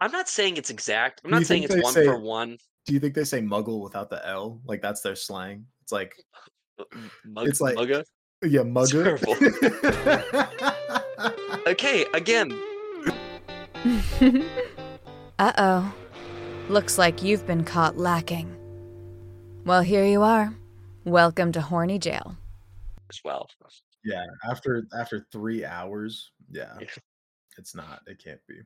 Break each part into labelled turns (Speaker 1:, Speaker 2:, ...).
Speaker 1: I'm not saying it's exact. I'm
Speaker 2: Do you
Speaker 1: not saying
Speaker 2: think
Speaker 1: it's
Speaker 2: they
Speaker 1: one
Speaker 2: say-
Speaker 1: for one.
Speaker 2: Do you think they say muggle without the L? Like that's their slang. It's like
Speaker 1: uh, M- Mug,
Speaker 2: It's like-
Speaker 1: mugga.
Speaker 2: yeah, mugger.
Speaker 1: Okay, again,
Speaker 3: Uh oh. Looks like you've been caught lacking. Well, here you are. Welcome to Horny Jail.
Speaker 1: as well.
Speaker 2: yeah, after after three hours, yeah,
Speaker 1: Yeah.
Speaker 2: it's not. It can't be.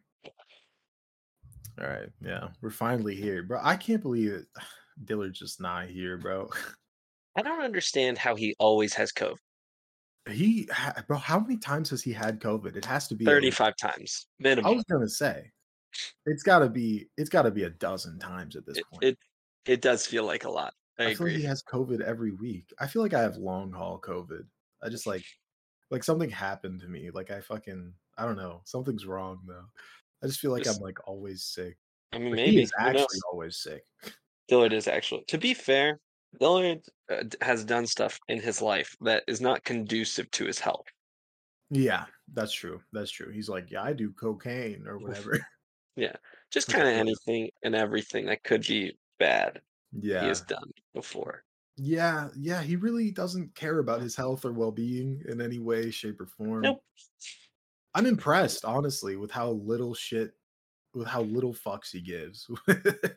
Speaker 2: All right, yeah, we're finally here, bro. I can't believe it. Dillard's just not here, bro.
Speaker 1: I don't understand how he always has COVID.
Speaker 2: He, ha- bro, how many times has he had COVID? It has to be at least-
Speaker 1: 35 times
Speaker 2: I
Speaker 1: minimum.
Speaker 2: was gonna say, it's gotta be, it's gotta be a dozen times at this
Speaker 1: it,
Speaker 2: point.
Speaker 1: it it does feel like a lot. I,
Speaker 2: I feel like
Speaker 1: agree.
Speaker 2: he has COVID every week. I feel like I have long haul COVID. I just like like something happened to me. Like I fucking I don't know. Something's wrong though. I just feel like
Speaker 1: Just-
Speaker 2: I'm like always sick.
Speaker 1: I mean,
Speaker 2: Like,
Speaker 1: maybe
Speaker 2: he is
Speaker 1: who
Speaker 2: actually
Speaker 1: knows?
Speaker 2: always sick.
Speaker 1: Dillard is actually. To be fair, Dillard uh, d- has done stuff in his life that is not conducive to his health.
Speaker 2: Yeah, that's true. That's true. He's like, yeah, I do cocaine or whatever.
Speaker 1: Just
Speaker 2: Okay,
Speaker 1: kind of
Speaker 2: yeah.
Speaker 1: anything and everything that could be bad
Speaker 2: yeah,
Speaker 1: he has done before.
Speaker 2: yeah, yeah. He really doesn't care about his health or well being in any way, shape, or form.
Speaker 1: Nope.
Speaker 2: I'm impressed, honestly, with how little shit, with how little fucks he gives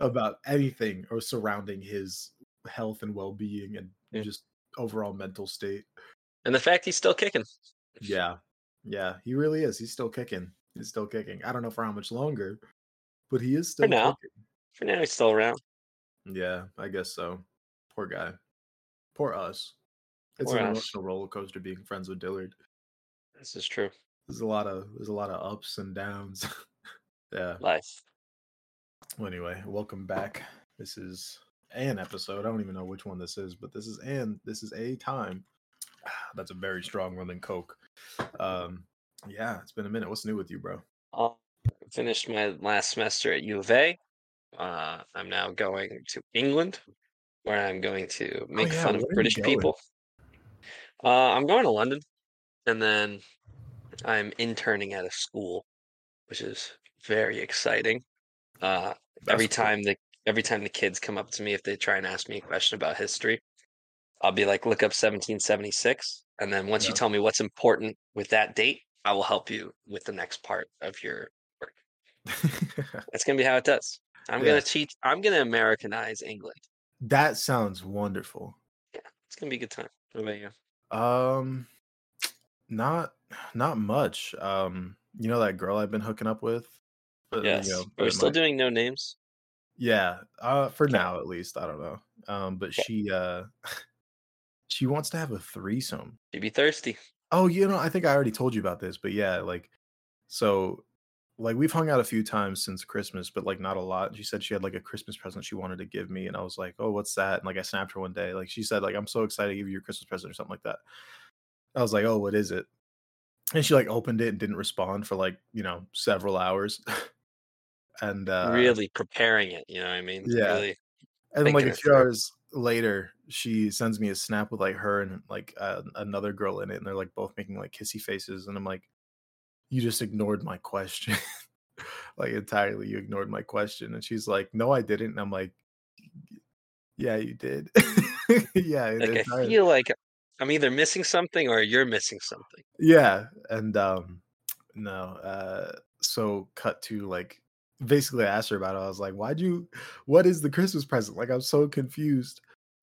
Speaker 2: about anything or surrounding his health and well being and
Speaker 1: Yeah.
Speaker 2: just overall mental state.
Speaker 1: And the fact he's still kicking.
Speaker 2: Yeah. Yeah. He really is. He's still kicking. He's still kicking. I don't know for how much longer, but he is
Speaker 1: For
Speaker 2: still
Speaker 1: now.
Speaker 2: kicking.
Speaker 1: For now, he's still around.
Speaker 2: Yeah. I guess so. Poor guy. Poor us. It's
Speaker 1: Poor
Speaker 2: an
Speaker 1: us.
Speaker 2: emotional roller coaster being friends with Dillard.
Speaker 1: This is true.
Speaker 2: There's a lot of there's a lot of ups and downs. yeah.
Speaker 1: Life.
Speaker 2: Well, anyway, welcome back. This is an episode. I don't even know which one this is, but this is an this is a time. That's a very strong rum and coke. Um, yeah, it's been a minute. What's new with you, bro?
Speaker 1: I Um, finished my last semester at U of A. Uh, I'm now going to England, where I'm going to make
Speaker 2: Oh, yeah,
Speaker 1: fun of
Speaker 2: where are you
Speaker 1: British
Speaker 2: going?
Speaker 1: people. Uh, I'm going to London, and then I'm interning at a school, which is very exciting. Uh, every
Speaker 2: That's cool.
Speaker 1: time the every time the kids come up to me, if they try and ask me a question about history, I'll be like, "Look up 1776," and then once you
Speaker 2: Yeah.
Speaker 1: tell me what's important with that date, I will help you with the next part of your that's gonna be how it does. I'm
Speaker 2: Yeah.
Speaker 1: gonna teach. I'm gonna Americanize England.
Speaker 2: that sounds wonderful.
Speaker 1: It's gonna be a good time. What about you?
Speaker 2: Um, not not much. Um, you know that girl I've been hooking up with. Uh, you
Speaker 1: yes,
Speaker 2: know,
Speaker 1: we're
Speaker 2: that
Speaker 1: still
Speaker 2: might-
Speaker 1: doing no names.
Speaker 2: Yeah, uh, for now at least. I don't know. Um, but she uh, she wants to have a threesome.
Speaker 1: You be thirsty.
Speaker 2: Oh, you know, I think I already told you about this, but yeah, like, so, like, we've hung out a few times since Christmas, but like, not a lot. She said she had like a Christmas present she wanted to give me, and I was like, oh, what's that? And like, I snapped her one day, like, she said, like, I'm so excited to give you your Christmas present or something like that. I was like, oh, what is it? And she like opened it and didn't respond for like, you know, several hours. and uh,
Speaker 1: really preparing it. You know what I mean?
Speaker 2: yeah.
Speaker 1: Really.
Speaker 2: and then, like
Speaker 1: thinking
Speaker 2: a
Speaker 1: it
Speaker 2: few
Speaker 1: through.
Speaker 2: hours later, she sends me a snap with like her and like uh, another girl in it, and they're like both making like kissy faces, and I'm like, "You just ignored my question, like entirely. You ignored my question." And she's like, "No, I didn't." And I'm like, "Yeah, you did. yeah,
Speaker 1: Like I
Speaker 2: entirely.
Speaker 1: feel like I'm either missing something or you're missing something.
Speaker 2: yeah." And um, no, uh, so cut to like basically I asked her about it. I was like, "Why'd you? What is the Christmas present?" Like I'm so confused.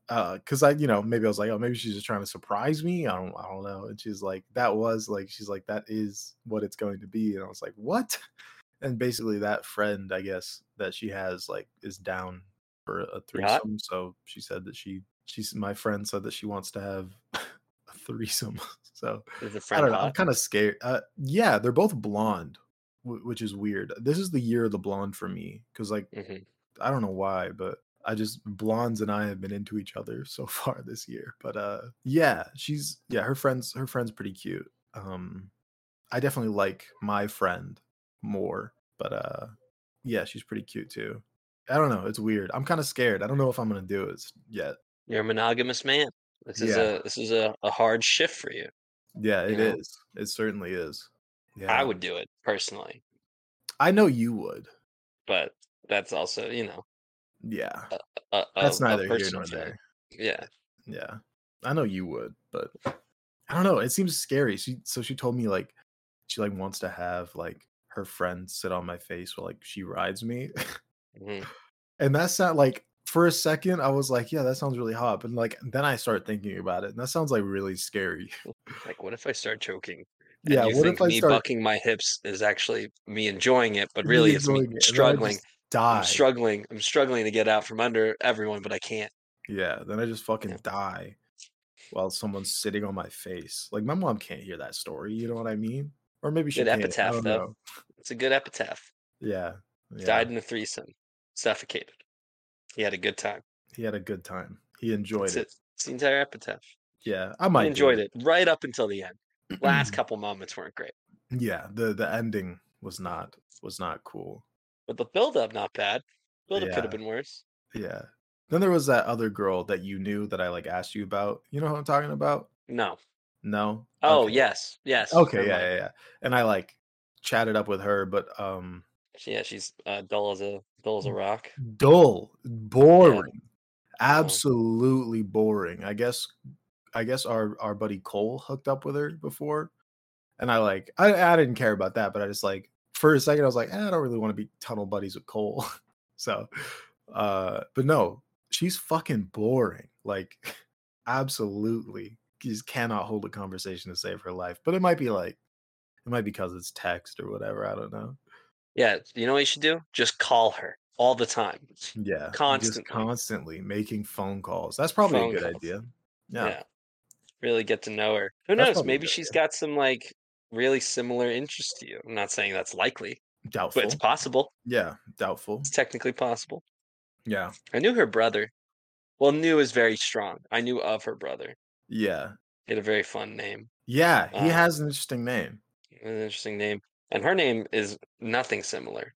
Speaker 2: uh because i you know maybe i was like oh maybe she's just trying to surprise me i don't i don't know and she's like that was like she's like that is what it's going to be and i was like what and basically that friend i guess that she has like is down for a threesome so she said that she she's my friend said that she wants to have a threesome so
Speaker 1: Is the
Speaker 2: i
Speaker 1: friend
Speaker 2: don't know i'm
Speaker 1: hot?
Speaker 2: kind of scared uh yeah they're both blonde wh- which is weird this is the year of the blonde for me because like
Speaker 1: Mhm.
Speaker 2: I don't know why, but I just blondes and I have been into each other so far this year. But uh yeah, she's yeah, her friends her friend's pretty cute. Um I definitely like my friend more, but uh yeah, she's pretty cute too. I don't know, it's weird. I'm kind of scared. I don't know if I'm going to do it s- yet.
Speaker 1: You're a monogamous man. This is
Speaker 2: Yeah.
Speaker 1: a this is a, a hard shift for you.
Speaker 2: Yeah, it is.
Speaker 1: Yeah.
Speaker 2: It certainly is. Yeah.
Speaker 1: I would do it personally.
Speaker 2: I know you would.
Speaker 1: but that's also you know
Speaker 2: Yeah.
Speaker 1: a, a,
Speaker 2: That's
Speaker 1: a
Speaker 2: neither here
Speaker 1: personal
Speaker 2: nor
Speaker 1: thing.
Speaker 2: there.
Speaker 1: Yeah,
Speaker 2: Yeah. I know you would, but I don't know. It seems scary. She so she told me like she like wants to have like her friend sit on my face while like she rides me.
Speaker 1: Mhm.
Speaker 2: And that's not like for a second I was like, yeah, that sounds really hot. But like then I started thinking about it, and that sounds like really scary.
Speaker 1: like what if I start choking? And
Speaker 2: Yeah,
Speaker 1: you
Speaker 2: what
Speaker 1: think
Speaker 2: if I
Speaker 1: me
Speaker 2: start
Speaker 1: bucking my hips is actually me enjoying it, but really it's me
Speaker 2: enjoying it, and then I
Speaker 1: struggling.
Speaker 2: just die?
Speaker 1: I'm struggling. I'm struggling to get out from under everyone, but I can't.
Speaker 2: Yeah, then I just fucking
Speaker 1: Yeah.
Speaker 2: die while someone's sitting on my face. Like my mom can't hear that story, you know what I mean? Or maybe she
Speaker 1: Good
Speaker 2: can't. I
Speaker 1: epitaph,
Speaker 2: don't
Speaker 1: though.
Speaker 2: know.
Speaker 1: It's a good epitaph.
Speaker 2: Yeah, yeah.
Speaker 1: Died in a threesome, suffocated. He had a good time.
Speaker 2: He had a good time. He enjoyed
Speaker 1: That's
Speaker 2: it.
Speaker 1: it. It's the entire epitaph.
Speaker 2: Yeah, I might
Speaker 1: I
Speaker 2: do
Speaker 1: enjoyed it right up until the end. Last couple moments weren't great,
Speaker 2: Yeah, the the ending was not was not cool.
Speaker 1: but the build up not bad. Build up could
Speaker 2: Yeah.
Speaker 1: have been worse.
Speaker 2: Yeah. Then there was that other girl that you knew that I like asked you about. You know who I'm talking about?
Speaker 1: No.
Speaker 2: No.
Speaker 1: Oh
Speaker 2: Okay.
Speaker 1: yes, yes.
Speaker 2: Okay.
Speaker 1: never
Speaker 2: Yeah,
Speaker 1: mind.
Speaker 2: yeah, yeah. And I like chatted up with her, but um,
Speaker 1: She- Yeah, she's uh, dull as a dull
Speaker 2: Mm.
Speaker 1: as a rock.
Speaker 2: dull, boring, absolutely boring. I guess, I guess our our buddy Cole hooked up with her before, and I like I I didn't care about that, but I just like for a second I was like eh, I don't really want to be tunnel buddies with Cole, so, uh, but no, she's fucking boring. Like, absolutely, just cannot hold a conversation to save her life. But it might be like. It might be because it's text or whatever. I don't know.
Speaker 1: Yeah, you know what you should do? Just call her all the time.
Speaker 2: Yeah.
Speaker 1: Constantly.
Speaker 2: Just constantly making phone calls. That's probably
Speaker 1: Phone
Speaker 2: a good
Speaker 1: calls.
Speaker 2: idea.
Speaker 1: Yeah.
Speaker 2: Yeah.
Speaker 1: Really get to know her. Who
Speaker 2: That's
Speaker 1: knows?
Speaker 2: probably a
Speaker 1: Maybe
Speaker 2: good
Speaker 1: she's got some like really similar interests to you. I'm not saying that's likely,
Speaker 2: Doubtful.
Speaker 1: but it's possible.
Speaker 2: yeah. Doubtful.
Speaker 1: It's technically possible.
Speaker 2: Yeah.
Speaker 1: I knew her brother. Well, knew is very strong. I knew of her brother.
Speaker 2: Yeah.
Speaker 1: He had a very fun name,
Speaker 2: Yeah. He
Speaker 1: Uh,
Speaker 2: has an interesting name.
Speaker 1: an interesting name. And her name is nothing similar.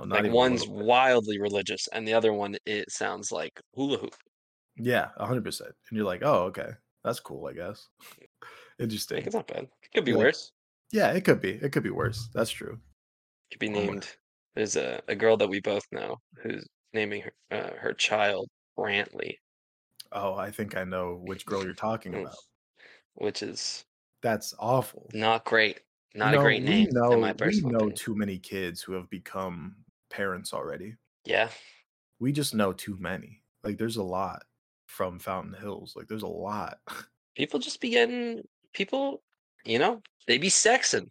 Speaker 1: Like
Speaker 2: not even a little
Speaker 1: one's
Speaker 2: bit.
Speaker 1: wildly religious, and the other one it sounds like hula hoop.
Speaker 2: Yeah, hundred percent. And you're like, oh, okay. That's cool, I guess.
Speaker 1: Like
Speaker 2: interesting.
Speaker 1: it's not bad. It could be
Speaker 2: Yeah.
Speaker 1: worse.
Speaker 2: Yeah, it could be. It could be worse. That's true.
Speaker 1: could be
Speaker 2: Or what?
Speaker 1: named. There's a, a girl that we both know who's naming her uh, her child Brantley,
Speaker 2: Oh, I think I know which girl you're talking
Speaker 1: Mm.
Speaker 2: about.
Speaker 1: which is
Speaker 2: That's awful.
Speaker 1: not great. Not
Speaker 2: No,
Speaker 1: a great
Speaker 2: we
Speaker 1: name.
Speaker 2: Know,
Speaker 1: in my
Speaker 2: we
Speaker 1: personal
Speaker 2: know
Speaker 1: opinion.
Speaker 2: too many kids who have become parents already.
Speaker 1: yeah,
Speaker 2: we just know too many. Like there's a lot from Fountain Hills. Like there's a lot.
Speaker 1: people just be getting people. You know, they be sexing.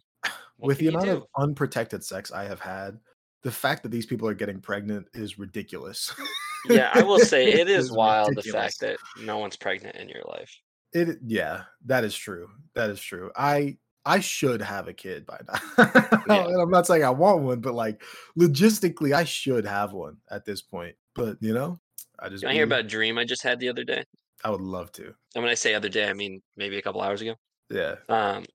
Speaker 1: What
Speaker 2: With
Speaker 1: can
Speaker 2: the
Speaker 1: you
Speaker 2: amount
Speaker 1: do?
Speaker 2: of unprotected sex I have had, the fact that these people are getting pregnant is ridiculous.
Speaker 1: yeah, I will say it
Speaker 2: It's
Speaker 1: is wild the
Speaker 2: ridiculous.
Speaker 1: fact that no one's pregnant in your life.
Speaker 2: It yeah, that is true. That is true. I I should have a kid by now.
Speaker 1: Yeah.
Speaker 2: and I'm not saying I want one, but like logistically I should have one at this point. But you know, I just
Speaker 1: Did I hear
Speaker 2: be-
Speaker 1: about a dream I just had the other day?
Speaker 2: I would love to.
Speaker 1: And when I say other day, I mean maybe a couple hours ago.
Speaker 2: Yeah.
Speaker 1: Um,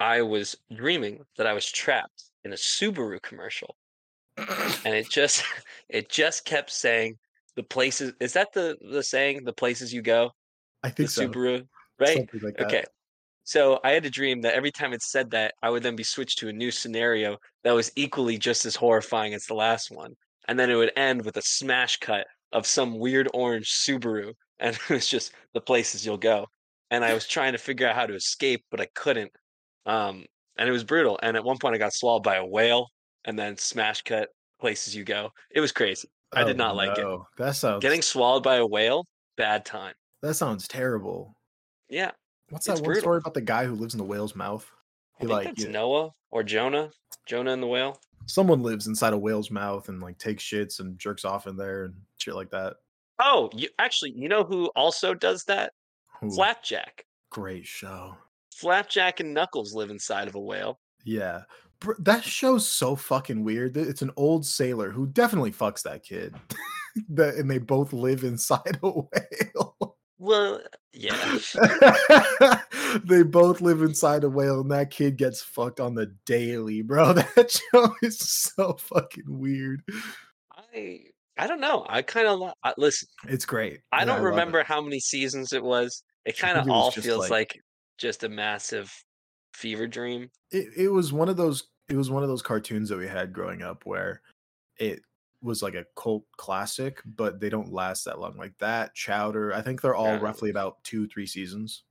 Speaker 1: I was dreaming that I was trapped in a Subaru commercial. and it just it just kept saying the places is that the the saying the places you go
Speaker 2: I
Speaker 1: the
Speaker 2: think so.
Speaker 1: subaru right
Speaker 2: Something like that.
Speaker 1: okay so i had a dream that every time it said that i would then be switched to a new scenario that was equally just as horrifying as the last one and then it would end with a smash cut of some weird orange subaru and it was just the places you'll go and i was trying to figure out how to escape but i couldn't um and it was brutal and at one point i got swallowed by a whale and then smash cut places you go it was crazy I did not like it.
Speaker 2: Oh, no. That sounds
Speaker 1: Getting swallowed by a whale, bad time.
Speaker 2: That sounds terrible.
Speaker 1: Yeah,
Speaker 2: What's
Speaker 1: It's
Speaker 2: that one
Speaker 1: brutal.
Speaker 2: story about the guy who lives in the whale's mouth?
Speaker 1: I
Speaker 2: He
Speaker 1: think
Speaker 2: like
Speaker 1: that's
Speaker 2: you-
Speaker 1: Noah or Jonah. Jonah and the whale.
Speaker 2: someone lives inside a whale's mouth and like takes shits and jerks off in there and shit like that.
Speaker 1: Oh, you actually, you know who also does that?
Speaker 2: Ooh,
Speaker 1: Flapjack.
Speaker 2: great show.
Speaker 1: Flapjack and Knuckles live inside of a whale.
Speaker 2: Yeah. Br- that show's so fucking weird. Th- It's an old sailor who definitely fucks that kid. that and they both live inside a whale.
Speaker 1: Well, yeah,
Speaker 2: they both live inside a whale, and that kid gets fucked on the daily, bro. That show is so fucking weird.
Speaker 1: I, I don't know. I kind of li- I- listen.
Speaker 2: It's great.
Speaker 1: I
Speaker 2: Yeah,
Speaker 1: don't
Speaker 2: love it.
Speaker 1: remember how many seasons it was. It kind
Speaker 2: think
Speaker 1: of
Speaker 2: it was
Speaker 1: all
Speaker 2: just
Speaker 1: feels
Speaker 2: like-
Speaker 1: like just a massive fever dream.
Speaker 2: It, it was one of those. It was one of those cartoons that we had growing up where it was like a cult classic, but they don't last that long. Like that Chowder, I think they're all
Speaker 1: Yeah.
Speaker 2: roughly about two, three seasons.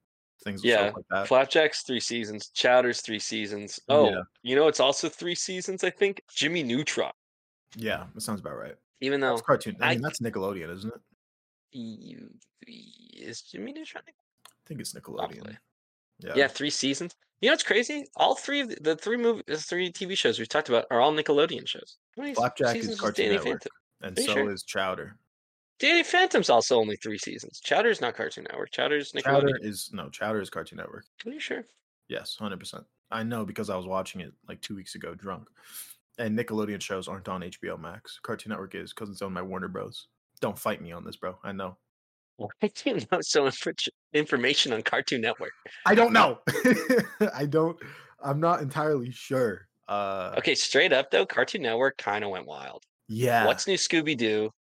Speaker 2: Things
Speaker 1: Yeah.
Speaker 2: stuff like that.
Speaker 1: Flapjack's three seasons. Chowder's three seasons. Oh,
Speaker 2: Uh Yeah.
Speaker 1: you know it's also three seasons. I think Jimmy Neutron.
Speaker 2: yeah, that sounds about right.
Speaker 1: Even though
Speaker 2: That's cartoon. I,
Speaker 1: Oh, I-
Speaker 2: mean, that's Nickelodeon, isn't it?
Speaker 1: y- y- is Jimmy Neutron?
Speaker 2: I think it's Nickelodeon.
Speaker 1: Probably.
Speaker 2: Yeah.
Speaker 1: Yeah, three seasons. You know what's crazy? All three of the, the three movie, the three TV shows we've talked about are all Nickelodeon shows. How many s-
Speaker 2: Flapjack is
Speaker 1: seasons
Speaker 2: Cartoon
Speaker 1: Danny
Speaker 2: Network.
Speaker 1: Phantom?
Speaker 2: And
Speaker 1: Are you
Speaker 2: so
Speaker 1: sure?
Speaker 2: is Chowder.
Speaker 1: Danny Phantom's also only three seasons. Chowder's not Cartoon Network. Chowder's Nickelodeon.
Speaker 2: Chowder is no, Chowder is Cartoon Network.
Speaker 1: Are you sure?
Speaker 2: Yes, hundred percent. I know because I was watching it like two weeks ago, drunk. And Nickelodeon shows aren't on HBO Max. Cartoon Network is because it's owned by Warner Bros. Don't fight me on this, bro. I know.
Speaker 1: Why do you know so much information on Cartoon Network?
Speaker 2: I don't know. I don't. I'm not entirely sure. Uh,
Speaker 1: Okay, straight up though, Cartoon Network kind of went wild.
Speaker 2: Yeah,
Speaker 1: What's new Scooby Doo?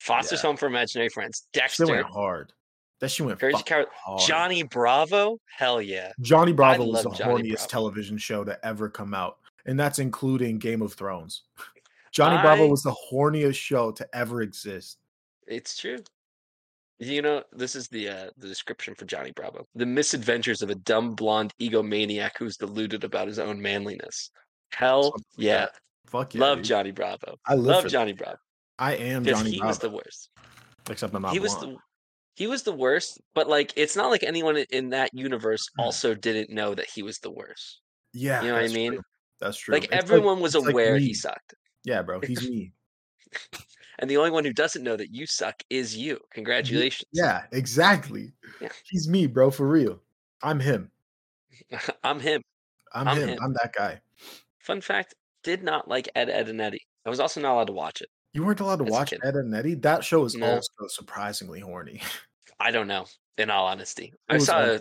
Speaker 1: Foster's Home for Imaginary Friends.
Speaker 2: She
Speaker 1: Dexter.
Speaker 2: went hard. That she went
Speaker 1: Crazy
Speaker 2: fucking
Speaker 1: Cow-
Speaker 2: hard.
Speaker 1: Johnny Bravo. Hell yeah.
Speaker 2: Johnny Bravo was
Speaker 1: love
Speaker 2: the
Speaker 1: Johnny
Speaker 2: horniest
Speaker 1: Bravo.
Speaker 2: television show to ever come out, and that's including Game of Thrones. Johnny Bravo
Speaker 1: I-
Speaker 2: was the horniest show to ever exist.
Speaker 1: It's true. You know, this is the uh, the description for Johnny Bravo: the misadventures of a dumb blonde egomaniac who's deluded about his own manliness. Hell
Speaker 2: Something like
Speaker 1: yeah,
Speaker 2: that. Fuck yeah,
Speaker 1: love
Speaker 2: dude.
Speaker 1: Johnny Bravo.
Speaker 2: I live
Speaker 1: Love
Speaker 2: for that.
Speaker 1: Johnny Bravo
Speaker 2: I am
Speaker 1: because
Speaker 2: Johnny
Speaker 1: he
Speaker 2: Bravo.
Speaker 1: was the worst.
Speaker 2: except I'm not
Speaker 1: he was the he was the worst, but like it's not like anyone i- in that universe
Speaker 2: Mm.
Speaker 1: also didn't know that he was the worst.
Speaker 2: yeah,
Speaker 1: you know what I
Speaker 2: that's
Speaker 1: mean?
Speaker 2: True. That's true.
Speaker 1: Like
Speaker 2: It's
Speaker 1: everyone was
Speaker 2: it's like
Speaker 1: aware he
Speaker 2: me.
Speaker 1: sucked,
Speaker 2: yeah, bro, he's me.
Speaker 1: and the only one who doesn't know that you suck is you. Congratulations.
Speaker 2: Yeah, exactly.
Speaker 1: Yeah.
Speaker 2: He's me, bro, for real. I'm him.
Speaker 1: I'm him.
Speaker 2: I'm,
Speaker 1: I'm
Speaker 2: him.
Speaker 1: him.
Speaker 2: I'm that guy.
Speaker 1: Fun fact: did not like Ed, Ed, and Eddie. I was also not allowed to watch it.
Speaker 2: You weren't allowed to
Speaker 1: As a
Speaker 2: watch
Speaker 1: kid.
Speaker 2: Ed and Eddie. That show is
Speaker 1: No.
Speaker 2: also surprisingly horny.
Speaker 1: I don't know. In all honesty,
Speaker 2: It
Speaker 1: I
Speaker 2: was
Speaker 1: saw
Speaker 2: awful.
Speaker 1: a,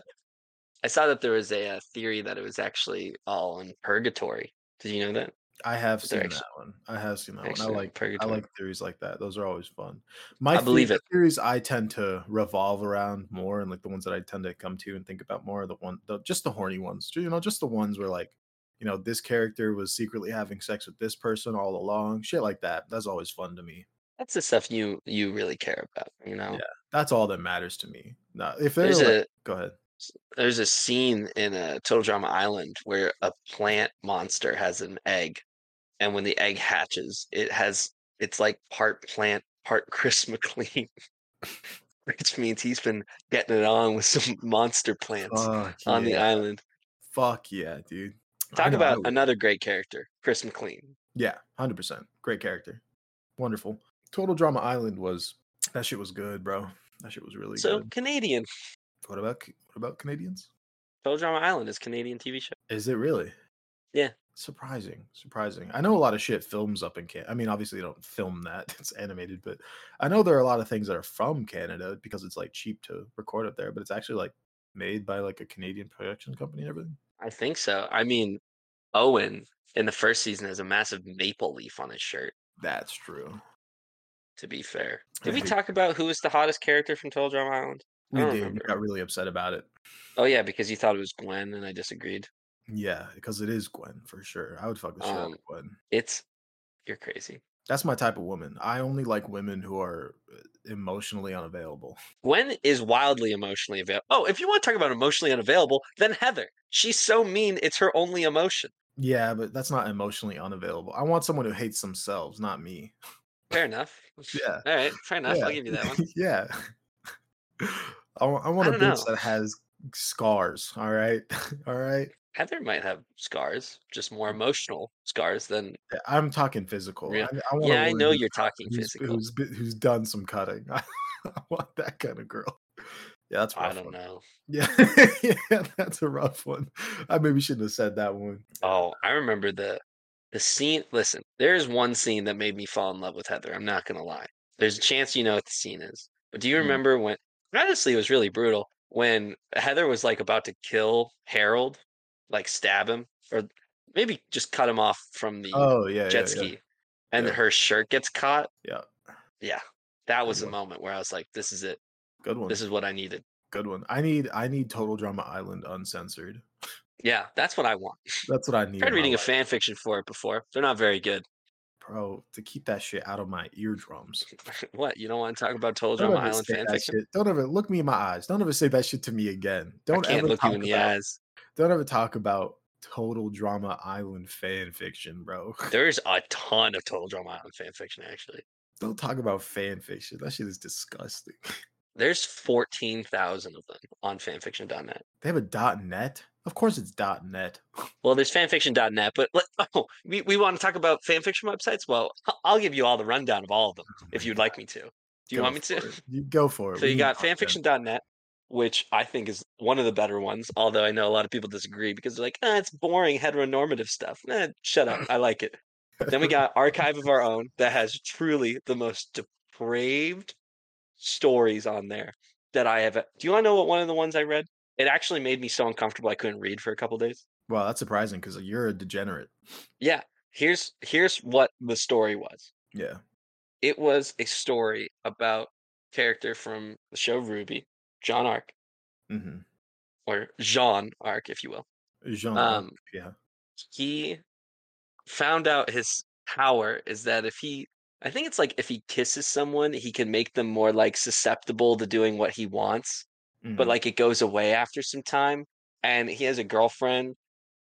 Speaker 1: I saw that there was a, uh theory that it was actually all in purgatory. Did you know that?
Speaker 2: I have
Speaker 1: They're
Speaker 2: seen
Speaker 1: actually-
Speaker 2: that one. I have seen that
Speaker 1: Actually,
Speaker 2: one. I
Speaker 1: not
Speaker 2: like I
Speaker 1: purgatory.
Speaker 2: like theories like that. Those are always fun. My
Speaker 1: I believe
Speaker 2: the
Speaker 1: it.
Speaker 2: theories I tend to revolve around more, and like the ones that I tend to come to and think about more are the one, the, just the horny ones. You know, just the ones where like, you know, this character was secretly having sex with this person all along. Shit like that. That's always fun to me.
Speaker 1: That's the stuff you you really care about. You know,
Speaker 2: That's all that matters to me. Now, if there's
Speaker 1: there's
Speaker 2: like,
Speaker 1: a
Speaker 2: go ahead.
Speaker 1: there's a scene in a Total Drama Island where a plant monster has an egg, and when the egg hatches, it has it's like part plant, part Chris McLean, which means he's been getting it on with some monster plants
Speaker 2: Fuck
Speaker 1: on the
Speaker 2: yeah.
Speaker 1: island.
Speaker 2: Fuck yeah, dude. I
Speaker 1: Talk
Speaker 2: know, I
Speaker 1: about
Speaker 2: would-
Speaker 1: another great character, Chris McLean.
Speaker 2: Yeah, hundred percent. Great character. Wonderful. Total Drama Island was that shit was good, bro. That shit was really
Speaker 1: So
Speaker 2: good.
Speaker 1: Canadian.
Speaker 2: What about C- what about Canadians?
Speaker 1: Total Drama Island is a Canadian TV show.
Speaker 2: Is it really?
Speaker 1: Yeah.
Speaker 2: Surprising. Surprising. I know a lot of shit films up in Canada. I mean, obviously they don't film that. It's animated, but I know there are a lot of things that are from Canada because it's like cheap to record up there, but it's actually like made by like a Canadian production company and everything.
Speaker 1: I think so. I mean, Owen in the first season has a massive maple leaf on his shirt.
Speaker 2: That's true.
Speaker 1: To be fair,
Speaker 2: I
Speaker 1: did we
Speaker 2: hate
Speaker 1: talk about who was the hottest character from Total Drama Island? I
Speaker 2: We
Speaker 1: don't
Speaker 2: did. We
Speaker 1: remember.
Speaker 2: got really upset about it.
Speaker 1: Oh yeah, because you thought it was Gwen, and I disagreed.
Speaker 2: Yeah, because it is Gwen for sure. I would fuck the shit out
Speaker 1: Um,
Speaker 2: of Gwen.
Speaker 1: It's you're crazy.
Speaker 2: That's my type of woman. I only like women who are uh, emotionally unavailable.
Speaker 1: Gwen is wildly emotionally available. Oh, if you want to talk about emotionally unavailable, then Heather. She's so mean; it's her only emotion.
Speaker 2: Yeah, but that's not emotionally unavailable. I want someone who hates themselves, not me.
Speaker 1: Fair enough.
Speaker 2: Yeah.
Speaker 1: All right, fair enough.
Speaker 2: yeah.
Speaker 1: I'll give you that one.
Speaker 2: yeah. I want, I want a
Speaker 1: don't
Speaker 2: bitch
Speaker 1: know.
Speaker 2: that has scars. All right. all right.
Speaker 1: Heather might have scars, just more emotional scars than.
Speaker 2: Yeah, I'm talking physical.
Speaker 1: Real-
Speaker 2: I, I want a
Speaker 1: yeah, I
Speaker 2: woman
Speaker 1: know
Speaker 2: who's-
Speaker 1: you're talking
Speaker 2: who's,
Speaker 1: physical.
Speaker 2: Who's, been- who's done some cutting. I want that kind of girl. Yeah, that's rough
Speaker 1: I don't
Speaker 2: one.
Speaker 1: know.
Speaker 2: Yeah, yeah, that's a rough one. I maybe shouldn't have said that one.
Speaker 1: Oh, I remember the the scene. Listen, there is one scene that made me fall in love with Heather. I'm not gonna lie. There's a chance you know what the scene is, but do you
Speaker 2: Mm.
Speaker 1: remember when? Honestly, it was really brutal when Heather was like about to kill Harold, like stab him, or maybe just cut him off from the
Speaker 2: Oh yeah,
Speaker 1: jet
Speaker 2: yeah,
Speaker 1: ski,
Speaker 2: yeah.
Speaker 1: and
Speaker 2: yeah.
Speaker 1: her shirt gets caught.
Speaker 2: yeah.
Speaker 1: Yeah, that was
Speaker 2: Good
Speaker 1: a moment where I was like, "This is it.
Speaker 2: Good one.
Speaker 1: This is what I needed."
Speaker 2: Good one. I need I need Total Drama Island uncensored.
Speaker 1: Yeah, that's what I want.
Speaker 2: That's what I need.
Speaker 1: tried
Speaker 2: in my
Speaker 1: reading a
Speaker 2: life.
Speaker 1: fan fiction for it before. They're not very good.
Speaker 2: bro, to keep that shit out of my eardrums.
Speaker 1: what? You don't want to talk about Toll
Speaker 2: Don't
Speaker 1: Drama
Speaker 2: ever
Speaker 1: Island
Speaker 2: say that
Speaker 1: fanfiction?
Speaker 2: shit. Don't ever look me in my eyes. Don't ever say that shit to me again. Don't
Speaker 1: I can't
Speaker 2: ever
Speaker 1: look you
Speaker 2: talk
Speaker 1: in the
Speaker 2: about,
Speaker 1: eyes.
Speaker 2: Don't ever talk about total drama island fan fiction, bro.
Speaker 1: There's a ton of Total Drama Island fanfiction, actually.
Speaker 2: Don't talk about fan fiction. That shit is disgusting.
Speaker 1: There's 14,000 of them on fanfiction.net.
Speaker 2: They have a dot net. Of course it's dot net.
Speaker 1: Well, there's fanfiction.net, but let, oh, we, we want to talk about fanfiction websites? Well, I- I'll give you all the rundown of all of them if you'd like me to. Do you
Speaker 2: Go
Speaker 1: want me to?
Speaker 2: for it. You go for it.
Speaker 1: So
Speaker 2: We
Speaker 1: you
Speaker 2: need
Speaker 1: got
Speaker 2: content.
Speaker 1: fanfiction.net, which I think is one of the better ones, although I know a lot of people disagree because they're like, ah, it's boring heteronormative stuff. Nah, shut up. I like it. Then we got Archive of Our Own that has truly the most depraved stories on there that I have. e-, Do you want to know what one of the ones I read? It actually made me so uncomfortable I couldn't read for a couple days.
Speaker 2: Well, that's surprising because you're a degenerate.
Speaker 1: Yeah, here's here's what the story was.
Speaker 2: Yeah.
Speaker 1: it was a story about character from the show Ruby, John Arc,
Speaker 2: hmm
Speaker 1: or Jean Arc, if you will.
Speaker 2: Jean.
Speaker 1: Um,
Speaker 2: yeah.
Speaker 1: He found out his power is that if he, I think it's like if he kisses someone, he can make them more like susceptible to doing what he wants. but
Speaker 2: mhm.
Speaker 1: like it goes away after some time and he has a girlfriend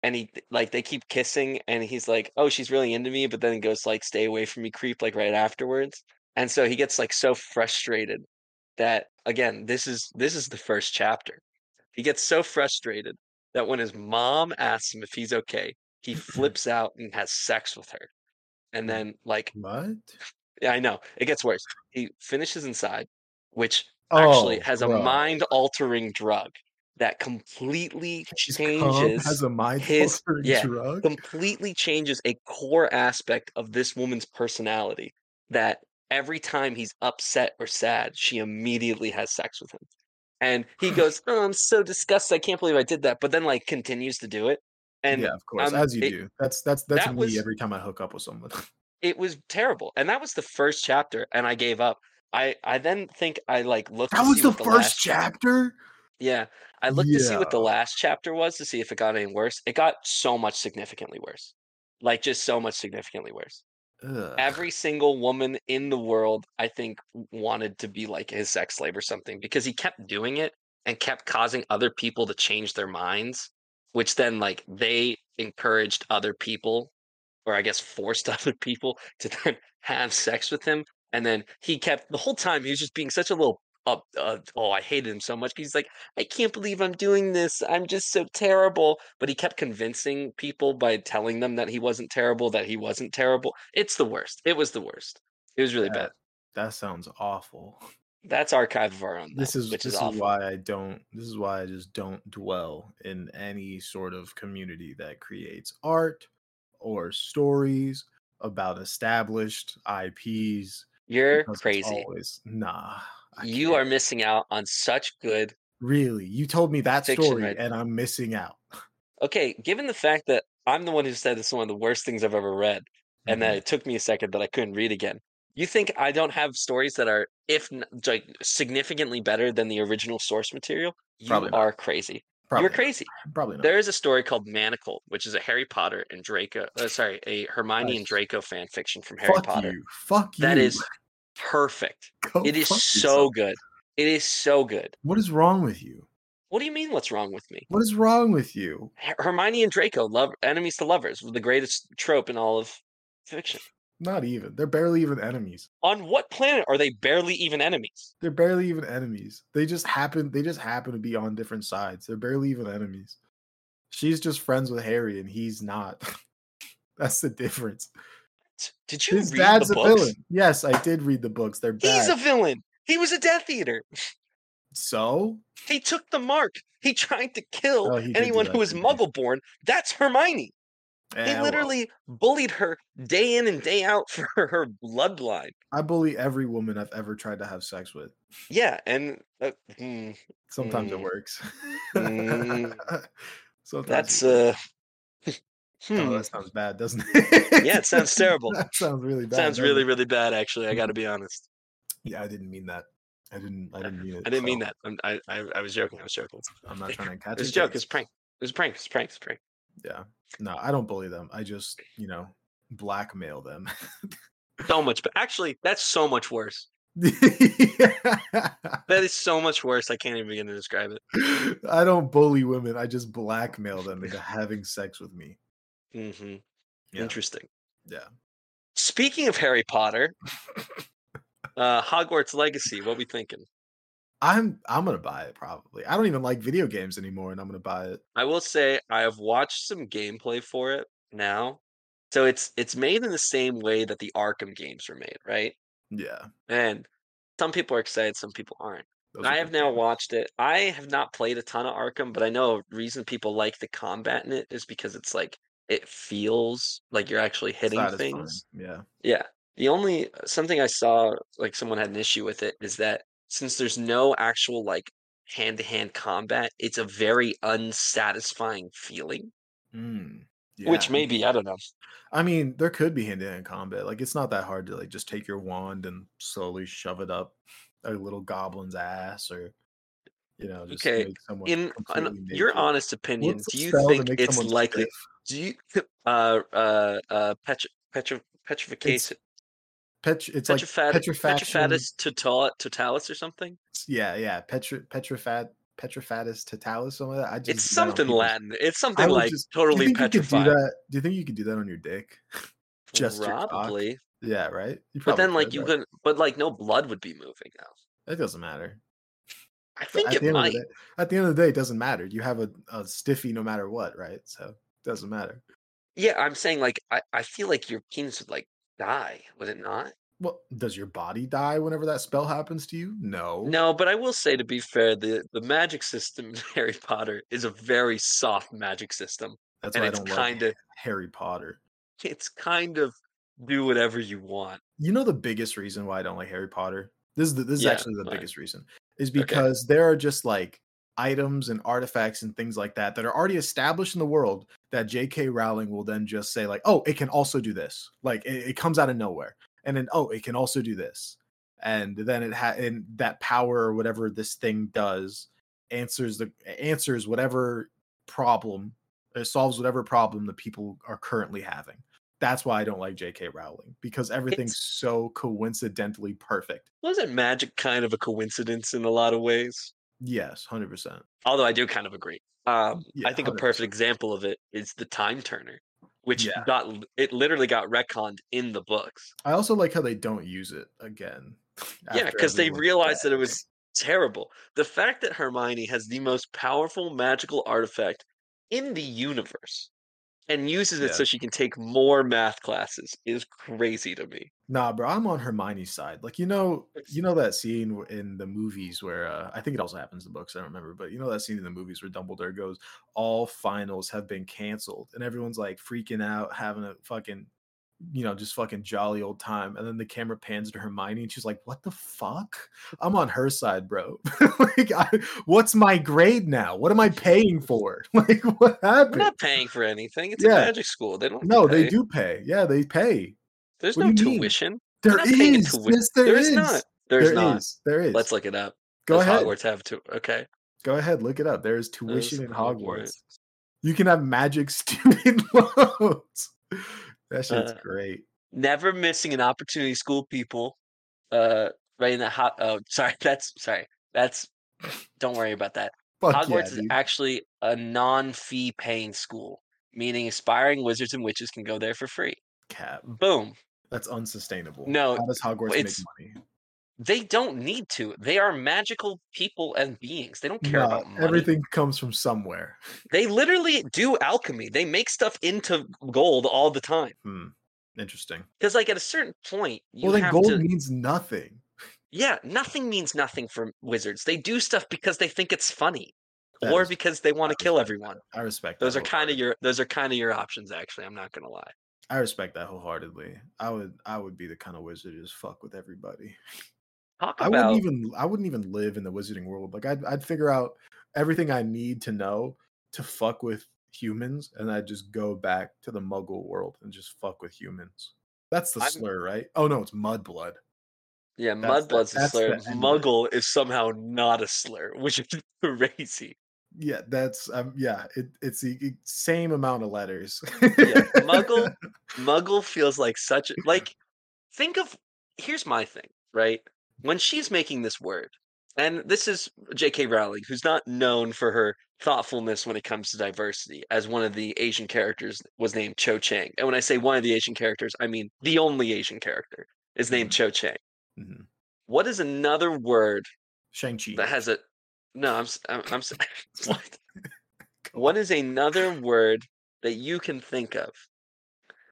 Speaker 1: and he like they keep kissing and he's like oh she's really into me but then he goes like stay away from me creep like right afterwards and so he gets like so frustrated that again this is this is the first chapter he gets so frustrated that when his mom asks him if he's okay he flips out and has sex with her and then like
Speaker 2: what?
Speaker 1: yeah, i know it gets worse he finishes inside which actually
Speaker 2: Oh,
Speaker 1: has a
Speaker 2: bro.
Speaker 1: mind altering drug that completely
Speaker 2: She's cum,
Speaker 1: changes
Speaker 2: has a mind
Speaker 1: his-
Speaker 2: altering
Speaker 1: yeah,
Speaker 2: drug.
Speaker 1: completely changes a core aspect of this woman's personality that every time he's upset or sad she immediately has sex with him and he goes oh i'm so disgusted i can't believe i did that but then like continues to do it and
Speaker 2: yeah, of course,
Speaker 1: um,
Speaker 2: as you
Speaker 1: it-
Speaker 2: do. That's that's that's
Speaker 1: that
Speaker 2: me
Speaker 1: was-
Speaker 2: every time I hook up with someone.
Speaker 1: it was terrible and that was the first chapter and i gave up i i then think i like looked
Speaker 2: that
Speaker 1: to
Speaker 2: was
Speaker 1: see
Speaker 2: the
Speaker 1: what
Speaker 2: first
Speaker 1: last
Speaker 2: chapter.
Speaker 1: Yeah. I looked to see what the
Speaker 2: Yeah.
Speaker 1: last chapter was to see if it got any worse. It got so much significantly worse. Like just so much significantly worse.
Speaker 2: Ugh.
Speaker 1: Every single woman in the world, I think, w- wanted to be like his sex slave or something because he kept doing it and kept causing other people to change their minds, which then like they encouraged other people, or I guess forced other people to then have sex with him. And then he kept the whole time he was just being such a little up. Uh, oh, I hated him so much. 'cause He's like, I can't believe I'm doing this. I'm just so terrible. But he kept convincing people by telling them that he wasn't terrible, that he wasn't terrible. It's the worst. It was the worst. It was really
Speaker 2: Yeah.
Speaker 1: bad.
Speaker 2: that sounds awful.
Speaker 1: That's archive of our own.
Speaker 2: This
Speaker 1: though,
Speaker 2: is
Speaker 1: which is
Speaker 2: this is,
Speaker 1: awful.
Speaker 2: why I don't. This is why I just don't dwell in any sort of community that creates art or stories about established IPs.
Speaker 1: You're
Speaker 2: because it's
Speaker 1: crazy.
Speaker 2: Always, nah. I
Speaker 1: You
Speaker 2: can't.
Speaker 1: are missing out on such good.
Speaker 2: really. You told me that
Speaker 1: Fiction
Speaker 2: story,
Speaker 1: right
Speaker 2: and I'm missing out.
Speaker 1: Okay, given the fact that I'm the one who said it's one of the worst things I've ever read, and
Speaker 2: Mm-hmm.
Speaker 1: that it took me a second that I couldn't read again. You think I don't have stories that are, if n- like, significantly better than the original source material? You
Speaker 2: Probably not.
Speaker 1: are crazy.
Speaker 2: probably
Speaker 1: You're
Speaker 2: not,
Speaker 1: crazy.
Speaker 2: Probably not.
Speaker 1: There is a story called Manacle, which is a Harry Potter and Draco. Uh, sorry, a Hermione and
Speaker 2: Nice.
Speaker 1: Draco fan fiction from Harry
Speaker 2: Fuck
Speaker 1: Potter.
Speaker 2: you. Fuck you.
Speaker 1: That is perfect.
Speaker 2: Go
Speaker 1: it is
Speaker 2: fuck
Speaker 1: so
Speaker 2: yourself.
Speaker 1: good. It is so good.
Speaker 2: What is wrong with you?
Speaker 1: What do you mean? What's wrong with me?
Speaker 2: What is wrong with you?
Speaker 1: Her- Hermione and Draco, love enemies to lovers, the greatest trope in all of fiction.
Speaker 2: Not even. They're barely even enemies.
Speaker 1: On what planet are they barely even enemies?
Speaker 2: They're barely even enemies. They just happen. They just happen to be on different sides. They're barely even enemies. She's just friends with Harry, and he's not. That's the difference.
Speaker 1: T- Did you
Speaker 2: His
Speaker 1: read
Speaker 2: dad's
Speaker 1: the
Speaker 2: a
Speaker 1: books?
Speaker 2: villain. Yes, I did read the books. They're bad.
Speaker 1: He's a villain. He was a Death Eater.
Speaker 2: so
Speaker 1: He took the mark. He tried to kill
Speaker 2: Oh, he did do
Speaker 1: anyone who
Speaker 2: that,
Speaker 1: was
Speaker 2: didn't he?
Speaker 1: Muggle born. That's Hermione.
Speaker 2: Eh,
Speaker 1: He
Speaker 2: well,
Speaker 1: literally bullied her day in and day out for her bloodline.
Speaker 2: I bully every woman I've ever tried to have sex with.
Speaker 1: Yeah, and uh, mm,
Speaker 2: Sometimes it
Speaker 1: Mm.
Speaker 2: works.
Speaker 1: Mm.
Speaker 2: Sometimes
Speaker 1: that's
Speaker 2: it works.
Speaker 1: uh.
Speaker 2: Oh,
Speaker 1: hmm,
Speaker 2: that sounds bad, doesn't it?
Speaker 1: Yeah, it sounds terrible.
Speaker 2: that sounds really bad.
Speaker 1: sounds
Speaker 2: doesn't
Speaker 1: really,
Speaker 2: it?
Speaker 1: really bad. Actually, I got to be honest.
Speaker 2: Yeah, I didn't mean that. I didn't. I didn't mean it.
Speaker 1: I didn't mean
Speaker 2: so
Speaker 1: that. I'm, I, I, I was joking. I was joking.
Speaker 2: Oh. I'm not trying to catch
Speaker 1: It was a
Speaker 2: you,
Speaker 1: joke.
Speaker 2: but
Speaker 1: It's a prank. It was a prank. It's a prank. It's a prank.
Speaker 2: Yeah. No, I don't bully them. I just, you know, blackmail them.
Speaker 1: So much, but actually, that's so much worse. That is so much worse. I can't even begin to describe it.
Speaker 2: I don't bully women. I just blackmail them into having sex with me.
Speaker 1: hmm
Speaker 2: Yeah.
Speaker 1: Interesting.
Speaker 2: Yeah.
Speaker 1: Speaking of Harry Potter, uh, Hogwarts Legacy. What we thinking?
Speaker 2: I'm I'm gonna buy it probably. I don't even like video games anymore, and I'm gonna buy it.
Speaker 1: I will say I have watched some gameplay for it now. So it's it's made in the same way that the Arkham games were made, right?
Speaker 2: Yeah.
Speaker 1: And some people are excited, some people aren't.
Speaker 2: those are
Speaker 1: I have
Speaker 2: good
Speaker 1: now
Speaker 2: games.
Speaker 1: watched it. I have not played a ton of Arkham, but I know a reason people like the combat in it is because it's like it feels like you're actually hitting
Speaker 2: Satisfying,
Speaker 1: things.
Speaker 2: Yeah.
Speaker 1: Yeah. The only uh, something I saw like someone had an issue with it is that since there's no actual like hand-to-hand combat, it's a very unsatisfying feeling,
Speaker 2: Mm,
Speaker 1: which
Speaker 2: yeah.
Speaker 1: maybe I don't know.
Speaker 2: I mean, there could be hand to hand combat. Like it's not that hard to like just take your wand and slowly shove it up a little goblin's ass, or you know, just
Speaker 1: Okay,
Speaker 2: make someone
Speaker 1: In, in
Speaker 2: completely
Speaker 1: your
Speaker 2: naked.
Speaker 1: honest opinion,
Speaker 2: What's the
Speaker 1: do you
Speaker 2: spell to
Speaker 1: think
Speaker 2: make
Speaker 1: it's
Speaker 2: someone
Speaker 1: likely
Speaker 2: stiff?
Speaker 1: do you uh uh uh petri- petri- petrification
Speaker 2: Petr- it's
Speaker 1: petrified
Speaker 2: like petrifaction.
Speaker 1: petrifatus total totalis or something
Speaker 2: Yeah, yeah. Petri- petrifat petrifatus totalis. Something like that. I just
Speaker 1: it's
Speaker 2: do that on
Speaker 1: something
Speaker 2: people's-
Speaker 1: latin it's
Speaker 2: I
Speaker 1: something
Speaker 2: would
Speaker 1: like
Speaker 2: just- do you
Speaker 1: totally
Speaker 2: think you could do
Speaker 1: petrified
Speaker 2: that- Do you think you could do that on your dick? Just your cock?
Speaker 1: probably
Speaker 2: Yeah, right. You
Speaker 1: but then
Speaker 2: probably
Speaker 1: like
Speaker 2: could,
Speaker 1: you
Speaker 2: right?
Speaker 1: could but like no blood would be moving though
Speaker 2: It doesn't matter.
Speaker 1: i
Speaker 2: But
Speaker 1: think
Speaker 2: at
Speaker 1: it
Speaker 2: the end
Speaker 1: might
Speaker 2: of the day, at the end of the day, it doesn't matter. You have a, a stiffy no matter what, right? So it doesn't matter.
Speaker 1: yeah i'm saying like I, I feel like your penis would like die would it not
Speaker 2: Well, does your body die whenever that spell happens to you? No.
Speaker 1: No, but I will say to be fair, the the magic system in Harry Potter is a very soft magic system,
Speaker 2: That's
Speaker 1: and
Speaker 2: why I
Speaker 1: it's
Speaker 2: don't
Speaker 1: kind
Speaker 2: like
Speaker 1: of
Speaker 2: Harry Potter.
Speaker 1: it's kind of do whatever you want.
Speaker 2: You know the biggest reason why I don't like Harry Potter? This is the, this
Speaker 1: Yeah,
Speaker 2: is actually the
Speaker 1: why?
Speaker 2: biggest reason. Is
Speaker 1: Okay.
Speaker 2: because there are just like items and artifacts and things like that that are already established in the world that J.K. Rowling will then just say like, "Oh, it can also do this." Like it, it comes out of nowhere. And then, "Oh, it can also do this." And then it ha- and that power or whatever this thing does answers the answers whatever problem it solves whatever problem the people are currently having. That's why I don't like J.K. Rowling because everything's so coincidentally perfect.
Speaker 1: Wasn't magic kind of a coincidence in a lot of ways?
Speaker 2: Yes, hundred percent.
Speaker 1: Although I do kind of agree. Um,
Speaker 2: Yeah,
Speaker 1: I think a
Speaker 2: 100%.
Speaker 1: perfect example of it is the time turner, which
Speaker 2: Yeah.
Speaker 1: got l- it literally got retconned in the books.
Speaker 2: I also like how they don't use it again.
Speaker 1: yeah,
Speaker 2: after
Speaker 1: because they
Speaker 2: everyone's
Speaker 1: realized that it
Speaker 2: dead.
Speaker 1: was terrible. The fact that Hermione has the most powerful magical artifact in the universe and uses it
Speaker 2: Yeah.
Speaker 1: so she can take more math classes is crazy to me.
Speaker 2: Nah, bro, I'm on Hermione's side. Like you know, you know that scene w- in the movies where uh, I think it also happens in the books. I don't remember, but you know that scene in the movies where Dumbledore goes, "All finals have been canceled," and everyone's like freaking out, having a fucking, you know, just fucking jolly old time. And then the camera pans to Hermione, and she's like, "What the fuck?" I'm on her side, bro. like, I, what's my grade now? What am I paying for? Like, what
Speaker 1: We're
Speaker 2: happened?
Speaker 1: not paying for anything. It's a
Speaker 2: Yeah.
Speaker 1: magic school. They don't.
Speaker 2: No, they
Speaker 1: pay.
Speaker 2: do pay. Yeah, they pay.
Speaker 1: There's
Speaker 2: What
Speaker 1: no
Speaker 2: do you mean?
Speaker 1: tuition. They're
Speaker 2: There
Speaker 1: not paying
Speaker 2: is.
Speaker 1: tuition.
Speaker 2: Yes, there
Speaker 1: There is
Speaker 2: is.
Speaker 1: not. There's
Speaker 2: There
Speaker 1: not.
Speaker 2: is. There is.
Speaker 1: Let's look it up.
Speaker 2: Go
Speaker 1: Does
Speaker 2: ahead.
Speaker 1: Hogwarts have to? Okay.
Speaker 2: Go ahead. Look it up. There is
Speaker 1: Does
Speaker 2: tuition in Hogwarts. You can have magic student loans. That shit's
Speaker 1: Uh,
Speaker 2: great.
Speaker 1: never missing an opportunity school people uh right in the hot oh sorry that's sorry that's don't worry about that
Speaker 2: Fuck yeah,
Speaker 1: hogwarts is
Speaker 2: dude.
Speaker 1: actually a non-fee paying school meaning aspiring wizards and witches can go there for free
Speaker 2: Cap.
Speaker 1: boom
Speaker 2: That's unsustainable.
Speaker 1: No,
Speaker 2: How does Hogwarts
Speaker 1: it's-
Speaker 2: make money?
Speaker 1: they don't need to they are magical people and beings they don't care
Speaker 2: Nah,
Speaker 1: about money.
Speaker 2: everything comes from somewhere.
Speaker 1: they literally do alchemy they make stuff into gold all the time
Speaker 2: Hmm. Interesting.
Speaker 1: because like at a certain point you
Speaker 2: well, then
Speaker 1: have
Speaker 2: gold
Speaker 1: to
Speaker 2: means nothing.
Speaker 1: Yeah, nothing means nothing for wizards. They do stuff because they think it's funny,
Speaker 2: That
Speaker 1: or
Speaker 2: is-
Speaker 1: because they want
Speaker 2: that
Speaker 1: to kill
Speaker 2: is-
Speaker 1: everyone.
Speaker 2: I respect.
Speaker 1: Those
Speaker 2: that
Speaker 1: are kind of your those are kind of your options. Actually, I'm not gonna lie.
Speaker 2: I respect that wholeheartedly. I would. I would be the kind of wizard to just fuck with everybody.
Speaker 1: Talk
Speaker 2: I
Speaker 1: about
Speaker 2: wouldn't even I wouldn't even live in the wizarding world. Like I'd I'd figure out everything I need to know to fuck with humans, and I'd just go back to the muggle world and just fuck with humans. That's the
Speaker 1: I'm-
Speaker 2: slur, right? Oh no, it's mudblood.
Speaker 1: yeah,
Speaker 2: that's the-
Speaker 1: mudblood's a
Speaker 2: that's
Speaker 1: slur.
Speaker 2: the end of it.
Speaker 1: Muggle is somehow not a slur, which is crazy.
Speaker 2: yeah, that's um, yeah, it, it's the e- same amount of letters.
Speaker 1: Yeah, Muggle- Muggle feels like such a- like think of here's my thing, right? When she's making this word, and this is JK Rowling, who's not known for her thoughtfulness when it comes to diversity, as one of the Asian characters was named Cho Chang. And when I say one of the Asian characters, I mean the only Asian character is named
Speaker 2: Mhm.
Speaker 1: Cho Chang.
Speaker 2: Mhm.
Speaker 1: What is another word
Speaker 2: Shang-Chi.
Speaker 1: that has a no, I'm s- I'm, I'm s- what? what is another word that you can think of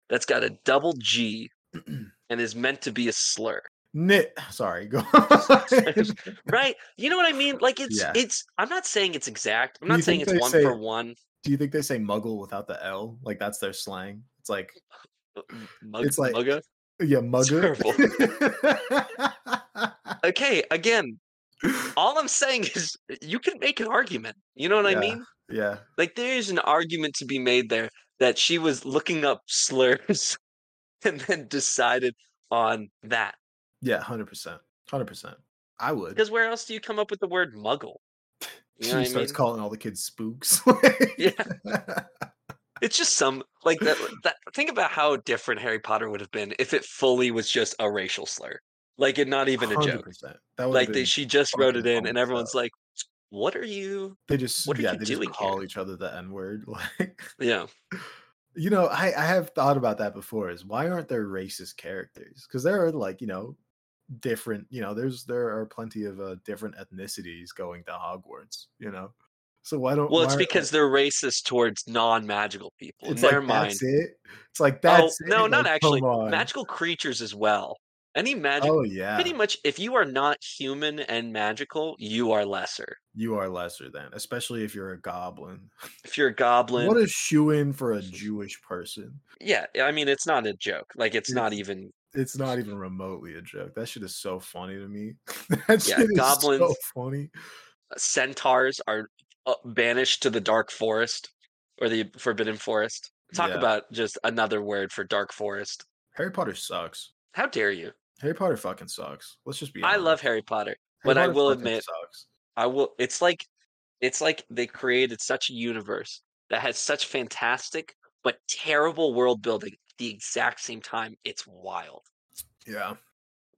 Speaker 1: that's got a double G and is meant to be a slur?
Speaker 2: Nit. Sorry, go on.
Speaker 1: Right? You know what I mean? Like it's
Speaker 2: Yeah.
Speaker 1: it's I'm not saying it's exact. I'm
Speaker 2: Do you
Speaker 1: not saying
Speaker 2: think
Speaker 1: it's
Speaker 2: they
Speaker 1: one
Speaker 2: say-
Speaker 1: for one.
Speaker 2: Do you think they say muggle without the L? Like that's their slang. It's like
Speaker 1: but uh, m- Mug,
Speaker 2: It's like-
Speaker 1: mugga.
Speaker 2: yeah, mugger.
Speaker 1: Okay, again, all I'm saying is you can make an argument. You know what
Speaker 2: Yeah.
Speaker 1: I mean?
Speaker 2: yeah.
Speaker 1: Like there is an argument to be made there that she was looking up slurs and then decided on that.
Speaker 2: Yeah, hundred percent. Hundred percent. I would.
Speaker 1: Because where else do you come up with the word muggle? You
Speaker 2: she
Speaker 1: know what I
Speaker 2: starts
Speaker 1: mean?
Speaker 2: calling all the kids spooks.
Speaker 1: Yeah. It's just some like that, that. Think about how different Harry Potter would have been if it fully was just a racial slur, like it not even a joke.
Speaker 2: 100%. That would
Speaker 1: Like
Speaker 2: they,
Speaker 1: they, she just wrote it
Speaker 2: fucking
Speaker 1: in, and
Speaker 2: awesome.
Speaker 1: everyone's like, "What are you?"
Speaker 2: they just
Speaker 1: what are
Speaker 2: yeah,
Speaker 1: you
Speaker 2: they
Speaker 1: doing
Speaker 2: just call
Speaker 1: here?
Speaker 2: each other the N word. Like
Speaker 1: Yeah,
Speaker 2: you know, I, I have thought about that before is why aren't there racist characters? Because there are like, you know, different, you know, there's there are plenty of uh, different ethnicities going to Hogwarts, you know. So why don't
Speaker 1: well, it's
Speaker 2: why aren't-
Speaker 1: because they're racist towards non-magical people.
Speaker 2: it's
Speaker 1: in their
Speaker 2: like
Speaker 1: mind,
Speaker 2: that's it. It's like that's
Speaker 1: oh no,
Speaker 2: it,
Speaker 1: not
Speaker 2: like,
Speaker 1: actually
Speaker 2: come on.
Speaker 1: magical creatures as well. Any magic,
Speaker 2: Oh yeah.
Speaker 1: pretty much. If you are not human and magical, you are lesser.
Speaker 2: You are lesser than, especially if you're a goblin.
Speaker 1: If you're a goblin,
Speaker 2: What a shoe in for a Jewish person.
Speaker 1: yeah, I mean, it's not a joke. Like it's not
Speaker 2: It's-
Speaker 1: even
Speaker 2: It's not even remotely a joke. That shit is so funny to me. that
Speaker 1: Yeah,
Speaker 2: shit is so
Speaker 1: goblins-
Speaker 2: funny.
Speaker 1: uh, centaurs are uh, banished to the dark forest or the forbidden forest. Talk
Speaker 2: Yeah.
Speaker 1: about just another word for dark forest.
Speaker 2: Harry Potter sucks.
Speaker 1: How dare you?
Speaker 2: Harry Potter fucking sucks. Let's just be
Speaker 1: I
Speaker 2: honest.
Speaker 1: love Harry Potter.
Speaker 2: Harry
Speaker 1: but I
Speaker 2: Potter
Speaker 1: will
Speaker 2: fucking
Speaker 1: admit-
Speaker 2: sucks.
Speaker 1: I will it's like it's like they created such a universe that has such fantastic but terrible world building at the exact same time. It's wild.
Speaker 2: Yeah.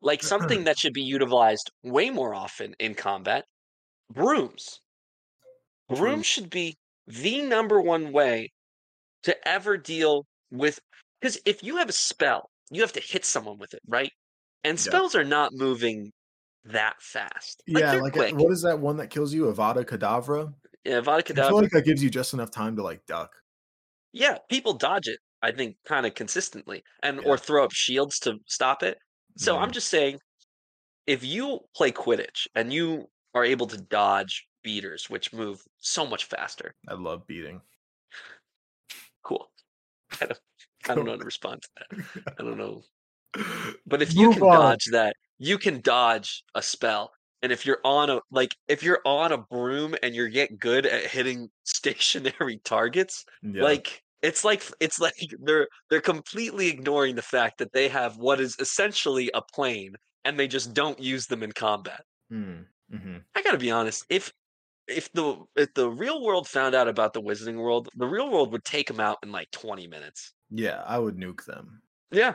Speaker 1: Like something that should be utilized way more often in combat. Brooms. Brooms
Speaker 2: True.
Speaker 1: should be the number one way to ever deal with. Because if you have a spell, you have to hit someone with it, right? And
Speaker 2: Yeah.
Speaker 1: spells are not moving that fast.
Speaker 2: yeah,
Speaker 1: they're
Speaker 2: like uh,
Speaker 1: quick.
Speaker 2: what is that one that kills you? Avada Kedavra.
Speaker 1: yeah, Avada
Speaker 2: I feel
Speaker 1: Kedavra.
Speaker 2: like that gives you just enough time to like duck.
Speaker 1: yeah, people dodge it. I think kind of consistently, and
Speaker 2: Yeah. Mm-hmm.
Speaker 1: or throw up shields to stop it. So I'm just saying, if you play Quidditch and you are able to dodge beaters, which move so much faster,
Speaker 2: I love beating.
Speaker 1: cool. I don't, I
Speaker 2: Cool.
Speaker 1: don't know how to respond to that. I don't know. But if you
Speaker 2: Move
Speaker 1: can
Speaker 2: on.
Speaker 1: dodge that, you can dodge a spell. And if you're on a like if you're on a broom and you're get good at hitting stationary targets,
Speaker 2: Yeah.
Speaker 1: like it's like it's like they're they're completely ignoring the fact that they have what is essentially a plane and they just don't use them in combat.
Speaker 2: Mm, mhm.
Speaker 1: I gotta be honest. If if the if the real world found out about the Wizarding World, the real world would take them out in like twenty minutes.
Speaker 2: yeah, I would nuke them.
Speaker 1: Yeah,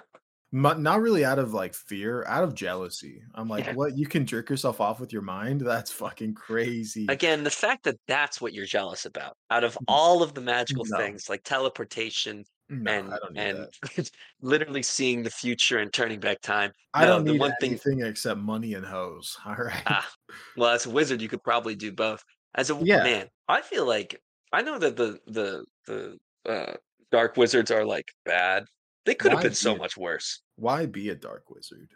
Speaker 2: Mu- not really out of like fear, out of jealousy. I'm like,
Speaker 1: Yeah.
Speaker 2: what? You can jerk yourself off with your mind? That's fucking crazy.
Speaker 1: again the fact that that's what you're jealous about out of all of the magical
Speaker 2: Mm-hmm. No.
Speaker 1: things like teleportation
Speaker 2: No,
Speaker 1: and
Speaker 2: I don't need
Speaker 1: and
Speaker 2: that.
Speaker 1: literally seeing the future and turning back time
Speaker 2: I
Speaker 1: no,
Speaker 2: don't
Speaker 1: the
Speaker 2: need
Speaker 1: one thing-
Speaker 2: anything except money and hoes. All right.
Speaker 1: ah well as a wizard you could probably do both as a w-
Speaker 2: Yeah.
Speaker 1: man i feel like i know that the the the uh, dark wizards are like bad they could have
Speaker 2: Why
Speaker 1: been so
Speaker 2: be-
Speaker 1: much worse
Speaker 2: Why be a dark wizard?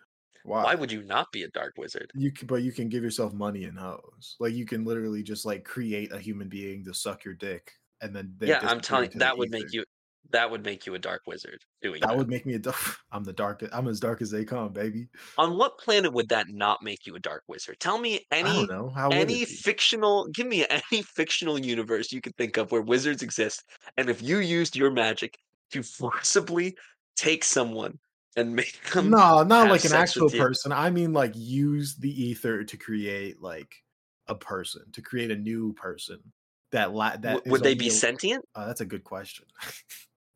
Speaker 2: Why?
Speaker 1: why would you not be a dark wizard
Speaker 2: you can, but you can give yourself money and hoes. Like you can literally just like create a human being to suck your dick, and then they
Speaker 1: yeah i'm
Speaker 2: disappear
Speaker 1: telling
Speaker 2: into the
Speaker 1: that would make
Speaker 2: ether.
Speaker 1: you that would make you a dark wizard doing
Speaker 2: That
Speaker 1: that
Speaker 2: would make me a dark. I'm the dark. I'm as dark as they come, baby.
Speaker 1: on what planet would that not make you a dark wizard tell me
Speaker 2: I
Speaker 1: any
Speaker 2: don't know how would
Speaker 1: any
Speaker 2: it be?
Speaker 1: fictional give me any fictional universe you could think of where wizards exist and if you used your magic to forcibly take someone and make them
Speaker 2: no, not
Speaker 1: have
Speaker 2: like an
Speaker 1: sex
Speaker 2: actual
Speaker 1: with you.
Speaker 2: person. I mean, like use the ether to create like a person, to create a new person. that la- that
Speaker 1: W-
Speaker 2: is
Speaker 1: would they
Speaker 2: only
Speaker 1: be
Speaker 2: a-
Speaker 1: sentient?
Speaker 2: Uh, that's a good question.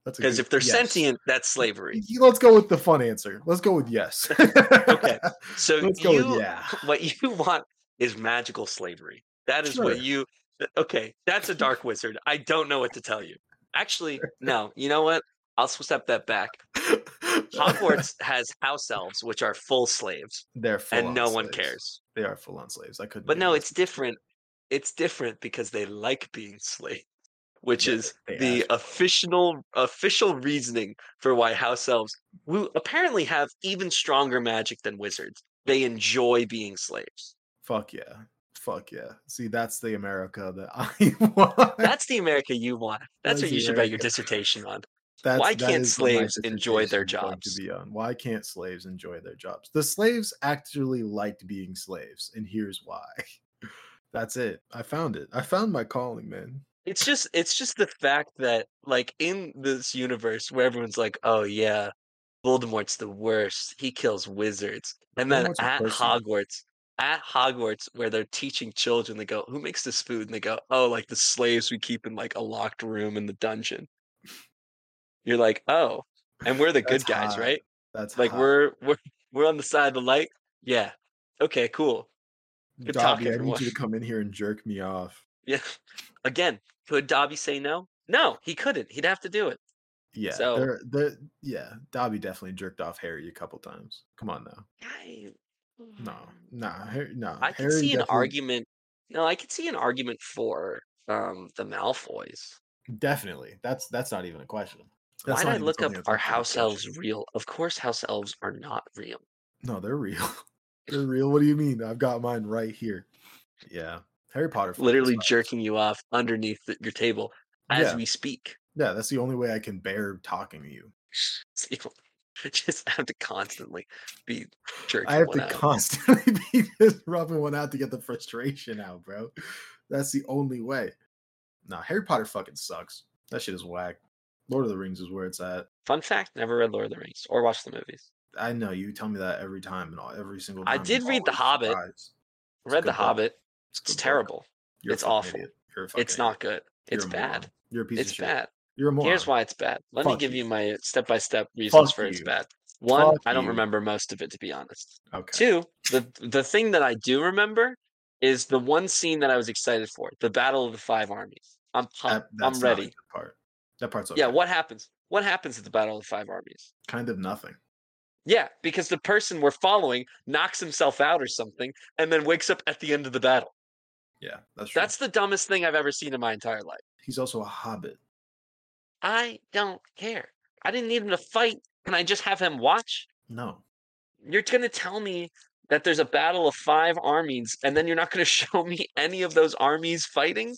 Speaker 2: that's a
Speaker 1: Because
Speaker 2: good-
Speaker 1: if they're
Speaker 2: yes.
Speaker 1: sentient, that's slavery.
Speaker 2: Y- let's go with the fun answer. Let's go with yes. okay,
Speaker 1: So
Speaker 2: let's go
Speaker 1: you,
Speaker 2: with yeah.
Speaker 1: what you want is magical slavery. That is
Speaker 2: Sure.
Speaker 1: what you. th- Okay, that's a dark wizard. I don't know what to tell you. Actually, no. You know what? I'll step that back. Hogwarts has house elves, which are full slaves,
Speaker 2: they're full
Speaker 1: and
Speaker 2: on
Speaker 1: no one
Speaker 2: slaves.
Speaker 1: cares.
Speaker 2: They are full on slaves. I couldn't.
Speaker 1: But
Speaker 2: do
Speaker 1: no,
Speaker 2: this.
Speaker 1: it's different. It's different because they like being slaves, which
Speaker 2: Yeah,
Speaker 1: is
Speaker 2: they
Speaker 1: the
Speaker 2: ask for it.
Speaker 1: official official reasoning for why house elves, who apparently have even stronger magic than wizards, they enjoy being slaves.
Speaker 2: fuck yeah, fuck yeah. See, that's the America that I want.
Speaker 1: That's the America you want. That's
Speaker 2: That's
Speaker 1: what
Speaker 2: the
Speaker 1: you should bet your
Speaker 2: America.
Speaker 1: dissertation on.
Speaker 2: That's,
Speaker 1: Why
Speaker 2: that
Speaker 1: can't
Speaker 2: is what my
Speaker 1: slaves enjoy their
Speaker 2: dissertation is going
Speaker 1: jobs?
Speaker 2: To be on. Why can't slaves enjoy their jobs? The slaves actually liked being slaves, and here's why. That's it. I found it. I found my calling, man.
Speaker 1: It's just it's just the fact that like in this universe where everyone's like, "Oh yeah, Voldemort's the worst. He kills wizards." And then
Speaker 2: Voldemort's a
Speaker 1: at
Speaker 2: person.
Speaker 1: Hogwarts, at Hogwarts where they're teaching children, they go, "Who makes this food?" And they go, "Oh, like the slaves we keep in like a locked room in the dungeon." You're like, "Oh, and we're the good
Speaker 2: That's
Speaker 1: guys,
Speaker 2: hot.
Speaker 1: right?"
Speaker 2: That's
Speaker 1: Like
Speaker 2: hot.
Speaker 1: we're we're we're on the side of the light. Yeah. Okay, cool. good talk,
Speaker 2: Dobby, I need
Speaker 1: everyone.
Speaker 2: you to come in here and jerk me off.
Speaker 1: Yeah. Again, could Dobby say no? No, he couldn't. He'd have to do it.
Speaker 2: Yeah,
Speaker 1: So-
Speaker 2: they're, they're, yeah. Dobby definitely jerked off Harry a couple times. Come on now.
Speaker 1: I- mm,
Speaker 2: No, nah, Harry, no.
Speaker 1: I can
Speaker 2: Harry
Speaker 1: see an
Speaker 2: definitely-
Speaker 1: argument. No, I could see an argument for um the Malfoys.
Speaker 2: Definitely. That's that's not even a question. That's
Speaker 1: Why
Speaker 2: not
Speaker 1: did I
Speaker 2: even
Speaker 1: look up
Speaker 2: something that's
Speaker 1: are
Speaker 2: up for
Speaker 1: house elves
Speaker 2: discussion.
Speaker 1: real? Of course, house elves are not real.
Speaker 2: No, they're real. they're real. What do you mean? I've got mine right here. Yeah, Harry Potter. fans,
Speaker 1: Literally
Speaker 2: but-
Speaker 1: jerking you off underneath the, your table as
Speaker 2: Yeah.
Speaker 1: we speak.
Speaker 2: Yeah, that's the only way I can bear talking to you.
Speaker 1: So you just have to constantly be jerking
Speaker 2: I have
Speaker 1: one
Speaker 2: to
Speaker 1: out.
Speaker 2: constantly be just rubbing one out to get the frustration out, bro. That's the only way. Nah, Harry Potter fucking sucks. That shit is whack. Lord of the Rings is where it's at.
Speaker 1: Fun fact: Never read Lord of the Rings or watched the movies.
Speaker 2: I know you tell me that every time and all, every single time.
Speaker 1: I
Speaker 2: I'm
Speaker 1: did read The
Speaker 2: always
Speaker 1: Hobbit.
Speaker 2: surprised. It's a
Speaker 1: read
Speaker 2: good
Speaker 1: The
Speaker 2: book.
Speaker 1: Hobbit.
Speaker 2: It's a
Speaker 1: It's
Speaker 2: good book.
Speaker 1: terrible.
Speaker 2: You're a
Speaker 1: It's
Speaker 2: fucking
Speaker 1: awful.
Speaker 2: idiot. You're a
Speaker 1: It's
Speaker 2: fucking
Speaker 1: not
Speaker 2: idiot.
Speaker 1: good.
Speaker 2: You're
Speaker 1: It's
Speaker 2: a
Speaker 1: bad.
Speaker 2: moron. You're a piece
Speaker 1: It's
Speaker 2: of shit.
Speaker 1: bad.
Speaker 2: You're a moron.
Speaker 1: Here's why it's bad. Let me
Speaker 2: Fuck
Speaker 1: give
Speaker 2: you.
Speaker 1: you my step by step reasons
Speaker 2: Fuck
Speaker 1: for it's
Speaker 2: you.
Speaker 1: bad. One,
Speaker 2: Fuck
Speaker 1: I don't
Speaker 2: you.
Speaker 1: remember most of it to be honest.
Speaker 2: Okay.
Speaker 1: Two, the the thing that I do remember is the one scene that I was excited for, the Battle of the Five Armies. I'm pumped.
Speaker 2: That- that's
Speaker 1: I'm
Speaker 2: not a
Speaker 1: ready.
Speaker 2: good part. That part's okay.
Speaker 1: Yeah, what happens? What happens at the Battle of the Five Armies?
Speaker 2: Kind of nothing.
Speaker 1: Yeah, because the person we're following knocks himself out or something and then wakes up at the end of the battle.
Speaker 2: Yeah, that's true.
Speaker 1: That's the dumbest thing I've ever seen in my entire life.
Speaker 2: He's also a hobbit.
Speaker 1: I don't care. I didn't need him to fight. Can I just have him watch?
Speaker 2: No,
Speaker 1: You're going to tell me that there's a battle of five armies and then you're not going to show me any of those armies fighting?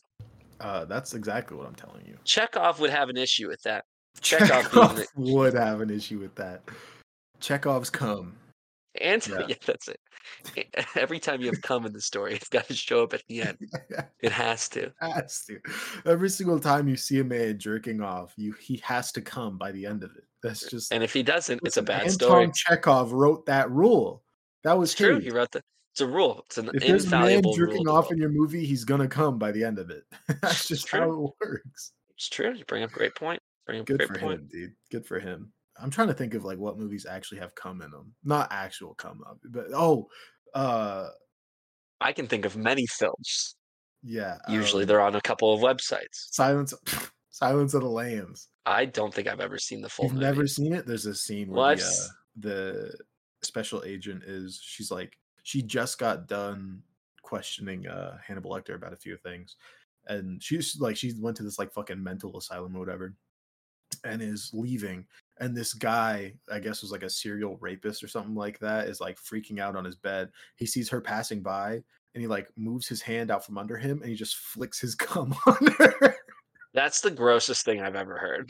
Speaker 2: uh, that's exactly what I'm telling you.
Speaker 1: Chekhov would have an issue with that. Chekhov being the-
Speaker 2: would have an issue with that. Chekhov's come.
Speaker 1: And yeah.
Speaker 2: Yeah.
Speaker 1: that's it. E- Every time you have come in the story, it's got to show up at the end. It has to.
Speaker 2: has to. Every single time you see a man jerking off, you he has to come by the end of it. That's just
Speaker 1: And if he doesn't, it's a
Speaker 2: Listen,
Speaker 1: bad
Speaker 2: Anton
Speaker 1: story.
Speaker 2: Chekhov wrote that rule. That was
Speaker 1: It's true. He
Speaker 2: his.
Speaker 1: wrote that. It's a rule. It's an
Speaker 2: if there's a man
Speaker 1: infallible rule. of
Speaker 2: jerking
Speaker 1: the
Speaker 2: off
Speaker 1: world.
Speaker 2: in your movie, he's gonna come by the end of it. That's just how it works.
Speaker 1: It's true. You bring up a great point. Bring up a
Speaker 2: Good
Speaker 1: great
Speaker 2: for
Speaker 1: point.
Speaker 2: him, dude. Good for him. I'm trying to think of like what movies actually have come in them. Not actual come up, but oh, uh,
Speaker 1: I can think of many films.
Speaker 2: yeah.
Speaker 1: Usually
Speaker 2: um,
Speaker 1: they're on a couple of websites.
Speaker 2: Silence, Silence of the Lambs.
Speaker 1: I don't think I've ever seen the full
Speaker 2: You've
Speaker 1: movie.
Speaker 2: never seen it. There's a scene
Speaker 1: Well,
Speaker 2: where
Speaker 1: I've
Speaker 2: the, uh,
Speaker 1: s-
Speaker 2: the special agent is. She's like, she just got done questioning uh Hannibal Lecter about a few things, and she's like, she went to this like fucking mental asylum or whatever, and is leaving. And this guy, I guess, was like a serial rapist or something like that, is like freaking out on his bed. He sees her passing by, and he like moves his hand out from under him, and he just flicks his cum on her.
Speaker 1: That's the grossest thing I've ever heard.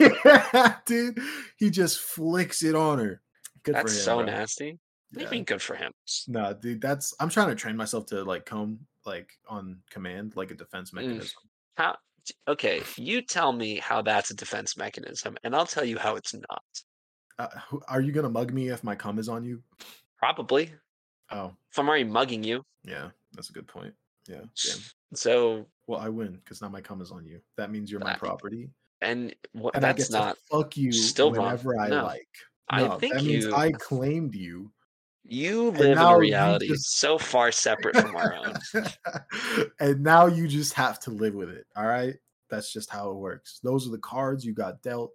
Speaker 2: yeah, dude. He just flicks it on her. Good
Speaker 1: That's
Speaker 2: for him.
Speaker 1: so
Speaker 2: bro.
Speaker 1: nasty. What do
Speaker 2: Yeah.
Speaker 1: you mean good for him?
Speaker 2: No, dude, that's I'm trying to train myself to like comb like on command, like a
Speaker 1: Mm.
Speaker 2: defense mechanism.
Speaker 1: How t- okay, you tell me how that's a defense mechanism, and I'll tell you how it's not.
Speaker 2: Uh, who- are you gonna mug me if my cum is on you?
Speaker 1: Probably.
Speaker 2: Oh,
Speaker 1: If I'm already mugging you.
Speaker 2: yeah, that's a good point. Yeah, damn.
Speaker 1: So
Speaker 2: Well, I win because now my comma's on you. That means you're my
Speaker 1: I-
Speaker 2: property,
Speaker 1: and what,
Speaker 2: and I get
Speaker 1: that's
Speaker 2: to
Speaker 1: not.
Speaker 2: fuck you
Speaker 1: still wrong.
Speaker 2: whenever I
Speaker 1: No.
Speaker 2: like.
Speaker 1: I
Speaker 2: No,
Speaker 1: think
Speaker 2: that means
Speaker 1: you
Speaker 2: I claimed you.
Speaker 1: you live in
Speaker 2: now
Speaker 1: a
Speaker 2: you
Speaker 1: reality
Speaker 2: just-
Speaker 1: so far separate from our own.
Speaker 2: and now you just have to live with it. All right. That's just how it works. Those are the cards you got dealt.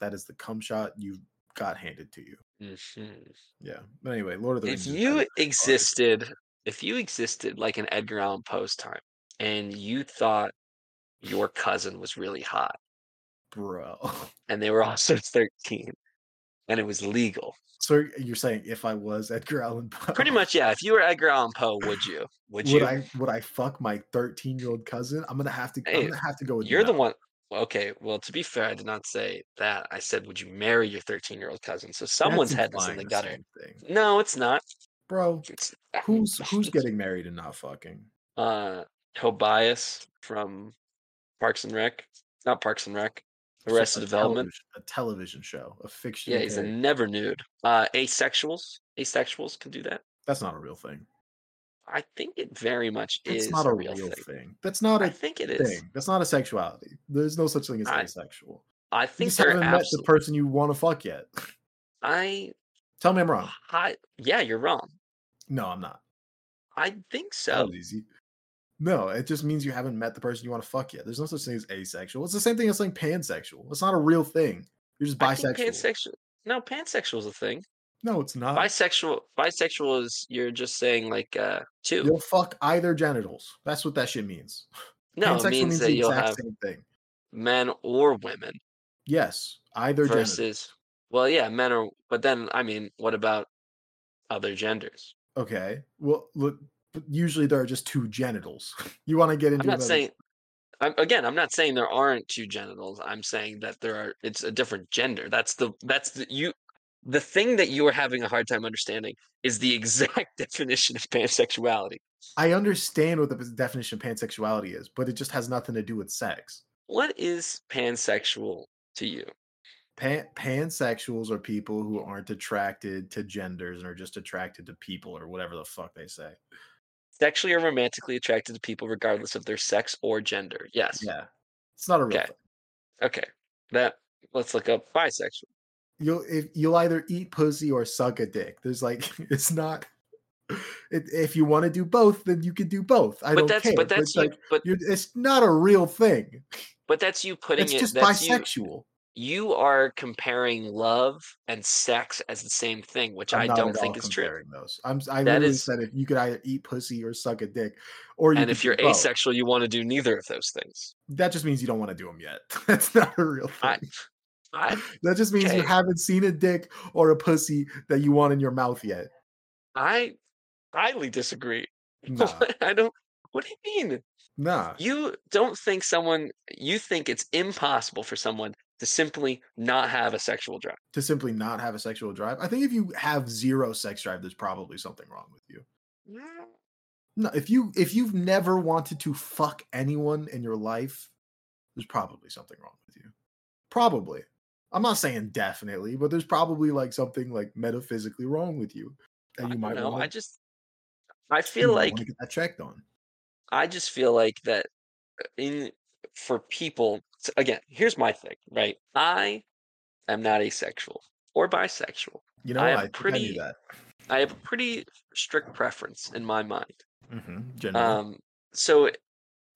Speaker 2: That is the cum shot you got handed to you.
Speaker 1: Mhm.
Speaker 2: Yeah. But anyway, Lord of the
Speaker 1: if
Speaker 2: Rings. is
Speaker 1: you
Speaker 2: better.
Speaker 1: existed if you existed like an edgar allan poe's time and you thought your cousin was really hot
Speaker 2: bro.
Speaker 1: and they were also 13 and it was legal
Speaker 2: So you're saying if I was Edgar Allan Poe,
Speaker 1: pretty much yeah if you were edgar allan poe would you would
Speaker 2: would,
Speaker 1: you
Speaker 2: I would I fuck my 13 year old cousin? I'm gonna have to.
Speaker 1: Hey,
Speaker 2: I'm gonna have to go with
Speaker 1: you're the
Speaker 2: no.
Speaker 1: one well, okay well to be fair i did not say that i said would you marry your 13 year old cousin so
Speaker 2: That's
Speaker 1: someone's head was in
Speaker 2: implying
Speaker 1: the
Speaker 2: the
Speaker 1: gutter
Speaker 2: same thing.
Speaker 1: no it's not
Speaker 2: bro.
Speaker 1: it's
Speaker 2: Who's who's getting married and not fucking?
Speaker 1: uh tobias from parks and rec not parks and rec
Speaker 2: So
Speaker 1: Arrested
Speaker 2: a
Speaker 1: Development.
Speaker 2: televis- a television show, a fiction.
Speaker 1: Yeah, he's a
Speaker 2: character.
Speaker 1: never nude. Uh, asexuals, asexuals can do that.
Speaker 2: That's not a real thing.
Speaker 1: I think it very much
Speaker 2: It's
Speaker 1: is
Speaker 2: not a real thing. That's not
Speaker 1: I
Speaker 2: a
Speaker 1: think it
Speaker 2: thing.
Speaker 1: is.
Speaker 2: That's not a sexuality. There's no such thing as
Speaker 1: I
Speaker 2: asexual.
Speaker 1: I
Speaker 2: You
Speaker 1: think
Speaker 2: just
Speaker 1: they're
Speaker 2: haven't met the
Speaker 1: absolutely.
Speaker 2: person you want to fuck yet.
Speaker 1: I,
Speaker 2: Tell me I'm wrong.
Speaker 1: Uh, I, yeah, you're wrong.
Speaker 2: No, I'm not.
Speaker 1: I think
Speaker 2: That
Speaker 1: so.
Speaker 2: was easy. No, it just means you haven't met the person you want to fuck yet. There's no such thing as asexual. It's the same thing as saying pansexual. It's not a real thing. You're just
Speaker 1: I think
Speaker 2: bisexual. Oh.
Speaker 1: pansexual. No, pansexual is a thing.
Speaker 2: no, it's not.
Speaker 1: Bisexual, bisexual is you're just saying like uh two.
Speaker 2: You'll fuck either genitals. That's what that shit means.
Speaker 1: No, it
Speaker 2: pansexual
Speaker 1: means
Speaker 2: means
Speaker 1: that
Speaker 2: the
Speaker 1: you'll
Speaker 2: exact
Speaker 1: have
Speaker 2: same thing.
Speaker 1: men or women
Speaker 2: Yes, either genital.
Speaker 1: versus. Well, yeah, men are. But then, I mean, what about other genders?
Speaker 2: Okay. Well, look, but usually there are just two genitals. You want to get into
Speaker 1: I'm not
Speaker 2: another-
Speaker 1: saying. I'm, again, I'm not saying there aren't two genitals. I'm saying that there are. It's a different gender. That's the. That's the you. The thing that you are having a hard time understanding is the exact definition of pansexuality.
Speaker 2: I understand what the p- definition of pansexuality is, but it just has nothing to do with sex.
Speaker 1: What is pansexual to you?
Speaker 2: Pan- pansexuals are people who aren't attracted to genders and are just attracted to people or whatever the fuck they say.
Speaker 1: Sexually or romantically attracted to people regardless of their sex or gender. Yes.
Speaker 2: Yeah. It's not a real
Speaker 1: Okay.
Speaker 2: thing.
Speaker 1: Okay. That. Let's look up bisexual.
Speaker 2: You'll if you'll either eat pussy or suck a dick. There's like it's not it, if you want to do both, then you can do both. I
Speaker 1: but
Speaker 2: don't
Speaker 1: that's.
Speaker 2: care.
Speaker 1: But that's.
Speaker 2: it's
Speaker 1: You,
Speaker 2: like
Speaker 1: but
Speaker 2: you're, it's not a real thing.
Speaker 1: but that's you putting
Speaker 2: It's
Speaker 1: it.
Speaker 2: just
Speaker 1: that's you-
Speaker 2: bisexual.
Speaker 1: you are comparing love and sex as the same thing, which
Speaker 2: I'm
Speaker 1: I'm I
Speaker 2: not
Speaker 1: do
Speaker 2: at
Speaker 1: not think
Speaker 2: all
Speaker 1: is true.
Speaker 2: comparing Those. I'm, s- I
Speaker 1: That
Speaker 2: literally
Speaker 1: is-
Speaker 2: said if you could either eat pussy or suck a dick, or you
Speaker 1: And
Speaker 2: could
Speaker 1: if you're
Speaker 2: do both.
Speaker 1: asexual, you want to do neither of those things.
Speaker 2: that just means you don't want to do them yet. That's not a real thing.
Speaker 1: I, I,
Speaker 2: that just means you
Speaker 1: okay.
Speaker 2: haven't seen a dick or a pussy that you want in your mouth yet.
Speaker 1: I highly disagree.
Speaker 2: Nah,
Speaker 1: I don't. What do you mean?
Speaker 2: nah.
Speaker 1: You don't think someone? You think it's impossible for someone to simply not have a sexual drive?
Speaker 2: To simply not have a sexual drive. I think if you have zero sex drive, there's probably something wrong with you. No, if you if you've never wanted to fuck anyone in your life, there's probably something wrong with you. Probably. I'm not saying definitely, but there's probably like something like metaphysically wrong with you
Speaker 1: I
Speaker 2: that you
Speaker 1: don't
Speaker 2: might
Speaker 1: know.
Speaker 2: want
Speaker 1: I
Speaker 2: to
Speaker 1: just. I feel like
Speaker 2: get that checked on.
Speaker 1: I just feel like that uh, in for people s- again, here's my thing, right? I am not asexual or bisexual.
Speaker 2: You know,
Speaker 1: I
Speaker 2: I,
Speaker 1: am
Speaker 2: think I
Speaker 1: pretty-
Speaker 2: knew that.
Speaker 1: I have a pretty strict preference in my mind.
Speaker 2: Mhm, Generally,
Speaker 1: Um so it-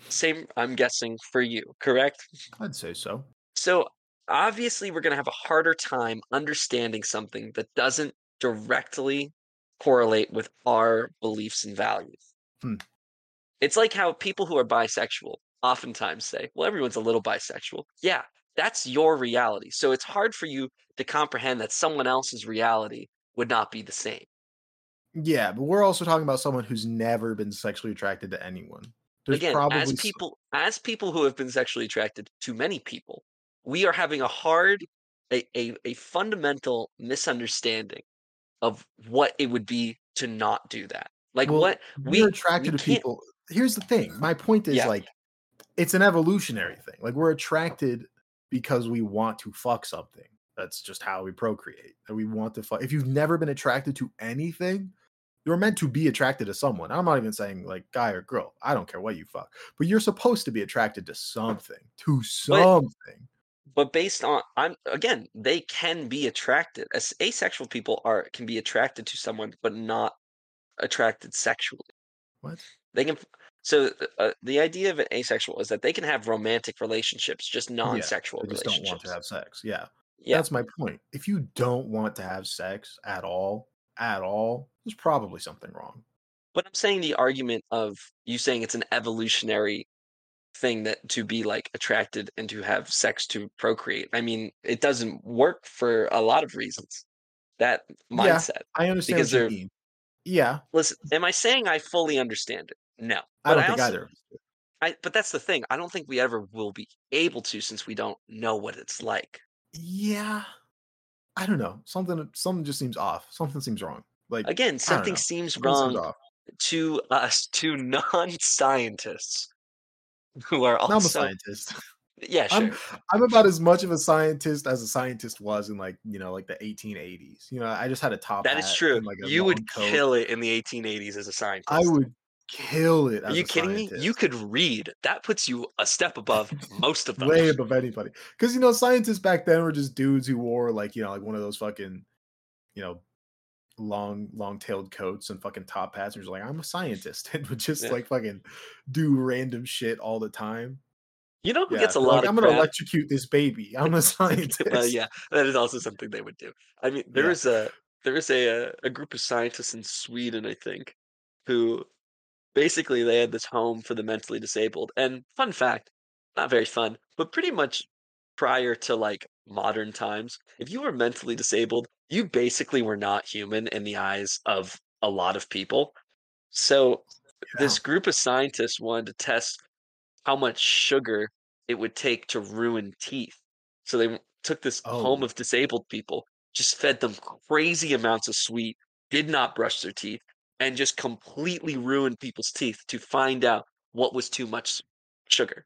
Speaker 1: same I'm guessing for you, correct?
Speaker 2: I'd say so.
Speaker 1: So obviously we're going to have a harder time understanding something that doesn't directly correlate with our beliefs and values.
Speaker 2: Hmm.
Speaker 1: It's like how people who are bisexual oftentimes say, well, everyone's a little bisexual. Yeah, that's your reality. So it's hard for you to comprehend that someone else's reality would not be the same.
Speaker 2: Yeah, but we're also talking about someone who's never been sexually attracted to anyone. There's
Speaker 1: Again,
Speaker 2: probably
Speaker 1: as
Speaker 2: s-
Speaker 1: people as people who have been sexually attracted to many people, we are having a hard a, a, a fundamental misunderstanding of what it would be to not do that. Like
Speaker 2: Well,
Speaker 1: what we-
Speaker 2: we're attracted
Speaker 1: we
Speaker 2: to
Speaker 1: can't-
Speaker 2: people. Here's the thing. My point is
Speaker 1: Yeah.
Speaker 2: like it's an evolutionary thing. Like we're attracted because we want to fuck something. That's just how we procreate. That we want to fuck. If you've never been attracted to anything, You're meant to be attracted to someone. I'm not even saying like guy or girl. I don't care what you fuck, but you're supposed to be attracted to something, to something.
Speaker 1: but based on i'm again they can be attracted as asexual people are can be attracted to someone but not attracted sexually
Speaker 2: What?
Speaker 1: they can so uh, the idea of an asexual is that they can have romantic relationships just non-sexual
Speaker 2: They just don't
Speaker 1: relationships
Speaker 2: want to have sex. Yeah.
Speaker 1: yeah
Speaker 2: That's my point. If you don't want to have sex at all, at all, there's probably something wrong.
Speaker 1: but i'm saying the argument of you saying it's an evolutionary thing that to be like attracted and to have sex to procreate i mean it doesn't work for a lot of reasons that
Speaker 2: Yeah.
Speaker 1: mindset
Speaker 2: I understand
Speaker 1: Because
Speaker 2: what you
Speaker 1: they're-
Speaker 2: mean. Yeah.
Speaker 1: Listen, am I saying I fully understand it? No.
Speaker 2: I
Speaker 1: But
Speaker 2: don't think
Speaker 1: also-
Speaker 2: either. of us do.
Speaker 1: I, but that's the thing. I don't think we ever will be able to since we don't know what it's like.
Speaker 2: Yeah. I don't know. Something something just seems off. Something seems wrong. Like
Speaker 1: Again, something
Speaker 2: know.
Speaker 1: seems
Speaker 2: something seems
Speaker 1: wrong
Speaker 2: off.
Speaker 1: to us, to non-scientists who are
Speaker 2: I'm a
Speaker 1: also
Speaker 2: scientist.
Speaker 1: yeah, sure.
Speaker 2: I'm- I'm about as much of a scientist as a scientist was in like, you know, like the 1880s. You know, I just had a top
Speaker 1: that is
Speaker 2: hat
Speaker 1: true.
Speaker 2: and, like, a
Speaker 1: you
Speaker 2: long
Speaker 1: would
Speaker 2: coat.
Speaker 1: kill it in the 1880s as a scientist.
Speaker 2: I would kill it.
Speaker 1: Are
Speaker 2: as
Speaker 1: you
Speaker 2: a
Speaker 1: kidding me? You
Speaker 2: scientist.
Speaker 1: could read. That puts you a step above most of them.
Speaker 2: way above anybody. Because you know, scientists back then were just dudes who wore like you know, like one of those fucking, you know, long long tailed coats and fucking top hats, and was like, I'm a scientist, and would just
Speaker 1: Yeah.
Speaker 2: like fucking do random shit all the time.
Speaker 1: You know who
Speaker 2: Yeah,
Speaker 1: gets a
Speaker 2: they're
Speaker 1: lot
Speaker 2: like,
Speaker 1: of
Speaker 2: I'm gonna
Speaker 1: crap?
Speaker 2: electrocute this baby. I'm a scientist.
Speaker 1: well, Uh, yeah, that is also something they would do. I mean, there
Speaker 2: Yeah.
Speaker 1: is a there is a uh, a group of scientists in Sweden, I think, who basically they had this home for the mentally disabled. And fun fact, not very fun, but pretty much prior to like modern times, if you were mentally disabled, you basically were not human in the eyes of a lot of people. So this group of scientists wanted to test how much sugar it would take to ruin teeth. So they w- took this home
Speaker 2: Oh.
Speaker 1: of disabled people, just fed them crazy amounts of sweet, did not brush their teeth, and just completely ruined people's teeth to find out what was too much sugar.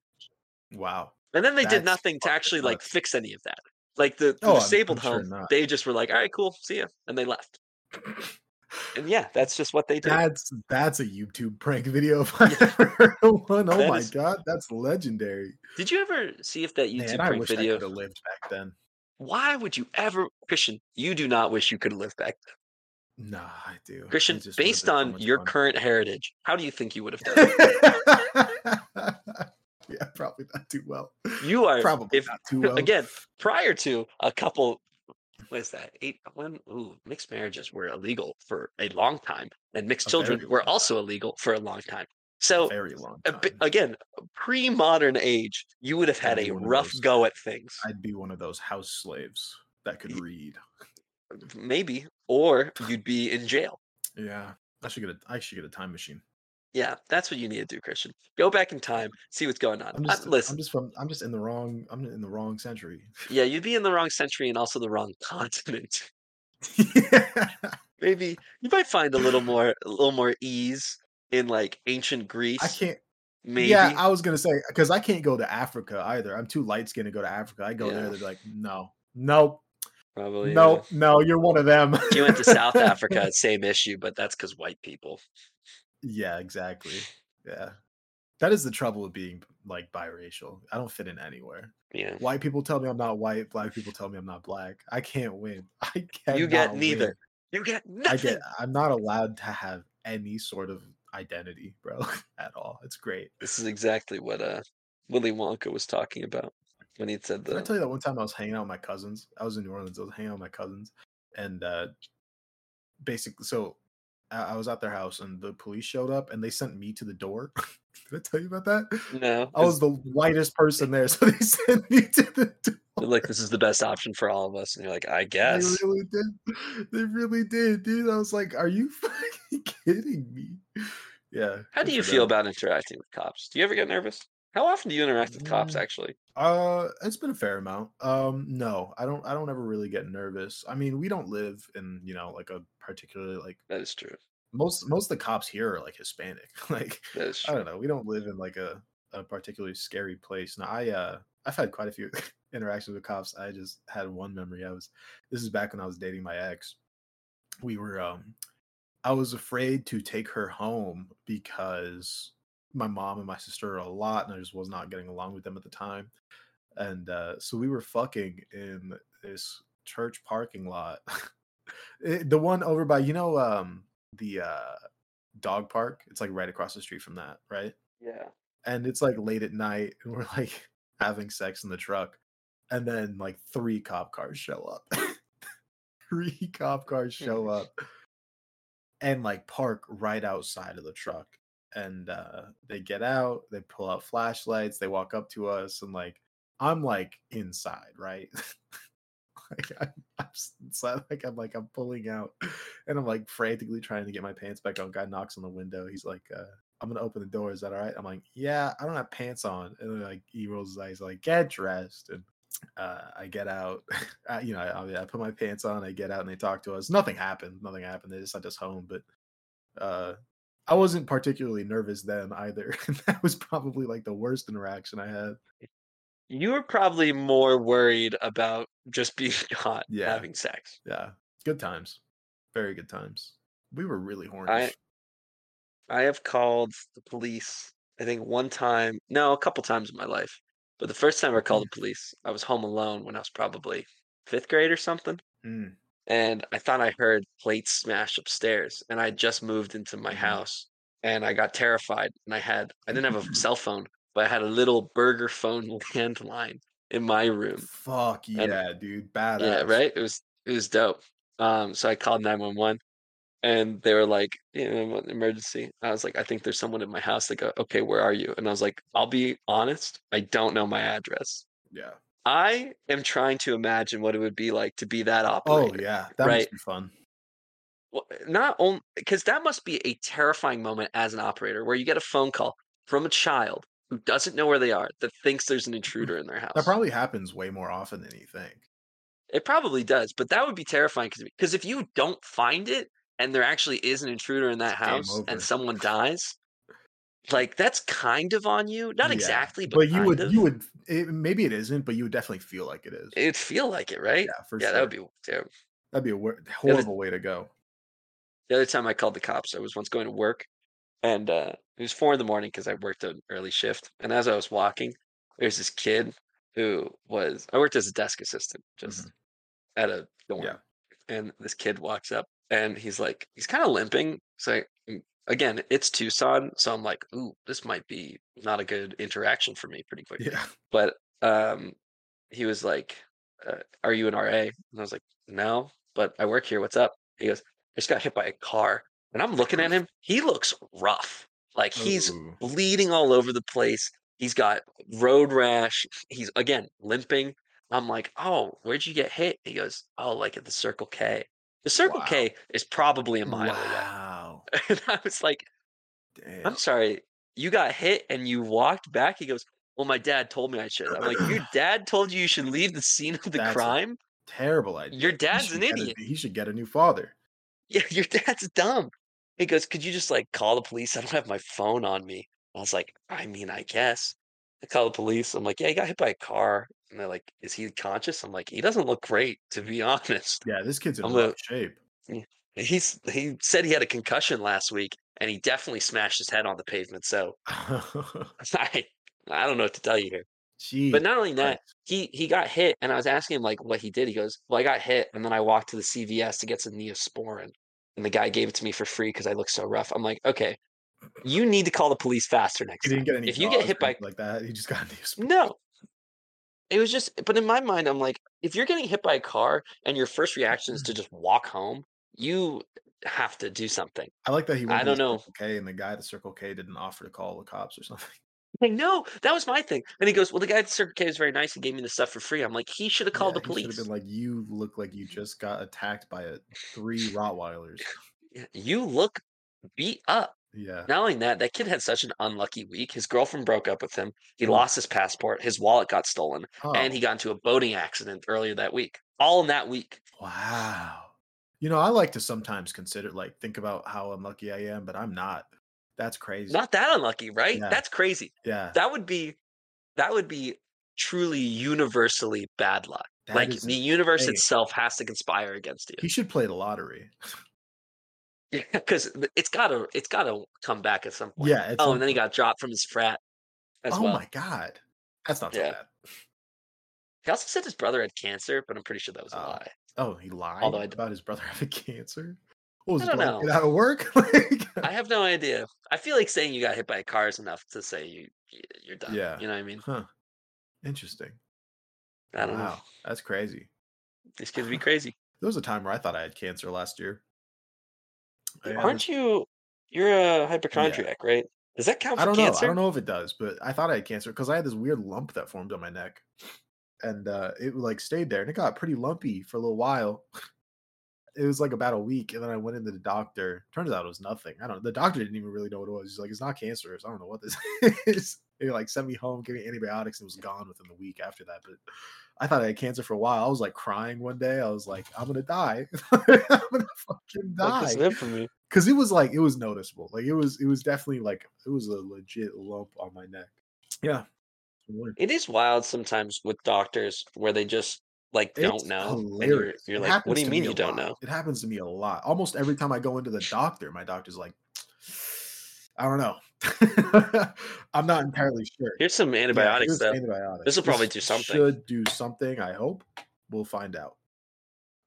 Speaker 2: Wow.
Speaker 1: And then they did
Speaker 2: That's
Speaker 1: nothing to
Speaker 2: fucking
Speaker 1: actually like
Speaker 2: nuts.
Speaker 1: fix any of that. Like the, the
Speaker 2: Oh, I'm-
Speaker 1: disabled
Speaker 2: I'm sure
Speaker 1: home,
Speaker 2: not.
Speaker 1: they just were like, "All right, cool, see ya," and they left. And yeah, that's just what they did.
Speaker 2: That's that's a YouTube prank video if I ever heard of one. Oh
Speaker 1: That
Speaker 2: my
Speaker 1: is-
Speaker 2: god, that's legendary.
Speaker 1: Did you ever see if that YouTube
Speaker 2: Man, I
Speaker 1: prank
Speaker 2: wish I
Speaker 1: video?
Speaker 2: could have lived back then.
Speaker 1: Why would you ever, Christian? You do not wish you could live back then.
Speaker 2: Nah, I do. It
Speaker 1: Christian,
Speaker 2: just would've
Speaker 1: based
Speaker 2: been so
Speaker 1: on
Speaker 2: much
Speaker 1: your
Speaker 2: fun.
Speaker 1: current heritage, how do you think you would have done?
Speaker 2: yeah, probably not too well.
Speaker 1: You are
Speaker 2: Probably
Speaker 1: if
Speaker 2: not too well.
Speaker 1: again prior to a couple. What is that? Eight when ooh, mixed marriages were illegal for a long time, and mixed
Speaker 2: A
Speaker 1: children
Speaker 2: very
Speaker 1: were
Speaker 2: long
Speaker 1: also illegal for a long time. So
Speaker 2: very long.
Speaker 1: a bi-
Speaker 2: time.
Speaker 1: again, pre-modern age, you would have
Speaker 2: Gotta
Speaker 1: had
Speaker 2: be
Speaker 1: a
Speaker 2: one of
Speaker 1: rough
Speaker 2: those.
Speaker 1: go at things.
Speaker 2: I'd be one of those house slaves that could
Speaker 1: Y-
Speaker 2: read.
Speaker 1: Maybe, or you'd be in jail.
Speaker 2: Yeah, I should get a. I should get a time machine.
Speaker 1: Yeah, that's what you need to do, Christian. Go back in time, see what's going on.
Speaker 2: I'm
Speaker 1: Uh,
Speaker 2: just.
Speaker 1: listen,
Speaker 2: I'm just from. I'm just in the wrong. I'm in the wrong century.
Speaker 1: yeah, you'd be in the wrong century and also the wrong continent. Maybe you might find a little more, a little more ease in like ancient Greece.
Speaker 2: I can't.
Speaker 1: Maybe.
Speaker 2: Yeah, I was gonna say because I can't go to Africa either. I'm too light skinned to go to Africa. I go
Speaker 1: Yeah.
Speaker 2: there, they're like, no, nope,
Speaker 1: probably.
Speaker 2: no, no, you're one of them.
Speaker 1: yeah. If you went to South Africa, same issue, but that's because white people.
Speaker 2: Yeah, exactly. Yeah. That is the trouble of being like biracial. I don't fit in anywhere.
Speaker 1: Yeah,
Speaker 2: White people tell me I'm not white, black people tell me I'm not black. I can't win. I can't
Speaker 1: you get neither. You get
Speaker 2: I
Speaker 1: nothing.
Speaker 2: get I'm not allowed to have any sort of identity, bro, at all. It's great.
Speaker 1: This is exactly what uh Willy Wonka was talking about when he said
Speaker 2: Did I
Speaker 1: the.
Speaker 2: tell you that one time I was hanging out with my cousins? I was in New Orleans. I was hanging out with my cousins, and uh, basically, so I, I was at their house, and the police showed up, and they sent me to the door. Did I tell you about that?
Speaker 1: No,
Speaker 2: I was the whitest person there, so they sent me to the door.
Speaker 1: like this is the best option for all of us, and you're like, I
Speaker 2: They
Speaker 1: guess.
Speaker 2: really did. They really did, dude. I was like, "Are you fucking kidding me?" Yeah.
Speaker 1: How
Speaker 2: good
Speaker 1: do you
Speaker 2: for
Speaker 1: feel
Speaker 2: them.
Speaker 1: about interacting with cops? Do you ever get nervous? How often do you interact with cops?
Speaker 2: Mm.
Speaker 1: Actually,
Speaker 2: Uh, it's been a fair amount. Um, no, I don't. I don't ever really get nervous. I mean, we don't live in you know like a particularly like
Speaker 1: that is true.
Speaker 2: most most of the cops here are like Hispanic. Like
Speaker 1: That is
Speaker 2: I
Speaker 1: true.
Speaker 2: don't know. We don't live in like a, a particularly scary place. Now I uh I've had quite a few interactions with cops. I just had one memory. I was this is back when I was dating my ex. We were um I was afraid to take her home because my mom and my sister are a lot, and I just was not getting along with them at the time. And uh, so we were fucking in this church parking lot, It- the one over by you know um, the uh, dog park. It's like right across the street from that, right?
Speaker 1: Yeah.
Speaker 2: and it's like late at night and we're like having sex in the truck and then like three cop cars show up three cop cars show
Speaker 1: Jeez.
Speaker 2: up and like park right outside of the truck and uh they get out they pull out flashlights they walk up to us and like i'm like inside right like I'm, I'm s- inside, like i'm like i'm pulling out and i'm like frantically trying to get my pants back on guy knocks on the window he's like uh I'm gonna open the door. Is that all right? I'm like, yeah, I don't have pants on. And then, like he rolls his eyes, like get dressed. And uh, I get out. I, you know, I, I put my pants on. I get out, and they talk to us. Nothing happened. Nothing happened. They just sent us home. But uh, I wasn't particularly nervous then either. that was probably like the worst interaction I had.
Speaker 1: You were probably more worried about just being caught
Speaker 2: Yeah.
Speaker 1: having sex.
Speaker 2: Yeah, good times. Very good times. We were really horny.
Speaker 1: I- I have called the police, I think one time, no, a couple times in my life. But the first time I called
Speaker 2: Mm.
Speaker 1: the police, I was home alone when I was probably fifth grade or something.
Speaker 2: Mm,
Speaker 1: and I thought I heard plates smash upstairs. And I had just moved into my
Speaker 2: Mhm.
Speaker 1: house, and I got terrified. And I had I didn't have a cell phone, but I had a little burger phone landline in my room.
Speaker 2: fuck yeah, dude. Badass.
Speaker 1: Yeah, right. It was it was dope. Um, so I called nine one one, and they were like, "You know, what- emergency." I was like, "I think there's someone in my house." They go, "Okay, where are you?" And I was like, "I'll be honest, I don't know my address."
Speaker 2: Yeah.
Speaker 1: I am trying to imagine what it would be like to be that operator.
Speaker 2: Oh yeah, that
Speaker 1: right.
Speaker 2: must be fun.
Speaker 1: Well, eh, not only because that must be a terrifying moment as an operator where you get a phone call from a child who doesn't know where they are that thinks there's an intruder in their house.
Speaker 2: Mm-hmm. That probably happens way more often than you think.
Speaker 1: it probably does, but that would be terrifying because if you don't find it and there actually is an intruder in that
Speaker 2: game
Speaker 1: house
Speaker 2: over.
Speaker 1: and someone dies, like that's kind of on you. Not
Speaker 2: Yeah,
Speaker 1: exactly, but,
Speaker 2: but you
Speaker 1: kind
Speaker 2: would
Speaker 1: of.
Speaker 2: you would it, maybe it isn't but you would definitely feel like it is
Speaker 1: It'd feel like it, right?
Speaker 2: yeah for
Speaker 1: Yeah,
Speaker 2: sure
Speaker 1: that would be terrible.
Speaker 2: that'd be a wor- horrible way to go
Speaker 1: the other time I called the cops, I was once going to work, and uh, it was four in the morning because I worked an early shift. And as I was walking, there's this kid who was I worked as a desk assistant, just at a dorm.
Speaker 2: Yeah.
Speaker 1: And this kid walks up, and he's like, he's kind of limping. So again, it's Tucson, so I'm like, ooh, this might be not a good interaction for me pretty quick
Speaker 2: yeah
Speaker 1: but um he was like uh, are you an ra and i was like no but i work here what's up he goes i just got hit by a car and i'm looking at him he looks rough like he's
Speaker 2: Ooh.
Speaker 1: bleeding all over the place he's got road rash he's again limping i'm like oh where'd you get hit he goes oh like at the circle k the circle
Speaker 2: Wow.
Speaker 1: k is probably a mile
Speaker 2: wow
Speaker 1: away and i was like
Speaker 2: damn
Speaker 1: I'm sorry, you got hit and you walked back. He goes, Well, my dad told me I should. I'm like, Your dad told you you should leave the scene of the
Speaker 2: That's a-
Speaker 1: crime?
Speaker 2: terrible idea
Speaker 1: Your
Speaker 2: He
Speaker 1: dad's
Speaker 2: should
Speaker 1: an
Speaker 2: get a-
Speaker 1: idiot.
Speaker 2: he should get a new father
Speaker 1: Yeah, your dad's dumb. He goes, Could you just like call the police? I don't have my phone on me. I was like, I mean, I guess. I call the police. I'm like, Yeah, he got hit by a car. And they're like, Is he conscious? I'm like, He doesn't look great, to be honest.
Speaker 2: yeah this kid's in
Speaker 1: I'm
Speaker 2: rough
Speaker 1: a-
Speaker 2: shape
Speaker 1: He's he said he had a concussion last week and he definitely smashed his head on the pavement. So I I don't know what to tell you here.
Speaker 2: Jeez.
Speaker 1: But not only that,
Speaker 2: Christ.
Speaker 1: he he got hit, and I was asking him like what he did. He goes, "Well, I got hit, and then I walked to the CVS to get some Neosporin, and the guy gave it to me for free because I looked so rough." I'm like, "Okay, you need to call the police faster next
Speaker 2: he
Speaker 1: time.
Speaker 2: didn't get any
Speaker 1: if you get
Speaker 2: gauze
Speaker 1: hit
Speaker 2: or
Speaker 1: by-
Speaker 2: anything like that he just got a new sp-
Speaker 1: No, it was just. But in my mind, I'm like, if you're getting hit by a car and your first reaction is
Speaker 2: Mm-hmm.
Speaker 1: to just walk home, you have to do something.
Speaker 2: i like that he went
Speaker 1: I
Speaker 2: to the
Speaker 1: don't know.
Speaker 2: Circle k and the guy at the circle k didn't offer to call the cops or something
Speaker 1: Like, no, that was my thing. And he goes, "Well, the guy at the Circle K was very nice and gave me the stuff for free." I'm like, he should have called the
Speaker 2: should
Speaker 1: police.
Speaker 2: have been like you look like you just got attacked by a three rottweilers
Speaker 1: "Yeah, you look beat up.
Speaker 2: yeah
Speaker 1: Not only that, that kid had such an unlucky week. His girlfriend broke up with him. He
Speaker 2: Mm.
Speaker 1: lost his passport. His wallet got stolen, and
Speaker 2: Oh.
Speaker 1: he got into a boating accident earlier that week. All in that week.
Speaker 2: Wow. You know, I like to sometimes consider, like, think about how unlucky I am, but I'm not. That's crazy.
Speaker 1: Not that unlucky, right?
Speaker 2: Yeah.
Speaker 1: That's crazy.
Speaker 2: yeah.
Speaker 1: That would be, that would be truly universally bad luck.
Speaker 2: that
Speaker 1: like
Speaker 2: is
Speaker 1: the
Speaker 2: ins-
Speaker 1: universe
Speaker 2: insane.
Speaker 1: itself has to conspire against you.
Speaker 2: he should play the lottery.
Speaker 1: because it's gotta it's gotta come back at some point.
Speaker 2: Yeah. it's
Speaker 1: oh,
Speaker 2: like-
Speaker 1: and then he got dropped from his frat as
Speaker 2: oh
Speaker 1: well.
Speaker 2: my god, that's not so
Speaker 1: Yeah.
Speaker 2: bad.
Speaker 1: He also said his brother had cancer, but I'm pretty sure that was a
Speaker 2: Oh.
Speaker 1: lie.
Speaker 2: Oh, he lied
Speaker 1: Although I d-
Speaker 2: about his brother having cancer. What was
Speaker 1: I
Speaker 2: his
Speaker 1: don't
Speaker 2: brother
Speaker 1: know.
Speaker 2: get out of work? Like,
Speaker 1: I have no idea. I feel like saying you got hit by a car is enough to say you y- you're done.
Speaker 2: Yeah.
Speaker 1: You know what I mean?
Speaker 2: huh? Interesting.
Speaker 1: I don't know.
Speaker 2: Wow, that's crazy.
Speaker 1: These kids be crazy.
Speaker 2: There was a time where I thought I had cancer last year. I had
Speaker 1: Aren't you? You're a hypochondriac, right? Does that count for
Speaker 2: I don't
Speaker 1: cancer?
Speaker 2: know. I don't know if it does, but I thought I had cancer because I had this weird lump that formed on my neck, and uh, it like stayed there, and it got pretty lumpy for a little while. It was like about a week, and then I went into the doctor. Turns out it was nothing. I don't. The doctor didn't even really know what it was. He's like, "It's not cancerous. I don't know what this is." He like sent me home, gave me antibiotics, and it was gone within the week after that. But I thought I had cancer for a while. I was like crying one day. I was like, "I'm gonna die. I'm gonna fucking
Speaker 1: Like, this
Speaker 2: die."
Speaker 1: is it for me.
Speaker 2: because it was like it was noticeable like it was it was definitely like it was a legit lump on my neck yeah Weird.
Speaker 1: It is wild sometimes with doctors where they just like don't
Speaker 2: It's
Speaker 1: know. and you're,
Speaker 2: hilarious.
Speaker 1: you're
Speaker 2: It
Speaker 1: like, what
Speaker 2: happens
Speaker 1: do you
Speaker 2: to
Speaker 1: mean
Speaker 2: me
Speaker 1: you
Speaker 2: a
Speaker 1: don't
Speaker 2: lot.
Speaker 1: know?
Speaker 2: it happens to me a lot almost every time i go into the doctor my doctor's like i don't know i'm not entirely sure
Speaker 1: Here's some antibiotics though.
Speaker 2: Antibiotics.
Speaker 1: This'll probably do something.
Speaker 2: should do something i hope we'll find out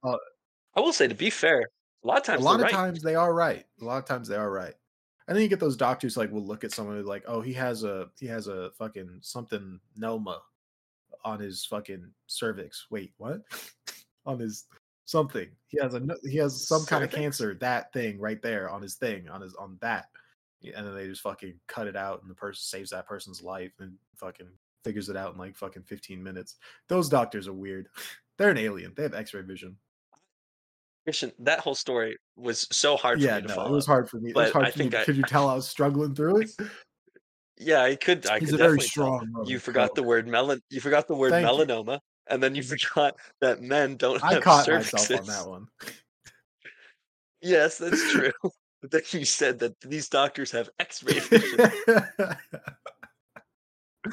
Speaker 1: I will say to be fair, a lot of times
Speaker 2: a lot
Speaker 1: they're
Speaker 2: of
Speaker 1: right.
Speaker 2: times they are right. A lot of times they are right. And then you get those doctors like will look at someone who's like, oh, he has a he has a fucking something Nelma on his fucking cervix. Wait, what? on his something. He has a n- he has some kind of
Speaker 1: Cervix?
Speaker 2: cancer. That thing right there on his thing on his on that. Yeah, And then they just fucking cut it out, and the person saves that person's life and fucking figures it out in like fucking fifteen minutes. Those doctors are weird. They're an alien. They have X-ray vision.
Speaker 1: Christian, that whole story was so hard for
Speaker 2: Yeah,
Speaker 1: me to
Speaker 2: no,
Speaker 1: follow.
Speaker 2: it was hard for me. It was
Speaker 1: but
Speaker 2: hard
Speaker 1: I
Speaker 2: for me.
Speaker 1: think I-
Speaker 2: Could you tell I was struggling through it?
Speaker 1: Yeah, I could. I
Speaker 2: He's
Speaker 1: could
Speaker 2: a
Speaker 1: definitely
Speaker 2: very
Speaker 1: tell.
Speaker 2: strong. Roman
Speaker 1: You forgot the
Speaker 2: Catholic.
Speaker 1: word melon. You forgot the word
Speaker 2: Oh, Thank you. Mm-hmm.
Speaker 1: melanoma, and then you forgot that men don't
Speaker 2: I
Speaker 1: have
Speaker 2: caught
Speaker 1: cervixes.
Speaker 2: myself on that one.
Speaker 1: Yes, that's true. but then you said that these doctors have X-ray vision. you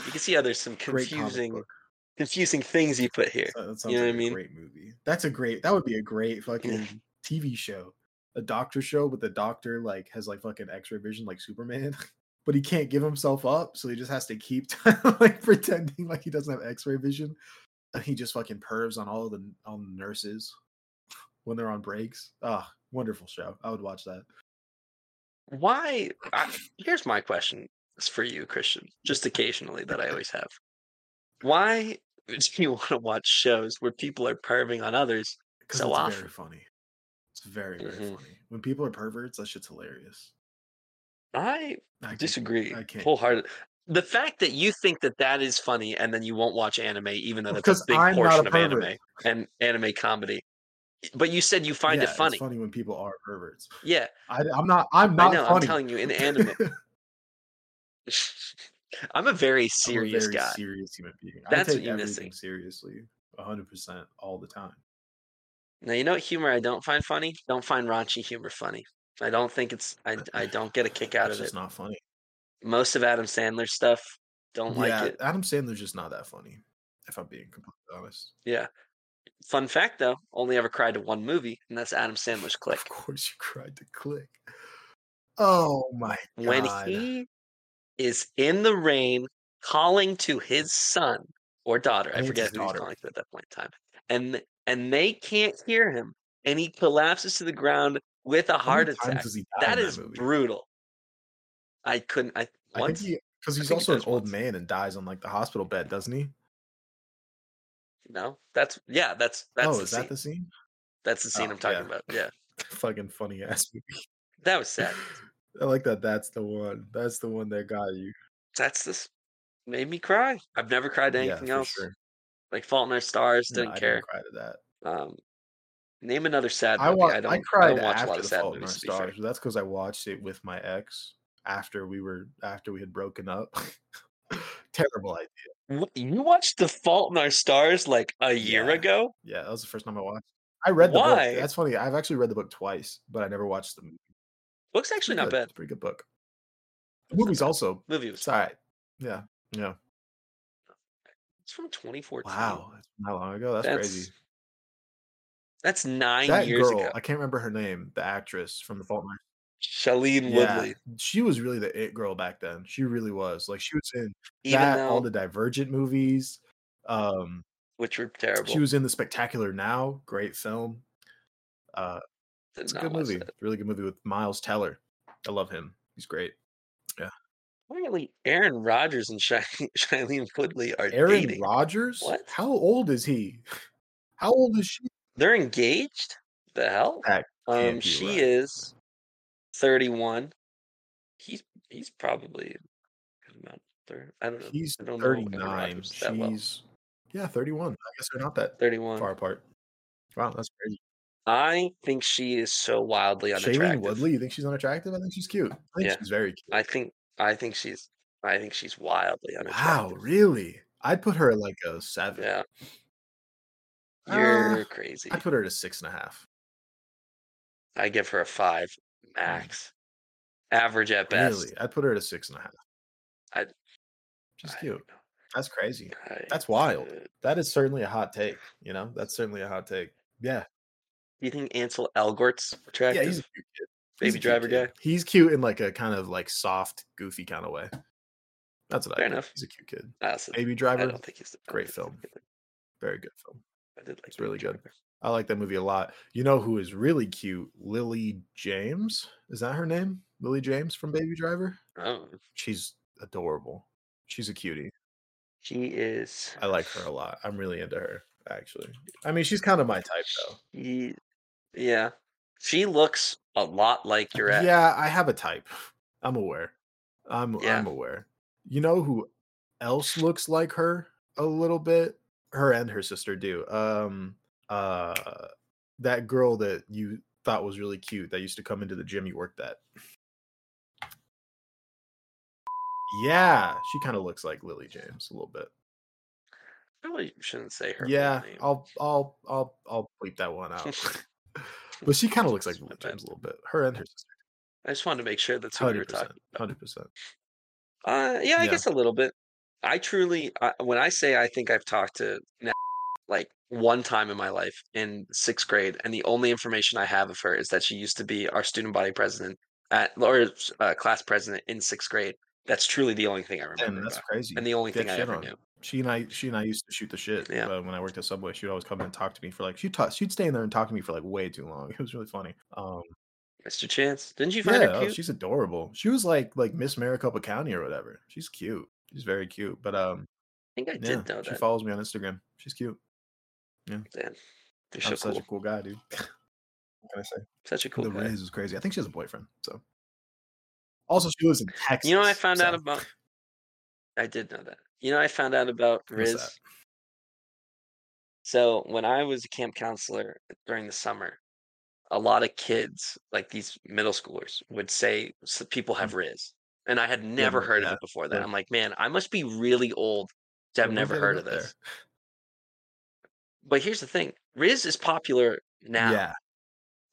Speaker 1: can see how there's some
Speaker 2: Great comic
Speaker 1: confusing,
Speaker 2: book.
Speaker 1: confusing things you put here.
Speaker 2: So that sounds
Speaker 1: You know
Speaker 2: like
Speaker 1: what I
Speaker 2: a
Speaker 1: mean?
Speaker 2: great movie. That's a great. That would be a great fucking TV show, a doctor show, but the doctor like has like fucking X-ray vision, like Superman. But he can't give himself up, so he just has to keep like pretending like he doesn't have X-ray vision. And he just fucking pervs on all the on the nurses when they're on breaks. Ah, wonderful show. I would watch that.
Speaker 1: Why? I, here's my question. It's for you, Christian. Just occasionally that I always have. Why do you want to watch shows where people are perving on others?
Speaker 2: because
Speaker 1: so
Speaker 2: it's
Speaker 1: often.
Speaker 2: very funny. It's very very
Speaker 1: Mhm.
Speaker 2: funny. When people are perverts, that shit's hilarious.
Speaker 1: I
Speaker 2: I can't-
Speaker 1: disagree
Speaker 2: I can't.
Speaker 1: wholeheartedly. The fact that you think that that is funny and then you won't watch anime, even though that's
Speaker 2: Because
Speaker 1: a big
Speaker 2: I'm not
Speaker 1: portion
Speaker 2: a
Speaker 1: of anime
Speaker 2: pervert.
Speaker 1: and anime comedy, but you said you find
Speaker 2: Yeah,
Speaker 1: it funny.
Speaker 2: It's funny when people are perverts.
Speaker 1: Yeah,
Speaker 2: I, am not. I'm not
Speaker 1: I know. I'm
Speaker 2: funny.
Speaker 1: telling you, in anime, I'm a very
Speaker 2: I'm a
Speaker 1: serious
Speaker 2: very
Speaker 1: guy.
Speaker 2: Serious human being.
Speaker 1: That's
Speaker 2: I
Speaker 1: what
Speaker 2: take
Speaker 1: you're
Speaker 2: everything
Speaker 1: missing.
Speaker 2: seriously, 100 percent all the time.
Speaker 1: Now you know what humor I don't find funny. Don't find raunchy humor funny. I don't think it's. I I don't get a kick out
Speaker 2: it's
Speaker 1: of it.
Speaker 2: just not funny.
Speaker 1: Most of Adam Sandler's stuff, don't
Speaker 2: yeah,
Speaker 1: like it.
Speaker 2: Adam Sandler's just not that funny. If I'm being completely honest,
Speaker 1: Yeah. Fun fact though, only ever cried to one movie, and that's Adam Sandler's Click.
Speaker 2: of course you cried to click. Oh my god!
Speaker 1: when he is in the rain calling to his son or daughter.
Speaker 2: I
Speaker 1: I,
Speaker 2: think it's
Speaker 1: forget
Speaker 2: his
Speaker 1: who he's
Speaker 2: daughter.
Speaker 1: calling to at that point in time. And th- and they can't hear him and he collapses to the ground with a
Speaker 2: How many
Speaker 1: heart
Speaker 2: times
Speaker 1: attack.
Speaker 2: does he die
Speaker 1: That
Speaker 2: in
Speaker 1: is
Speaker 2: movie?
Speaker 1: brutal. I couldn't I
Speaker 2: I think
Speaker 1: once
Speaker 2: he because he's
Speaker 1: think he
Speaker 2: also an
Speaker 1: does
Speaker 2: old
Speaker 1: once.
Speaker 2: man and dies on like the hospital bed, doesn't he?
Speaker 1: no. That's yeah, that's that's
Speaker 2: oh,
Speaker 1: the
Speaker 2: is
Speaker 1: scene.
Speaker 2: that the scene?
Speaker 1: That's the scene
Speaker 2: Oh,
Speaker 1: I'm talking
Speaker 2: yeah.
Speaker 1: about. Yeah.
Speaker 2: Fucking funny ass movie.
Speaker 1: That was sad.
Speaker 2: I like that. That's the one. That's the one that got you.
Speaker 1: That's this made me cry. I've never cried to
Speaker 2: Yeah,
Speaker 1: anything
Speaker 2: for
Speaker 1: else.
Speaker 2: sure.
Speaker 1: Like Fault in Our Stars,
Speaker 2: No,
Speaker 1: didn't
Speaker 2: I
Speaker 1: care.
Speaker 2: didn't cry to that.
Speaker 1: Um, name another sad
Speaker 2: I,
Speaker 1: movie.
Speaker 2: wa-
Speaker 1: I
Speaker 2: I,
Speaker 1: don't.
Speaker 2: cried
Speaker 1: don't watch a lot
Speaker 2: after
Speaker 1: of
Speaker 2: the
Speaker 1: sad
Speaker 2: Fault in Our
Speaker 1: movies. To be fair.
Speaker 2: Stars. But that's because I watched it with my ex after we were after we had broken up. Terrible idea.
Speaker 1: What- You watched The Fault in Our Stars like a year
Speaker 2: Yeah.
Speaker 1: ago.
Speaker 2: Yeah, that was the first time I watched. I read the
Speaker 1: Why?
Speaker 2: book. That's funny. I've actually read the book twice, but I never watched the movie.
Speaker 1: Book's actually
Speaker 2: Pretty
Speaker 1: not
Speaker 2: good.
Speaker 1: bad.
Speaker 2: It's a pretty good book.
Speaker 1: It's
Speaker 2: The
Speaker 1: not
Speaker 2: movie's
Speaker 1: bad.
Speaker 2: also
Speaker 1: Movie was
Speaker 2: it's all right. Yeah. Yeah.
Speaker 1: it's from 2014.
Speaker 2: Wow, that's not long ago. That's,
Speaker 1: That's-
Speaker 2: crazy.
Speaker 1: That's nine
Speaker 2: that
Speaker 1: years
Speaker 2: girl,
Speaker 1: ago.
Speaker 2: I can't remember her name, the actress from the Fault in Our
Speaker 1: Shailene
Speaker 2: Yeah,
Speaker 1: Woodley.
Speaker 2: she was really the it girl back then. She really was. Like she was in
Speaker 1: Even
Speaker 2: that,
Speaker 1: though
Speaker 2: all the Divergent movies. Um,
Speaker 1: which were terrible.
Speaker 2: she was in the Spectacular Now, great film. Uh,
Speaker 1: Did
Speaker 2: it's a
Speaker 1: not
Speaker 2: good
Speaker 1: watch
Speaker 2: movie.
Speaker 1: that.
Speaker 2: It's a really good movie with Miles Teller. I love him. He's great.
Speaker 1: Apparently, Aaron Rodgers and Shai- Shailene Woodley are
Speaker 2: Aaron
Speaker 1: dating.
Speaker 2: Rodgers.
Speaker 1: What?
Speaker 2: How old is he? How old is she?
Speaker 1: They're engaged. The hell?
Speaker 2: That
Speaker 1: Um,
Speaker 2: can't be
Speaker 1: she
Speaker 2: right.
Speaker 1: is thirty-one. He's he's probably about thirty. I don't know.
Speaker 2: He's
Speaker 1: I don't know Aaron
Speaker 2: thirty nine.
Speaker 1: Rodgers that well.
Speaker 2: She's yeah, thirty one. I guess they're not that
Speaker 1: Thirty-one.
Speaker 2: far apart. Wow, that's crazy.
Speaker 1: I think she is so wildly
Speaker 2: Shailene
Speaker 1: unattractive.
Speaker 2: Woodley. You think she's unattractive? I think she's cute. I think
Speaker 1: Yeah.
Speaker 2: she's very cute.
Speaker 1: I think I think she's I think she's wildly
Speaker 2: Wow,
Speaker 1: unattractive.
Speaker 2: really? I'd put her at like a seven.
Speaker 1: Yeah.
Speaker 2: Uh,
Speaker 1: You're crazy.
Speaker 2: I'd put her at a six and a half.
Speaker 1: I give her a five max. Average at best.
Speaker 2: Really? I'd put her at a six and a half.
Speaker 1: I'd-
Speaker 2: She's
Speaker 1: I
Speaker 2: cute.
Speaker 1: don't know.
Speaker 2: That's crazy.
Speaker 1: I-
Speaker 2: That's wild.
Speaker 1: uh,
Speaker 2: That is certainly a hot take. You know, that's certainly a hot take. Yeah.
Speaker 1: Do you think Ansel Elgort's
Speaker 2: Yeah,
Speaker 1: attractive?
Speaker 2: he's a cute kid.
Speaker 1: Baby
Speaker 2: He's a cute
Speaker 1: driver
Speaker 2: kid.
Speaker 1: guy?
Speaker 2: He's cute in like a kind of like soft, goofy kind of way. That's what
Speaker 1: Fair
Speaker 2: I think.
Speaker 1: enough.
Speaker 2: He's a cute kid.
Speaker 1: I also-
Speaker 2: Baby
Speaker 1: I
Speaker 2: driver,
Speaker 1: don't think he's the
Speaker 2: great
Speaker 1: best.
Speaker 2: film. very good film.
Speaker 1: I did like
Speaker 2: It's really
Speaker 1: Baby
Speaker 2: good.
Speaker 1: Driver.
Speaker 2: I like that movie a lot. You know who is really cute? Lily James. Is that her name? Lily James from Baby Driver?
Speaker 1: Oh,
Speaker 2: She's adorable. She's a cutie.
Speaker 1: she is.
Speaker 2: I like her a lot. I'm really into her, actually. I mean, she's kind of my type, though.
Speaker 1: She, yeah, she looks a lot like your ex.
Speaker 2: Yeah, I have a type. I'm aware. I'm
Speaker 1: Yeah.
Speaker 2: I'm aware. You know who else looks like her a little bit? Her and her sister do. Um uh that girl that you thought was really cute that used to come into the gym you worked at. Yeah, she kind of looks like Lily James a little bit.
Speaker 1: Probably shouldn't say her. full
Speaker 2: yeah,
Speaker 1: name.
Speaker 2: I'll I'll I'll I'll bleep that one out. but she kind of looks like
Speaker 1: My
Speaker 2: Lily
Speaker 1: bad.
Speaker 2: James a little bit. Her and her sister.
Speaker 1: I just wanted to make sure that's who we were
Speaker 2: Hundred
Speaker 1: talking.
Speaker 2: percent. Hundred percent.
Speaker 1: Uh, yeah, I
Speaker 2: Yeah.
Speaker 1: guess a little bit. I truly, I, when I say I think I've talked to Na- like one time in my life in sixth grade, and the only information I have of her is that she used to be our student body president at or uh, class president in sixth grade. That's truly the only thing I remember,
Speaker 2: And that's
Speaker 1: about her,
Speaker 2: crazy.
Speaker 1: and the only
Speaker 2: Get
Speaker 1: thing I
Speaker 2: shit
Speaker 1: ever
Speaker 2: on.
Speaker 1: knew.
Speaker 2: she and I, she and I used to shoot the shit.
Speaker 1: Yeah.
Speaker 2: uh, when I worked at Subway, she'd always come and talk to me for like she taught. She'd stay in there and talk to me for like way too long. It was really funny. Um,
Speaker 1: Mr. Chance, didn't you find
Speaker 2: yeah,
Speaker 1: her
Speaker 2: oh,
Speaker 1: cute?
Speaker 2: she's adorable. She was like like Miss Maricopa County or whatever. She's cute. She's very cute. But um,
Speaker 1: I think I
Speaker 2: yeah,
Speaker 1: did know
Speaker 2: she
Speaker 1: that.
Speaker 2: follows me on Instagram. She's cute.
Speaker 1: Damn, they're
Speaker 2: I'm
Speaker 1: so
Speaker 2: such
Speaker 1: cool.
Speaker 2: a cool guy, dude. what can I say?
Speaker 1: Such a cool
Speaker 2: the
Speaker 1: guy.
Speaker 2: raise is crazy. I think she has a boyfriend. So also, she lives in Texas.
Speaker 1: You know, I found out
Speaker 2: so
Speaker 1: about. I did know that. You know, I found out about
Speaker 2: what's
Speaker 1: Riz.
Speaker 2: that?
Speaker 1: So when I was a camp counselor during the summer, a lot of kids, like these middle schoolers, would say "S- people have Riz, and I had never
Speaker 2: but-
Speaker 1: heard of
Speaker 2: Mm. yeah,
Speaker 1: it before that.
Speaker 2: yeah.
Speaker 1: I'm like, man, I must be really old to
Speaker 2: Yeah,
Speaker 1: have
Speaker 2: we'll
Speaker 1: never
Speaker 2: get it
Speaker 1: heard
Speaker 2: up
Speaker 1: of
Speaker 2: there.
Speaker 1: this. But here's the thing: Riz is popular now,
Speaker 2: Yeah,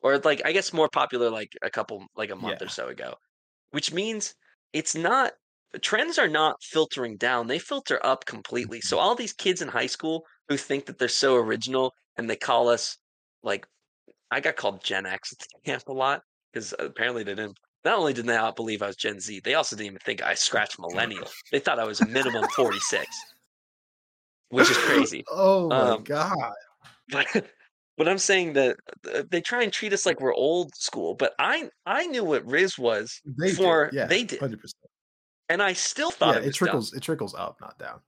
Speaker 1: or like I guess more popular like a couple, like a month or
Speaker 2: Yeah.
Speaker 1: so ago, which means it's not. the Trends are not filtering down; they filter up completely. So all these kids in high school who think that they're so original and they call us like I got called Gen X at the camp a lot because apparently they didn't. Not only did they not believe I was Gen Z, they also didn't even think I scratched millennial. They thought I was minimum forty six, which is crazy.
Speaker 2: oh my
Speaker 1: Um,
Speaker 2: god.
Speaker 1: But but I'm saying that uh, they try and treat us like we're old school. But I I knew what Riz was,
Speaker 2: They
Speaker 1: for-
Speaker 2: did. Yeah,
Speaker 1: they did.
Speaker 2: 100%.
Speaker 1: and I still thought
Speaker 2: Yeah,
Speaker 1: it,
Speaker 2: it
Speaker 1: was dumb.
Speaker 2: trickles. It trickles up, not down.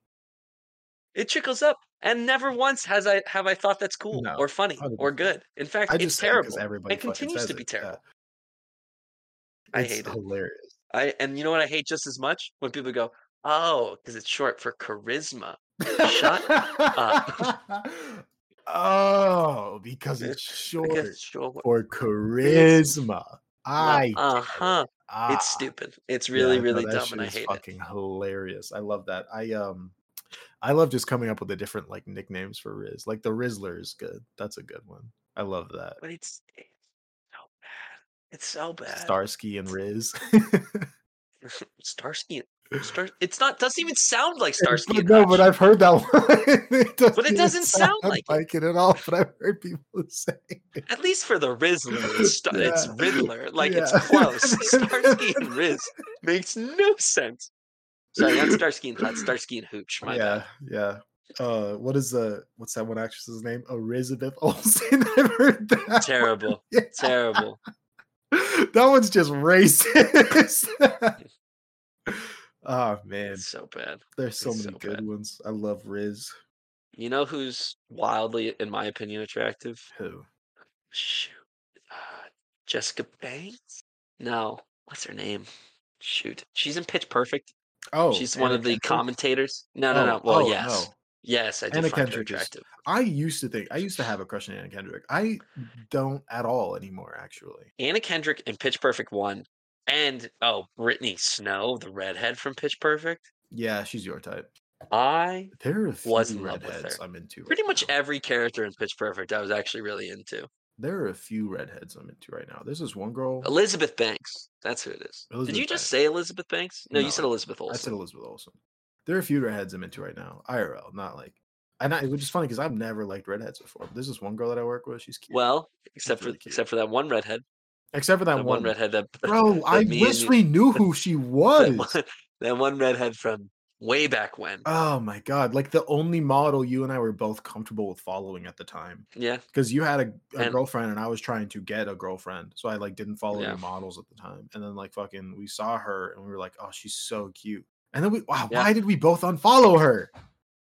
Speaker 1: It trickles up, and never once has I have I thought that's cool
Speaker 2: No,
Speaker 1: or funny or
Speaker 2: 100%.
Speaker 1: good. In fact,
Speaker 2: I
Speaker 1: it's
Speaker 2: just say it 'cause
Speaker 1: terrible.
Speaker 2: everybody
Speaker 1: It
Speaker 2: fucking
Speaker 1: continues to
Speaker 2: says
Speaker 1: be
Speaker 2: it, yeah.
Speaker 1: terrible. I
Speaker 2: It's
Speaker 1: hate it.
Speaker 2: Hilarious.
Speaker 1: I and you know what I hate just as much when people go, "Oh, because it's short for charisma." Shut
Speaker 2: oh, because it's
Speaker 1: I
Speaker 2: short
Speaker 1: guess short.
Speaker 2: for charisma. I
Speaker 1: Uh huh.
Speaker 2: ah,
Speaker 1: It's stupid. It's
Speaker 2: yeah,
Speaker 1: really,
Speaker 2: no,
Speaker 1: really
Speaker 2: that
Speaker 1: dumb,
Speaker 2: shit
Speaker 1: and I
Speaker 2: is
Speaker 1: hate it.
Speaker 2: fucking hilarious. I love that. I um, I love just coming up with the different like nicknames for Riz. Like the Rizzler is good. That's a good one. I love that.
Speaker 1: But it's, it's so bad. It's so bad.
Speaker 2: Starsky and Riz.
Speaker 1: Starsky. Star, it's not doesn't even sound like Starsky.
Speaker 2: But
Speaker 1: and
Speaker 2: no,
Speaker 1: Hutch.
Speaker 2: but I've heard that one. it doesn't
Speaker 1: But it
Speaker 2: even
Speaker 1: doesn't sound like it.
Speaker 2: it. at all. But I've heard people say it.
Speaker 1: At least for the Rizzler, it's, Star- it's
Speaker 2: Yeah.
Speaker 1: Riddler. Like it's
Speaker 2: Yeah.
Speaker 1: close. Starsky and Riz makes no sense. Sorry, not Starsky and Hutch. Starsky and Hooch. My
Speaker 2: yeah,
Speaker 1: bad.
Speaker 2: yeah. Uh, what is the what's that one actress's name? Elizabeth Olsen. I've heard that. one.
Speaker 1: Terrible.
Speaker 2: Yeah.
Speaker 1: Terrible.
Speaker 2: that one's just racist. oh man,
Speaker 1: It's so bad.
Speaker 2: there's so
Speaker 1: it's
Speaker 2: many
Speaker 1: so
Speaker 2: good
Speaker 1: bad.
Speaker 2: ones. I love Riz.
Speaker 1: You know who's wildly, in my opinion, attractive?
Speaker 2: Who?
Speaker 1: Shoot. Uh, Jessica Banks? No. What's her name? Shoot. She's in Pitch Perfect.
Speaker 2: Oh,
Speaker 1: She's one
Speaker 2: Anna
Speaker 1: of the
Speaker 2: Kendrick?
Speaker 1: commentators. No, no,
Speaker 2: Oh,
Speaker 1: no. Well,
Speaker 2: oh,
Speaker 1: yes.
Speaker 2: no.
Speaker 1: Yes, I did
Speaker 2: Anna
Speaker 1: find
Speaker 2: Kendrick
Speaker 1: her
Speaker 2: is-
Speaker 1: attractive.
Speaker 2: I used to think I used to have a crush on Anna Kendrick. I don't at all anymore, actually.
Speaker 1: Anna Kendrick in Pitch Perfect 1. And, oh, Brittany Snow, the redhead from Pitch Perfect.
Speaker 2: Yeah, she's your type.
Speaker 1: I,
Speaker 2: There are a few
Speaker 1: Was in love with
Speaker 2: redheads
Speaker 1: her.
Speaker 2: I'm into.
Speaker 1: pretty
Speaker 2: right
Speaker 1: much
Speaker 2: now.
Speaker 1: every character in Pitch Perfect, I was actually really into.
Speaker 2: there are a few redheads I'm into right now. There's this one girl.
Speaker 1: Elizabeth Banks. That's who it is.
Speaker 2: Elizabeth
Speaker 1: did you just
Speaker 2: Banks.
Speaker 1: say Elizabeth Banks? No,
Speaker 2: No,
Speaker 1: you said Elizabeth
Speaker 2: I said
Speaker 1: Olsen.
Speaker 2: Elizabeth Olsen. There are a few redheads I'm into right now. IRL, not like. And I, which is funny because I've never liked redheads before. But there's this one girl that I work with. She's cute.
Speaker 1: Well, except for
Speaker 2: really cute.
Speaker 1: except for that one redhead.
Speaker 2: except for that
Speaker 1: That one
Speaker 2: one.
Speaker 1: redhead that
Speaker 2: Bro,
Speaker 1: that
Speaker 2: I
Speaker 1: me and
Speaker 2: wish
Speaker 1: you-
Speaker 2: we knew who she was.
Speaker 1: that one, that one redhead from way back when.
Speaker 2: Oh my god! Like the only model you and I were both comfortable with following at the time.
Speaker 1: yeah,
Speaker 2: because you had a, a
Speaker 1: And-
Speaker 2: girlfriend and I was trying to get a girlfriend, so I like didn't follow
Speaker 1: Yeah.
Speaker 2: any models at the time. And then like fucking, we saw her and we were like, oh, she's so cute. And then we, wow,
Speaker 1: Yeah.
Speaker 2: why did we both unfollow her?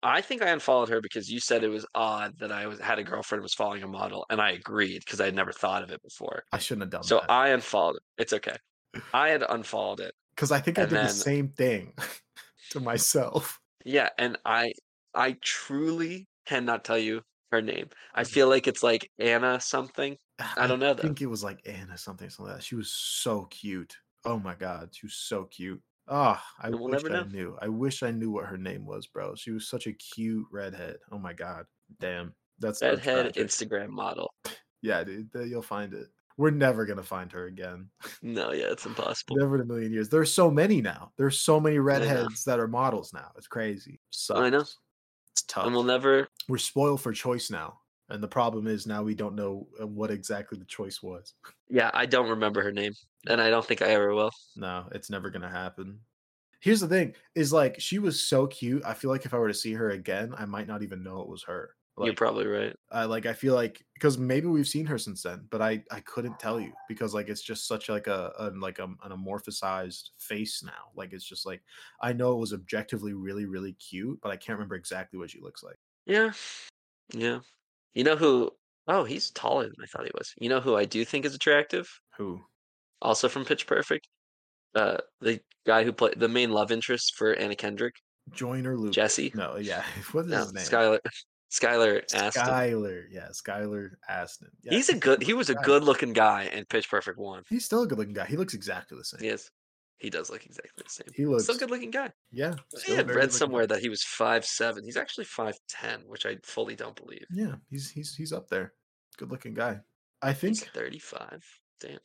Speaker 1: I think I unfollowed her because you said it was odd that I was had a girlfriend who was following a model, and I agreed because I had never thought of it before.
Speaker 2: I shouldn't have done
Speaker 1: So uh,
Speaker 2: that
Speaker 1: I unfollowed it. It's okay. I had unfollowed it.
Speaker 2: because I, think I
Speaker 1: and
Speaker 2: did the
Speaker 1: then-
Speaker 2: same thing to myself.
Speaker 1: Yeah, and I I truly cannot tell you her name. I
Speaker 2: Mm-hmm.
Speaker 1: feel like it's like Anna something. I don't know,
Speaker 2: Ah, I
Speaker 1: though.
Speaker 2: think it was like Anna something, something like that. She was so cute. Oh my god, she was so cute. Ah, I
Speaker 1: And we'll
Speaker 2: wish
Speaker 1: never
Speaker 2: I
Speaker 1: know.
Speaker 2: knew. I wish I knew what her name was, bro. She was such a cute redhead. Oh my god, damn. That's that's
Speaker 1: Redhead
Speaker 2: tragic.
Speaker 1: Instagram model.
Speaker 2: Yeah, dude, th- you'll find it. We're never gonna find her again.
Speaker 1: No, yeah, it's impossible.
Speaker 2: Never in a million years. There's so many now. There's so many redheads that are models now. It's crazy.
Speaker 1: I know.
Speaker 2: Sucks. It's tough.
Speaker 1: And we'll never
Speaker 2: We're spoiled for choice now, and the problem is now we don't know uh, what exactly the choice was.
Speaker 1: yeah, I don't remember her name. And I don't think I ever will.
Speaker 2: No, it's never gonna happen. Here's the thing: is like she was so cute. I feel like if I were to see her again, I might not even know it was her.
Speaker 1: You're
Speaker 2: Like,
Speaker 1: probably right.
Speaker 2: I like I feel like because maybe we've seen her since then, but I I couldn't tell you because like it's just such like a, a like a, an amorphosized face now. Like it's just like I know it was objectively really really cute, but I can't remember exactly what she looks like.
Speaker 1: Yeah. Yeah. You know who oh, he's taller than I thought he was. You know who I do think is attractive?
Speaker 2: Who?
Speaker 1: Also from Pitch Perfect? Uh the guy who played the main love interest for Anna Kendrick.
Speaker 2: Joyner Lucas?
Speaker 1: Jesse?
Speaker 2: Hmm. No, yeah. What is
Speaker 1: No,
Speaker 2: his name?
Speaker 1: Skylar Skylar Aston.
Speaker 2: Skyler. Yeah, Skylar Aston. Yeah,
Speaker 1: he's a good he was a
Speaker 2: guy.
Speaker 1: good looking guy in Pitch Perfect One.
Speaker 2: He's still a good looking guy. He looks exactly the same.
Speaker 1: Yes. He does look exactly the same.
Speaker 2: He looks
Speaker 1: Still good looking guy.
Speaker 2: Yeah.
Speaker 1: I
Speaker 2: still
Speaker 1: had read
Speaker 2: very good-looking.
Speaker 1: somewhere that he was five seven. He's actually five ten, which I fully don't believe.
Speaker 2: Yeah, he's he's he's up there. Good looking guy. I
Speaker 1: He's
Speaker 2: think.
Speaker 1: thirty five. Damn.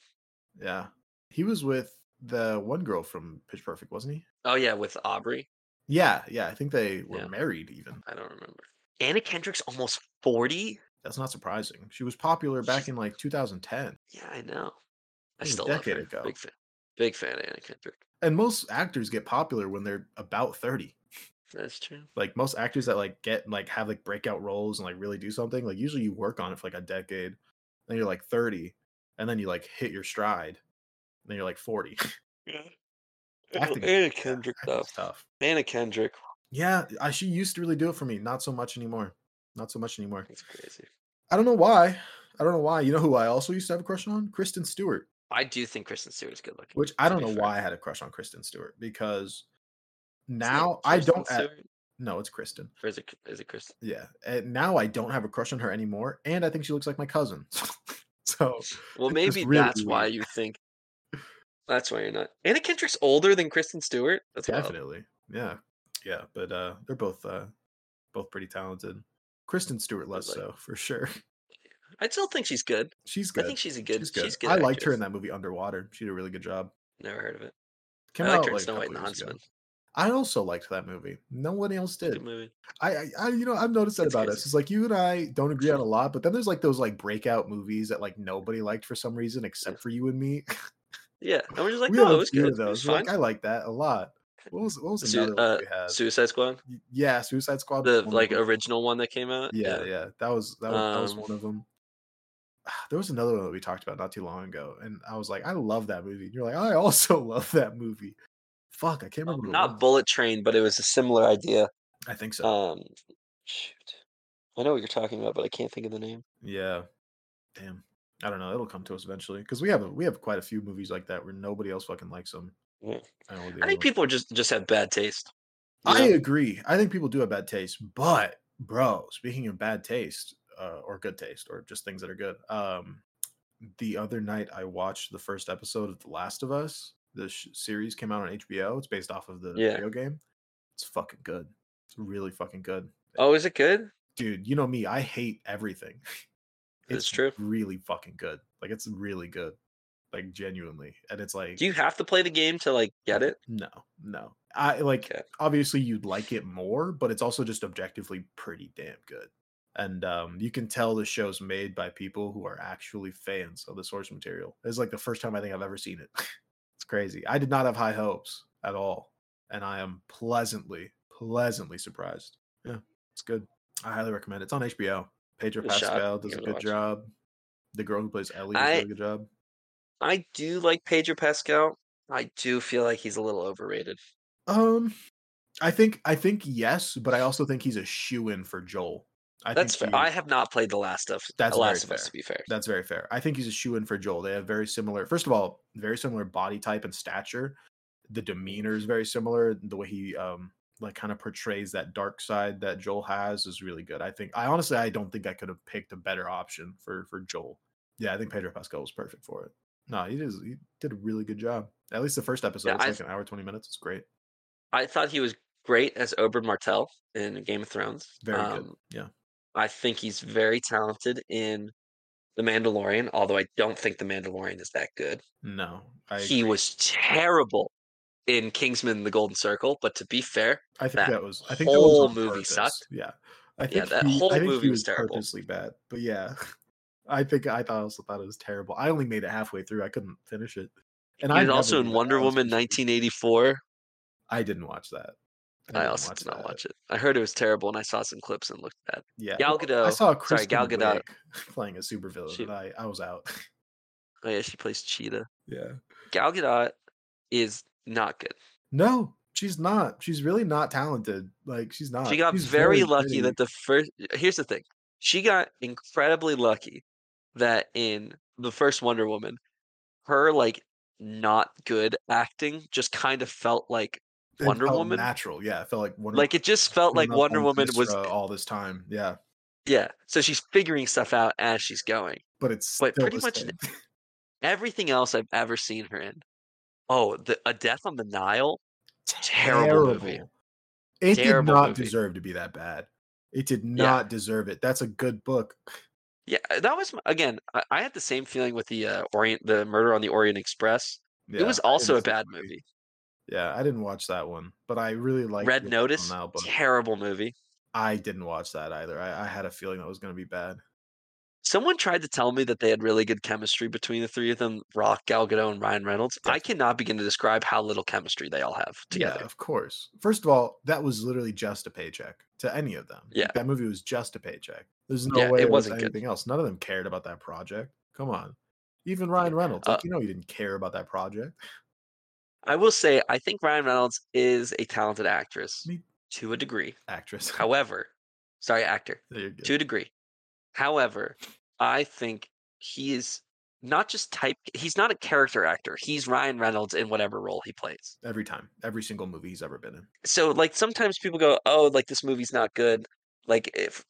Speaker 2: Yeah, he was with the one girl from Pitch Perfect, wasn't he?
Speaker 1: Oh yeah, with Aubrey.
Speaker 2: Yeah, yeah. I think they were
Speaker 1: Yeah.
Speaker 2: married. Even
Speaker 1: I don't remember. Anna Kendrick's almost forty.
Speaker 2: that's not surprising. She was popular back in like 2010,
Speaker 1: Yeah, I know. I
Speaker 2: That was a
Speaker 1: still love
Speaker 2: decade
Speaker 1: her.
Speaker 2: ago.
Speaker 1: Big fan. Big fan of Anna Kendrick.
Speaker 2: and most actors get popular when they're about 30.
Speaker 1: That's true.
Speaker 2: Like most actors that like get like have like breakout roles and like really do something. Like usually you work on it for like a decade, then you're like 30, and then you like hit your stride, then you're like 40.
Speaker 1: Yeah.
Speaker 2: Acting-
Speaker 1: Anna
Speaker 2: yeah,
Speaker 1: Kendrick though.
Speaker 2: acting's tough.
Speaker 1: Anna Kendrick.
Speaker 2: Yeah, I, she used to really do it for me. Not so much anymore. Not so much anymore.
Speaker 1: That's crazy.
Speaker 2: I don't know why. I don't know why. You know who I also used to have a crush on? Kristen Stewart.
Speaker 1: I do think Kristen Stewart is good looking.
Speaker 2: Which I
Speaker 1: to
Speaker 2: don't
Speaker 1: be
Speaker 2: know
Speaker 1: fair.
Speaker 2: why I had a crush on Kristen Stewart because
Speaker 1: Isn't it
Speaker 2: now I
Speaker 1: Kristen
Speaker 2: don't. At,
Speaker 1: Stewart?
Speaker 2: no, it's Kristen.
Speaker 1: Or is it is it Kristen?
Speaker 2: Yeah, and now I don't have a crush on her anymore, and I think she looks like my cousin. so
Speaker 1: Well,
Speaker 2: It's just
Speaker 1: maybe
Speaker 2: really
Speaker 1: that's why
Speaker 2: weird.
Speaker 1: you think. That's why you're not. Anna Kendrick's older than Kristen Stewart. That's wild.
Speaker 2: definitely, yeah, yeah. But uh, they're both uh, both pretty talented. Kristen Stewart less
Speaker 1: like-
Speaker 2: so for sure.
Speaker 1: I still think she's good.
Speaker 2: She's good.
Speaker 1: I think she's a good.
Speaker 2: she's
Speaker 1: She's
Speaker 2: good.
Speaker 1: good.
Speaker 2: I liked her in that movie Underwater. She did a really good job.
Speaker 1: Never heard of it.
Speaker 2: Came
Speaker 1: I liked her in
Speaker 2: out Oh, like a
Speaker 1: Snow White and
Speaker 2: couple
Speaker 1: the
Speaker 2: years ago.
Speaker 1: Huntsman.
Speaker 2: I also liked that movie. No one else
Speaker 1: Good
Speaker 2: did.
Speaker 1: movie.
Speaker 2: I, I, I you know, I've noticed that
Speaker 1: That's
Speaker 2: about
Speaker 1: crazy.
Speaker 2: us. It's like you and I don't agree on a lot, but then there's like those like breakout movies that like nobody liked for some reason except for you and me.
Speaker 1: Yeah, and we're just like,
Speaker 2: we
Speaker 1: no,
Speaker 2: had
Speaker 1: it
Speaker 2: a
Speaker 1: was
Speaker 2: few
Speaker 1: good.
Speaker 2: of
Speaker 1: It was
Speaker 2: those. We're
Speaker 1: fine.
Speaker 2: Like, I like that a lot. What was what was
Speaker 1: Su-
Speaker 2: another
Speaker 1: uh,
Speaker 2: one we had?
Speaker 1: Suicide Squad,
Speaker 2: Y- yeah, Suicide Squad. was
Speaker 1: the
Speaker 2: one of
Speaker 1: like
Speaker 2: them.
Speaker 1: original one that came out.
Speaker 2: yeah, yeah, That was that was, that was
Speaker 1: Um,
Speaker 2: one of them. There was another one that we talked about not too long ago, and I was like, I love that movie. And you're like, I also love that movie. Fuck, I can't
Speaker 1: Um,
Speaker 2: remember. what it
Speaker 1: not
Speaker 2: was.
Speaker 1: Bullet Train, but it was a similar idea.
Speaker 2: I think so.
Speaker 1: Um, shoot, I know what you're talking about, but I can't think of the name.
Speaker 2: yeah. Damn. I don't know. It'll come to us eventually because we have a, we have quite a few movies like that where nobody else fucking likes them.
Speaker 1: Yeah.
Speaker 2: I, don't know what the
Speaker 1: I
Speaker 2: other
Speaker 1: think
Speaker 2: ones-
Speaker 1: people just just have bad taste. you
Speaker 2: I
Speaker 1: know?
Speaker 2: agree. I think people do have bad taste, but bro, speaking of bad taste uh, or good taste or just things that are good, um, the other night I watched the first episode of The Last of Us. The sh- series came out on HBO. It's based off of the
Speaker 1: Yeah.
Speaker 2: video game. It's fucking good. It's really fucking good,
Speaker 1: Oh, is it good?
Speaker 2: dude. You know me. I hate everything.
Speaker 1: That's true.
Speaker 2: Really fucking good. Like it's really good. Like genuinely, and it's like
Speaker 1: Do you have to play the game to like get it?
Speaker 2: no, no. I like
Speaker 1: Okay.
Speaker 2: obviously you'd like it more, but it's also just objectively pretty damn good. And um, you can tell the show's made by people who are actually fans of the source material. It's like the first time I think I've ever seen it. it's crazy. I did not have high hopes at all, and I am pleasantly, pleasantly surprised. Yeah, it's good. I highly recommend it. It's on HBO. Pedro
Speaker 1: Give it a shot.
Speaker 2: Pascal does
Speaker 1: Give
Speaker 2: a
Speaker 1: it a
Speaker 2: good
Speaker 1: watch.
Speaker 2: job. The girl who plays Ellie does
Speaker 1: I-
Speaker 2: a really good job.
Speaker 1: I do like Pedro Pascal. I do feel like he's a little overrated.
Speaker 2: Um, I think I think yes, but I also think he's a shoe in for Joel. I
Speaker 1: That's fair.
Speaker 2: think he
Speaker 1: I
Speaker 2: is-
Speaker 1: have not played The Last of
Speaker 2: That's
Speaker 1: The
Speaker 2: very
Speaker 1: Last of Us
Speaker 2: fair.
Speaker 1: to be fair.
Speaker 2: that's very fair. I think he's a shoe in for Joel. They have very similar, first of all, very similar body type and stature. The demeanor is very similar. The way he um like kind of portrays that dark side that Joel has is really good. I think I honestly I don't think I could have picked a better option for for Joel. Yeah, I think Pedro Pascal was perfect for it. No, he did he did a really good job. At least the first episode,
Speaker 1: Yeah,
Speaker 2: it's
Speaker 1: I-
Speaker 2: like an hour twenty minutes. It's great.
Speaker 1: I thought he was great as Oberyn Martell in Game of Thrones. um,
Speaker 2: Very good. Yeah.
Speaker 1: I think he's very talented in The Mandalorian, although I don't think The Mandalorian is that good.
Speaker 2: No, I
Speaker 1: he was terrible in Kingsman: The Golden Circle, but to be fair,
Speaker 2: I think that,
Speaker 1: That
Speaker 2: was. I think that was
Speaker 1: whole
Speaker 2: on
Speaker 1: movie
Speaker 2: purpose.
Speaker 1: sucked.
Speaker 2: Yeah, I
Speaker 1: Yeah,
Speaker 2: think
Speaker 1: that
Speaker 2: he-
Speaker 1: whole
Speaker 2: I think
Speaker 1: movie
Speaker 2: he
Speaker 1: was terrible.
Speaker 2: Purposely bad, but yeah, I think I thought I also thought it was terrible. I only made it halfway through. I couldn't finish it. And
Speaker 1: he
Speaker 2: I
Speaker 1: was also
Speaker 2: never
Speaker 1: in
Speaker 2: do that.
Speaker 1: Wonder
Speaker 2: I was
Speaker 1: Woman
Speaker 2: confused.
Speaker 1: 1984.
Speaker 2: I didn't watch that.
Speaker 1: I
Speaker 2: didn't
Speaker 1: also did not
Speaker 2: that.
Speaker 1: watch it. I heard it was terrible, and I saw some clips and looked bad.
Speaker 2: Yeah,
Speaker 1: Gal
Speaker 2: I
Speaker 1: Gadot.
Speaker 2: saw
Speaker 1: sorry,
Speaker 2: Kristen
Speaker 1: Gal Gadot.
Speaker 2: Wiig playing a supervillain,
Speaker 1: She-
Speaker 2: and I I was out.
Speaker 1: Oh yeah, she plays Cheetah.
Speaker 2: yeah,
Speaker 1: Gal Gadot is not good.
Speaker 2: no, she's not. She's really not talented. Like she's not.
Speaker 1: She got
Speaker 2: She's
Speaker 1: very, lucky
Speaker 2: pretty.
Speaker 1: that the first. Here's the thing: she got incredibly lucky that in the first Wonder Woman, her like not good acting just kind of felt like
Speaker 2: It
Speaker 1: Wonder
Speaker 2: felt
Speaker 1: Woman-
Speaker 2: natural. Yeah, I felt like Wonder
Speaker 1: like it just felt like
Speaker 2: up
Speaker 1: Wonder
Speaker 2: on
Speaker 1: Woman was
Speaker 2: Thysra all this time. Yeah,
Speaker 1: yeah. So she's figuring stuff out as she's going.
Speaker 2: but it's
Speaker 1: But
Speaker 2: still
Speaker 1: pretty
Speaker 2: the
Speaker 1: much
Speaker 2: same.
Speaker 1: Everything else I've ever seen her in. Oh, the A Death on the Nile. Terrible, movie.
Speaker 2: It
Speaker 1: Terrible
Speaker 2: did not
Speaker 1: movie.
Speaker 2: deserve to be that bad. It did not deserve it. That's a good book.
Speaker 1: Yeah, uh, that was my- again. I, I had the same feeling with the uh, Orient, the Murder on the Orient Express.
Speaker 2: Yeah,
Speaker 1: it was
Speaker 2: I didn't
Speaker 1: also a
Speaker 2: see that
Speaker 1: bad movie.
Speaker 2: Yeah, I didn't watch that one, but I really liked
Speaker 1: Red
Speaker 2: the original
Speaker 1: Notice,
Speaker 2: Now, book.
Speaker 1: terrible movie.
Speaker 2: I didn't watch that either. I, I had a feeling that was going to be bad.
Speaker 1: Someone tried to tell me that they had really good chemistry between the three of them, Rock, Gal Gadot, and Ryan Reynolds. I
Speaker 2: That's-
Speaker 1: cannot begin to describe how little chemistry they all have
Speaker 2: Yeah,
Speaker 1: together.
Speaker 2: of course. First of all, that was literally just a paycheck to any of them.
Speaker 1: Yeah.
Speaker 2: that movie was just a paycheck. There's no
Speaker 1: Yeah,
Speaker 2: way
Speaker 1: it
Speaker 2: it was
Speaker 1: wasn't good.
Speaker 2: anything else. None of them cared about that project. Come on, even Ryan Reynolds. Like,
Speaker 1: Uh,
Speaker 2: you know, he didn't care about that project.
Speaker 1: I will say, I think Ryan Reynolds is a talented actress
Speaker 2: Me-
Speaker 1: to a degree.
Speaker 2: Actress.
Speaker 1: However, sorry, actor,
Speaker 2: There you go.
Speaker 1: to a degree. However, I think he is not just type, he's not a character actor. He's Ryan Reynolds in whatever role he plays.
Speaker 2: every time, every single movie he's ever been in.
Speaker 1: so like sometimes people go, oh, like this movie's not good. Like if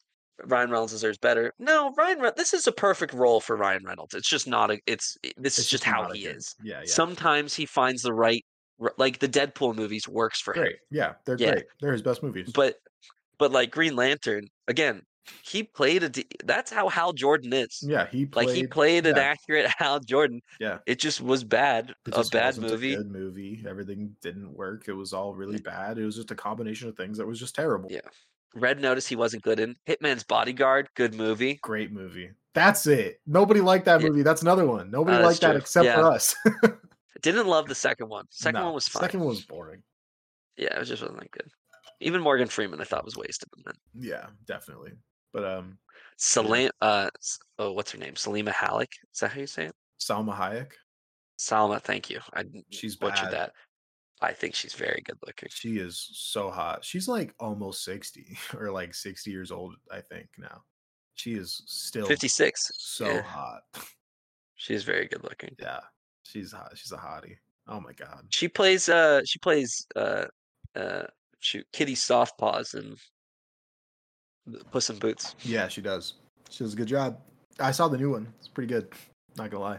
Speaker 1: Ryan Reynolds deserves better. No, Ryan. Re- this is a perfect role for Ryan Reynolds. It's just not a. It's i- this is
Speaker 2: It's
Speaker 1: just how
Speaker 2: not a
Speaker 1: he
Speaker 2: good-
Speaker 1: is.
Speaker 2: Yeah, yeah.
Speaker 1: Sometimes he finds the right, r- like the Deadpool movies works for him.
Speaker 2: great. Yeah, they're
Speaker 1: Yeah.
Speaker 2: great. They're his best movies.
Speaker 1: But but like Green Lantern again, He played a. De- that's how Hal Jordan is.
Speaker 2: Yeah, he played.
Speaker 1: Like he played an
Speaker 2: yeah.
Speaker 1: accurate Hal Jordan.
Speaker 2: Yeah.
Speaker 1: It just was bad.
Speaker 2: It
Speaker 1: A
Speaker 2: just
Speaker 1: bad
Speaker 2: wasn't
Speaker 1: movie.
Speaker 2: good movie. Everything didn't work. It was all really bad. It was just a combination of things that was just terrible.
Speaker 1: Yeah. Red Notice he wasn't good in. Hitman's Bodyguard, good movie.
Speaker 2: Great movie. That's it. Nobody liked that
Speaker 1: Yeah. Uh,
Speaker 2: movie. That's another one. Nobody
Speaker 1: that's
Speaker 2: liked that
Speaker 1: true.
Speaker 2: except
Speaker 1: Yeah.
Speaker 2: for us.
Speaker 1: Didn't love the second one. Second
Speaker 2: No,
Speaker 1: one was fine.
Speaker 2: Second one was boring.
Speaker 1: Yeah, it just wasn't that good. Even Morgan Freeman I thought was wasted in that.
Speaker 2: Yeah, definitely. But um,
Speaker 1: Salim uh S- oh what's her name? Salima Halleck. Is that how you say it?
Speaker 2: Salma Hayek,
Speaker 1: Salma, thank you. I n-
Speaker 2: She's
Speaker 1: butchered
Speaker 2: bad.
Speaker 1: that. I think she's very good looking.
Speaker 2: she is so hot. She's like almost sixty or like sixty years old, I think now. She is still
Speaker 1: Fifty six.
Speaker 2: so
Speaker 1: yeah.
Speaker 2: hot.
Speaker 1: She's very good looking.
Speaker 2: Yeah, she's hot. She's a hottie. Oh my god.
Speaker 1: She plays uh she plays uh uh shoot Kitty Softpaws and Puss in Boots.
Speaker 2: Yeah, she does. She does a good job. I saw the new one. It's pretty good. Not gonna lie,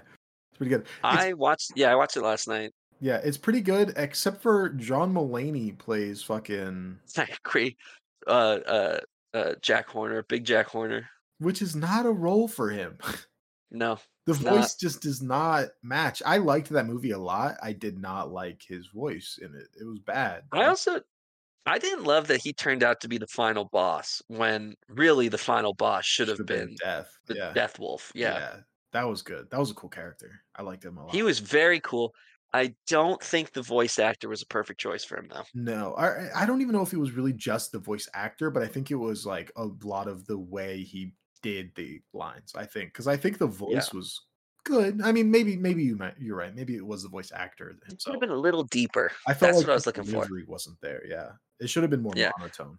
Speaker 2: it's pretty good. It's-
Speaker 1: I watched yeah, I watched it last night.
Speaker 2: yeah, it's pretty good except for John Mulaney plays fucking,
Speaker 1: I agree. Uh, uh, uh, Jack Horner, Big Jack Horner.
Speaker 2: which is not a role for him.
Speaker 1: No,
Speaker 2: The
Speaker 1: It's
Speaker 2: voice
Speaker 1: not-
Speaker 2: just does not match. I liked that movie a lot. I did not like his voice in it. It was bad.
Speaker 1: I also I didn't love that he turned out to be the final boss when really the final boss should have
Speaker 2: Should've
Speaker 1: been,
Speaker 2: death.
Speaker 1: the
Speaker 2: yeah.
Speaker 1: Death Wolf. Yeah.
Speaker 2: that was good. That was a cool character. I liked him a lot.
Speaker 1: he was very cool. I don't think the voice actor was a perfect choice for him though.
Speaker 2: No, I I- I don't even know if it was really just the voice actor, but I think it was like a lot of the way he did the lines. I think because I think the voice was good. I mean, maybe maybe you might you're right. Maybe it was the voice actor
Speaker 1: It should
Speaker 2: himself.
Speaker 1: have been a little deeper.
Speaker 2: I felt
Speaker 1: That's
Speaker 2: like
Speaker 1: what I was
Speaker 2: the
Speaker 1: looking for.
Speaker 2: delivery wasn't there. Yeah, it should have been more
Speaker 1: Yeah.
Speaker 2: monotone.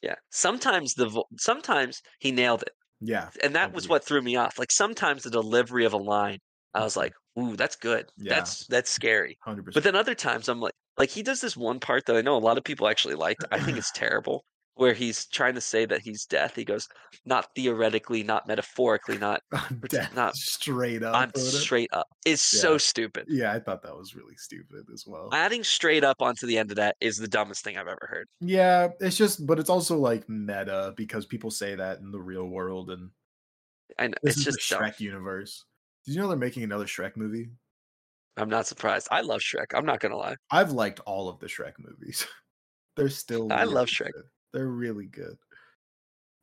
Speaker 1: Yeah. Sometimes the vo- sometimes he nailed it,
Speaker 2: Yeah,
Speaker 1: and that was
Speaker 2: Agreed.
Speaker 1: what threw me off. Like sometimes the delivery of a line, I was like, "Ooh, that's good.
Speaker 2: Yeah.
Speaker 1: That's that's scary."
Speaker 2: hundred
Speaker 1: But
Speaker 2: percent.
Speaker 1: then other times I'm like, like he does this one part that I know a lot of people actually liked. I think it's terrible, where he's trying to say that he's death. He goes, not theoretically, not metaphorically, not
Speaker 2: I'm
Speaker 1: it's
Speaker 2: dead
Speaker 1: not-
Speaker 2: straight up.
Speaker 1: I'm
Speaker 2: or whatever.
Speaker 1: straight up. It's so
Speaker 2: Yeah.
Speaker 1: stupid.
Speaker 2: yeah, I thought that was really stupid as well.
Speaker 1: Adding straight up onto the end of that is the dumbest thing I've ever heard.
Speaker 2: yeah, it's just, but it's also like meta because people say that in the real world, and
Speaker 1: And
Speaker 2: this
Speaker 1: it's
Speaker 2: is
Speaker 1: just
Speaker 2: the
Speaker 1: dumb.
Speaker 2: Shrek universe. Did you know they're making another Shrek movie?
Speaker 1: I'm not surprised. I love Shrek. I'm not gonna lie.
Speaker 2: I've liked all of the Shrek movies. they're still.
Speaker 1: I love
Speaker 2: really
Speaker 1: Shrek.
Speaker 2: good. They're really good.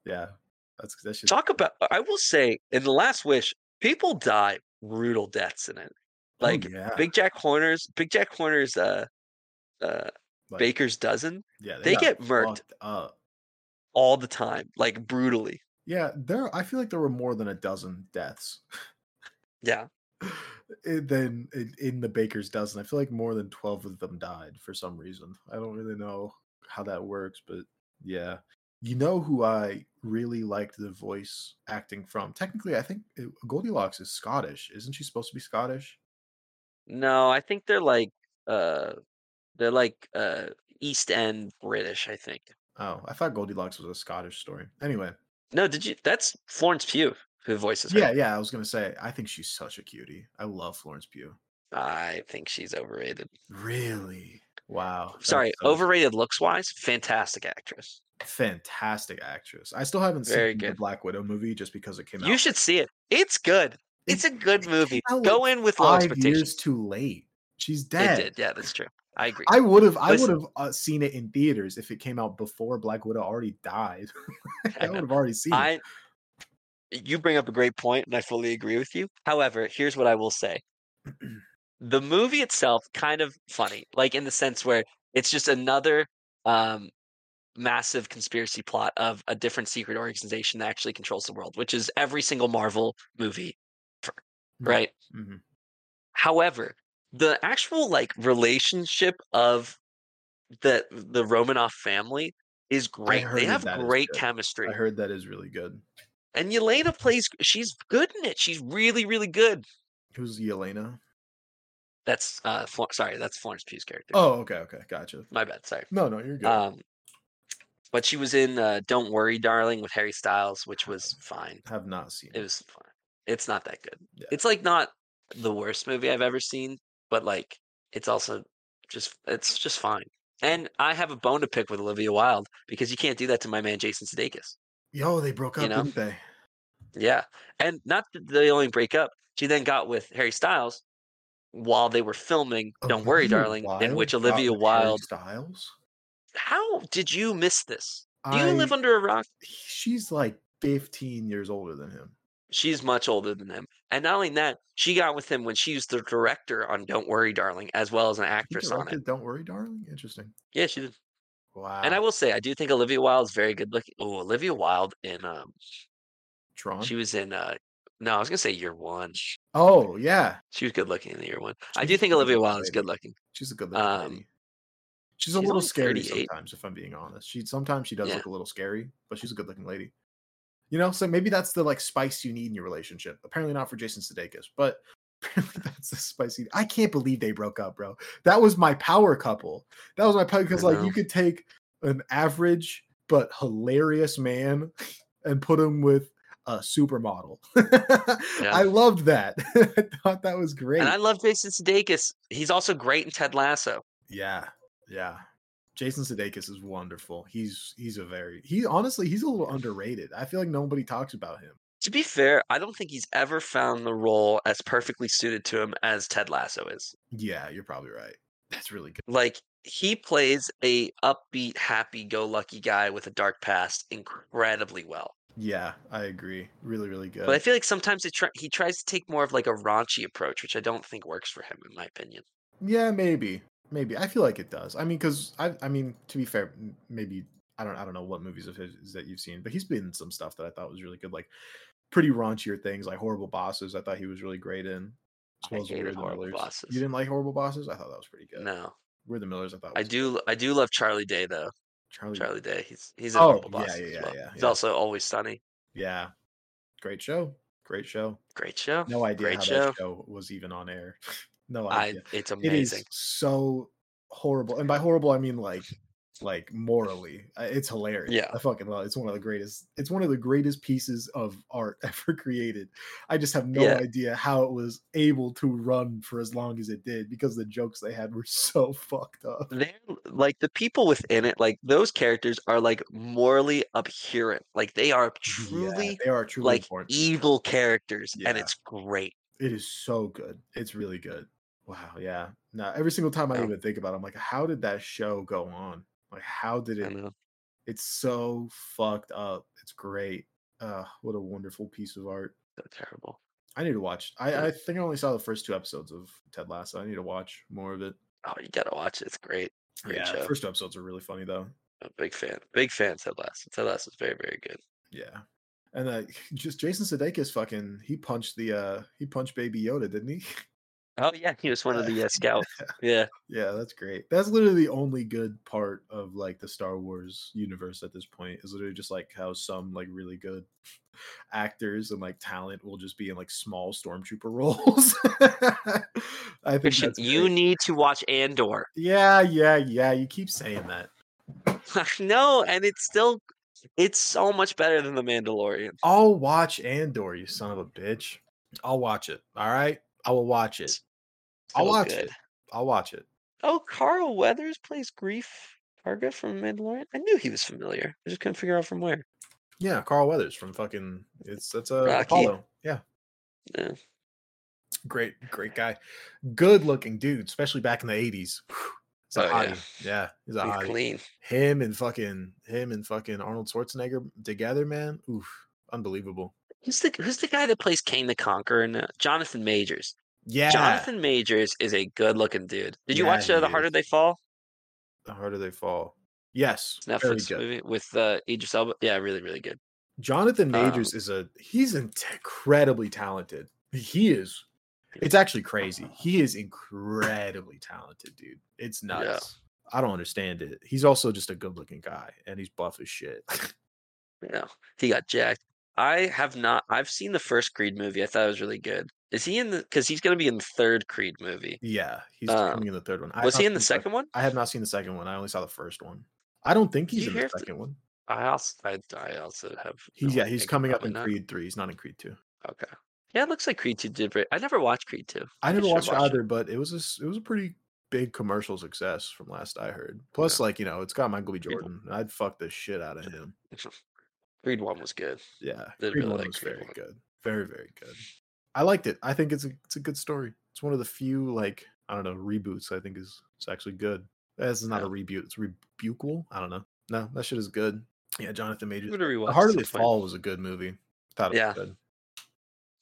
Speaker 2: Yeah, that's that's just
Speaker 1: Talk about. I will say in the Last Wish, people die brutal deaths in it.
Speaker 2: oh,
Speaker 1: Like
Speaker 2: yeah,
Speaker 1: Big Jack Horner's Big Jack Horner's uh uh
Speaker 2: like,
Speaker 1: Baker's dozen.
Speaker 2: Yeah,
Speaker 1: they
Speaker 2: got
Speaker 1: get murked.
Speaker 2: fucked Up.
Speaker 1: all the time, like brutally.
Speaker 2: Yeah, there. I feel like there were more than a dozen deaths
Speaker 1: Yeah.
Speaker 2: in- than in, in the baker's dozen. I feel like more than 12 of them died for some reason. I don't really know how that works, but yeah. You know who I really liked the voice acting from? Technically, I think it, Goldilocks is Scottish. Isn't she supposed to be Scottish?
Speaker 1: No, I think they're like uh they're like uh East End British, I think.
Speaker 2: Oh, I thought Goldilocks was a Scottish story. Anyway,
Speaker 1: No, did you that's Florence Pugh who voices her.
Speaker 2: yeah, yeah, I was going to say, I think she's such a cutie. I love Florence Pugh.
Speaker 1: I think she's overrated.
Speaker 2: Really? Wow. that's
Speaker 1: Sorry,
Speaker 2: so
Speaker 1: overrated looks wise, fantastic actress.
Speaker 2: fantastic actress. I still haven't
Speaker 1: Very
Speaker 2: seen the
Speaker 1: good.
Speaker 2: Black Widow movie just because it came out.
Speaker 1: You should see it. It's good. It's a good
Speaker 2: it
Speaker 1: movie.
Speaker 2: came out,
Speaker 1: Go
Speaker 2: like,
Speaker 1: in with low
Speaker 2: five years
Speaker 1: expectations.
Speaker 2: too late. She's
Speaker 1: It
Speaker 2: dead.
Speaker 1: did, yeah, that's true. I agree.
Speaker 2: I would have, I would
Speaker 1: Listen.
Speaker 2: have uh, seen it in theaters if it came out before Black Widow already died.
Speaker 1: I
Speaker 2: I
Speaker 1: know.
Speaker 2: would have already seen it.
Speaker 1: I you bring up a great point and I fully agree with you. However, here's what I will say. The movie itself kind of funny, like in the sense where it's just another um massive conspiracy plot of a different secret organization that actually controls the world, which is every single Marvel movie ever,
Speaker 2: Mhm.
Speaker 1: right?
Speaker 2: Mhm.
Speaker 1: However, the actual like relationship of the the Romanoff family is great.
Speaker 2: heard
Speaker 1: They
Speaker 2: that
Speaker 1: have
Speaker 2: that is
Speaker 1: great
Speaker 2: good.
Speaker 1: chemistry.
Speaker 2: I heard that is really good.
Speaker 1: And Yelena plays, she's good in it. She's really, really good.
Speaker 2: Who's Yelena?
Speaker 1: That's, uh, Flo- sorry, that's Florence Pugh's character.
Speaker 2: Oh, okay, okay, gotcha.
Speaker 1: My bad, sorry.
Speaker 2: No, no, you're good.
Speaker 1: Um, but she was in uh, Don't Worry, Darling with Harry Styles, which was fine.
Speaker 2: have not seen
Speaker 1: It was fine. It's not that good.
Speaker 2: Yeah.
Speaker 1: It's like not the worst movie I've ever seen, but like it's also just, it's just fine. And I have a bone to pick with Olivia Wilde because you can't do that to my man Jason Sudeikis.
Speaker 2: Yo, they broke up,
Speaker 1: You know?
Speaker 2: didn't they?
Speaker 1: Yeah. And not that they only break up. She then got with Harry Styles while they were filming Don't Worry,
Speaker 2: Olivia
Speaker 1: Darling, in
Speaker 2: Wilde
Speaker 1: which
Speaker 2: Oh, got
Speaker 1: Olivia
Speaker 2: with Harry
Speaker 1: Wilde.
Speaker 2: Styles.
Speaker 1: How did you miss this? Do you
Speaker 2: I-
Speaker 1: live under a rock?
Speaker 2: She's like 15 years older than him.
Speaker 1: She's much older than him. And not only that, she got with him when she was the director on Don't Worry, Darling, as well as an
Speaker 2: He
Speaker 1: actress on it.
Speaker 2: directed Don't worry, darling. Interesting.
Speaker 1: Yeah, she did.
Speaker 2: Wow.
Speaker 1: And I will say, I do think Olivia Wilde's very good looking. Oh, Olivia Wilde in, um,
Speaker 2: Tron.
Speaker 1: she was in, uh, no, I was going to say year one.
Speaker 2: oh yeah,
Speaker 1: She was good looking in the year one. I
Speaker 2: She's
Speaker 1: do
Speaker 2: a
Speaker 1: think
Speaker 2: good
Speaker 1: Olivia
Speaker 2: looking
Speaker 1: Wilde is
Speaker 2: lady.
Speaker 1: good looking.
Speaker 2: she's a good looking
Speaker 1: Um,
Speaker 2: lady. She's a
Speaker 1: she's
Speaker 2: little
Speaker 1: only
Speaker 2: scary
Speaker 1: 38.
Speaker 2: sometimes, if I'm being honest. She sometimes she does
Speaker 1: Yeah.
Speaker 2: look a little scary, but she's a good looking lady. You know, so maybe that's the like spice you need in your relationship. Apparently not for Jason Sudeikis, but apparently that's the spicy. I can't believe they broke up, bro. That was my power couple. That was my power because
Speaker 1: I
Speaker 2: like
Speaker 1: know.
Speaker 2: you could take an average but hilarious man and put him with a supermodel.
Speaker 1: Yeah.
Speaker 2: I loved that. I thought that was great.
Speaker 1: And I love Jason Sudeikis. He's also great in Ted Lasso.
Speaker 2: Yeah, yeah. Jason Sudeikis is wonderful. He's he's a very he honestly he's a little underrated. I feel like nobody talks about him.
Speaker 1: To be fair, I don't think he's ever found the role as perfectly suited to him as Ted Lasso is.
Speaker 2: Yeah, you're probably right. That's really good.
Speaker 1: Like he plays a upbeat, happy-go-lucky guy with a dark past incredibly well.
Speaker 2: Yeah, I agree. Really, really good.
Speaker 1: But I feel like sometimes it try- he tries to take more of like a raunchy approach, which I don't think works for him, in my opinion.
Speaker 2: yeah, maybe, maybe. I feel like it does. I mean, because I I mean to be fair, m- maybe I don't I don't know what movies of his that you've seen, but he's been in some stuff that I thought was really good, like pretty raunchier things, like Horrible Bosses. I thought he was really great in.
Speaker 1: I
Speaker 2: As well as
Speaker 1: hated
Speaker 2: We're the
Speaker 1: Horrible
Speaker 2: Millers.
Speaker 1: Bosses.
Speaker 2: You didn't like Horrible Bosses? I thought that was pretty good.
Speaker 1: No,
Speaker 2: We're the Millers. I thought
Speaker 1: I
Speaker 2: was good.
Speaker 1: do. I do love Charlie Day though.
Speaker 2: Charlie
Speaker 1: Charlie Day. He's he's a
Speaker 2: Oh,
Speaker 1: horrible
Speaker 2: yeah,
Speaker 1: boss.
Speaker 2: yeah,
Speaker 1: as
Speaker 2: yeah,
Speaker 1: well.
Speaker 2: yeah,
Speaker 1: He's
Speaker 2: yeah.
Speaker 1: also always sunny.
Speaker 2: Yeah. Great show. Great show.
Speaker 1: Great show.
Speaker 2: No idea
Speaker 1: Great
Speaker 2: how
Speaker 1: show.
Speaker 2: that show was even on air. no
Speaker 1: I,
Speaker 2: idea.
Speaker 1: it's
Speaker 2: it
Speaker 1: amazing.
Speaker 2: is so horrible. And by horrible I mean like like morally. Uh, It's hilarious.
Speaker 1: Yeah.
Speaker 2: I fucking love it. It's one of the greatest it's one of the greatest pieces of art ever created. I just have no
Speaker 1: Yeah.
Speaker 2: idea how it was able to run for as long as it did because the jokes they had were so fucked up.
Speaker 1: they're like the people within it like those characters are like morally abhorrent like they are
Speaker 2: Yeah,
Speaker 1: truly
Speaker 2: they are truly
Speaker 1: like
Speaker 2: important.
Speaker 1: evil characters and
Speaker 2: Yeah.
Speaker 1: it's great
Speaker 2: It is so good. It's really good. Wow. Yeah. No, every single time I
Speaker 1: Yeah.
Speaker 2: even think about it, I'm like, how did that show go on? Like, how did
Speaker 1: I
Speaker 2: it?
Speaker 1: know.
Speaker 2: It's so fucked up. It's great. Uh, what a wonderful piece of art.
Speaker 1: so terrible
Speaker 2: I need to watch.
Speaker 1: Yeah.
Speaker 2: I, I think I only saw the first two episodes of Ted Lasso. I need to watch more of it.
Speaker 1: oh you gotta watch it. it's great Great
Speaker 2: yeah.
Speaker 1: show.
Speaker 2: The first two episodes are really funny, though.
Speaker 1: I'm a big fan big fan ted lasso ted lasso is very very good
Speaker 2: Yeah. And uh, just Jason Sudeikis, fucking, he punched the, uh, he punched Baby Yoda, didn't he?
Speaker 1: oh yeah he was one of
Speaker 2: Yeah.
Speaker 1: the uh, scouts yeah
Speaker 2: Yeah, that's great. That's literally the only good part of like the Star Wars universe at this point is literally just like how some like really good actors and like talent will just be in like small stormtrooper roles. I think
Speaker 1: Christian,
Speaker 2: that's
Speaker 1: you
Speaker 2: great.
Speaker 1: need to watch andor
Speaker 2: Yeah, yeah, yeah. You keep saying that.
Speaker 1: no and it's still it's so much better than the mandalorian
Speaker 2: I'll watch Andor, you son of a bitch. I'll watch it. All right. I will watch it. I'll
Speaker 1: So
Speaker 2: watch
Speaker 1: good.
Speaker 2: it. I'll watch it.
Speaker 1: Oh, Carl Weathers plays Grief Karga from Mandalorian. I knew he was familiar. I just couldn't figure out from where.
Speaker 2: Yeah, Carl Weathers from fucking it's that's a
Speaker 1: Rocky.
Speaker 2: Apollo. Yeah.
Speaker 1: Yeah.
Speaker 2: Great, great guy. Good looking dude, especially back in the eighties. He's a
Speaker 1: Oh, yeah.
Speaker 2: hottie. Yeah. he's a
Speaker 1: He's
Speaker 2: hottie.
Speaker 1: clean.
Speaker 2: Him and fucking him and fucking Arnold Schwarzenegger together, man. Oof, unbelievable.
Speaker 1: Who's the Who's the guy that plays Kane the Conqueror? Now? Jonathan Majors.
Speaker 2: Yeah,
Speaker 1: Jonathan Majors is a good looking dude. Did you
Speaker 2: Yeah,
Speaker 1: watch uh,
Speaker 2: he
Speaker 1: The Harder They Fall?
Speaker 2: the harder they fall. Yes,
Speaker 1: It's a
Speaker 2: very
Speaker 1: Netflix
Speaker 2: good.
Speaker 1: movie with uh, Idris Elba. Yeah, really, really good.
Speaker 2: Jonathan Majors is a he's int- incredibly talented. He is. It's actually crazy. He is incredibly talented, dude. It's nuts. I don't understand it. He's also just a good-looking guy, and he's buff as shit.
Speaker 1: Yeah, he got jacked. I have not. I've seen the first Creed movie. I thought it was really good. Is he in the? Because he's going to be in the third Creed movie.
Speaker 2: yeah, he's
Speaker 1: Um,
Speaker 2: coming in the third one. I have
Speaker 1: Was
Speaker 2: not
Speaker 1: he in the
Speaker 2: seen fir-
Speaker 1: second one?
Speaker 2: I have not seen the second one. I only saw the first one. I don't think
Speaker 1: Did
Speaker 2: he's
Speaker 1: you
Speaker 2: in the
Speaker 1: hear if the-
Speaker 2: second one.
Speaker 1: I also, I, I also have.
Speaker 2: He's
Speaker 1: no
Speaker 2: yeah, he's
Speaker 1: idea,
Speaker 2: coming up
Speaker 1: probably
Speaker 2: in
Speaker 1: not.
Speaker 2: Creed three. He's not in Creed two.
Speaker 1: Okay. Yeah, it looks like Creed 2 did pretty. I never watched Creed 2.
Speaker 2: I never
Speaker 1: should
Speaker 2: watched it
Speaker 1: watch it.
Speaker 2: either, but it was a, s- it was a pretty big commercial success from last I heard. Plus, like you know, it's got Michael B. Jordan. and I'd fuck the shit out of him.
Speaker 1: Creed one was good.
Speaker 2: Yeah,
Speaker 1: Did
Speaker 2: Creed
Speaker 1: really
Speaker 2: one
Speaker 1: like
Speaker 2: was
Speaker 1: Creed
Speaker 2: very
Speaker 1: one.
Speaker 2: good, very very good. I liked it. I think it's a it's a good story. It's one of the few like I don't know reboots I think is it's actually good. Eh, This is not a
Speaker 1: Yeah.
Speaker 2: reboot. It's rebuqual. I don't know. No, that shit is good. Yeah, Jonathan
Speaker 1: I'm
Speaker 2: Majors.
Speaker 1: gonna rewatch.
Speaker 2: The
Speaker 1: it
Speaker 2: Heart of the
Speaker 1: sometime.
Speaker 2: Fall was a good movie. Thought it
Speaker 1: Yeah.
Speaker 2: was good.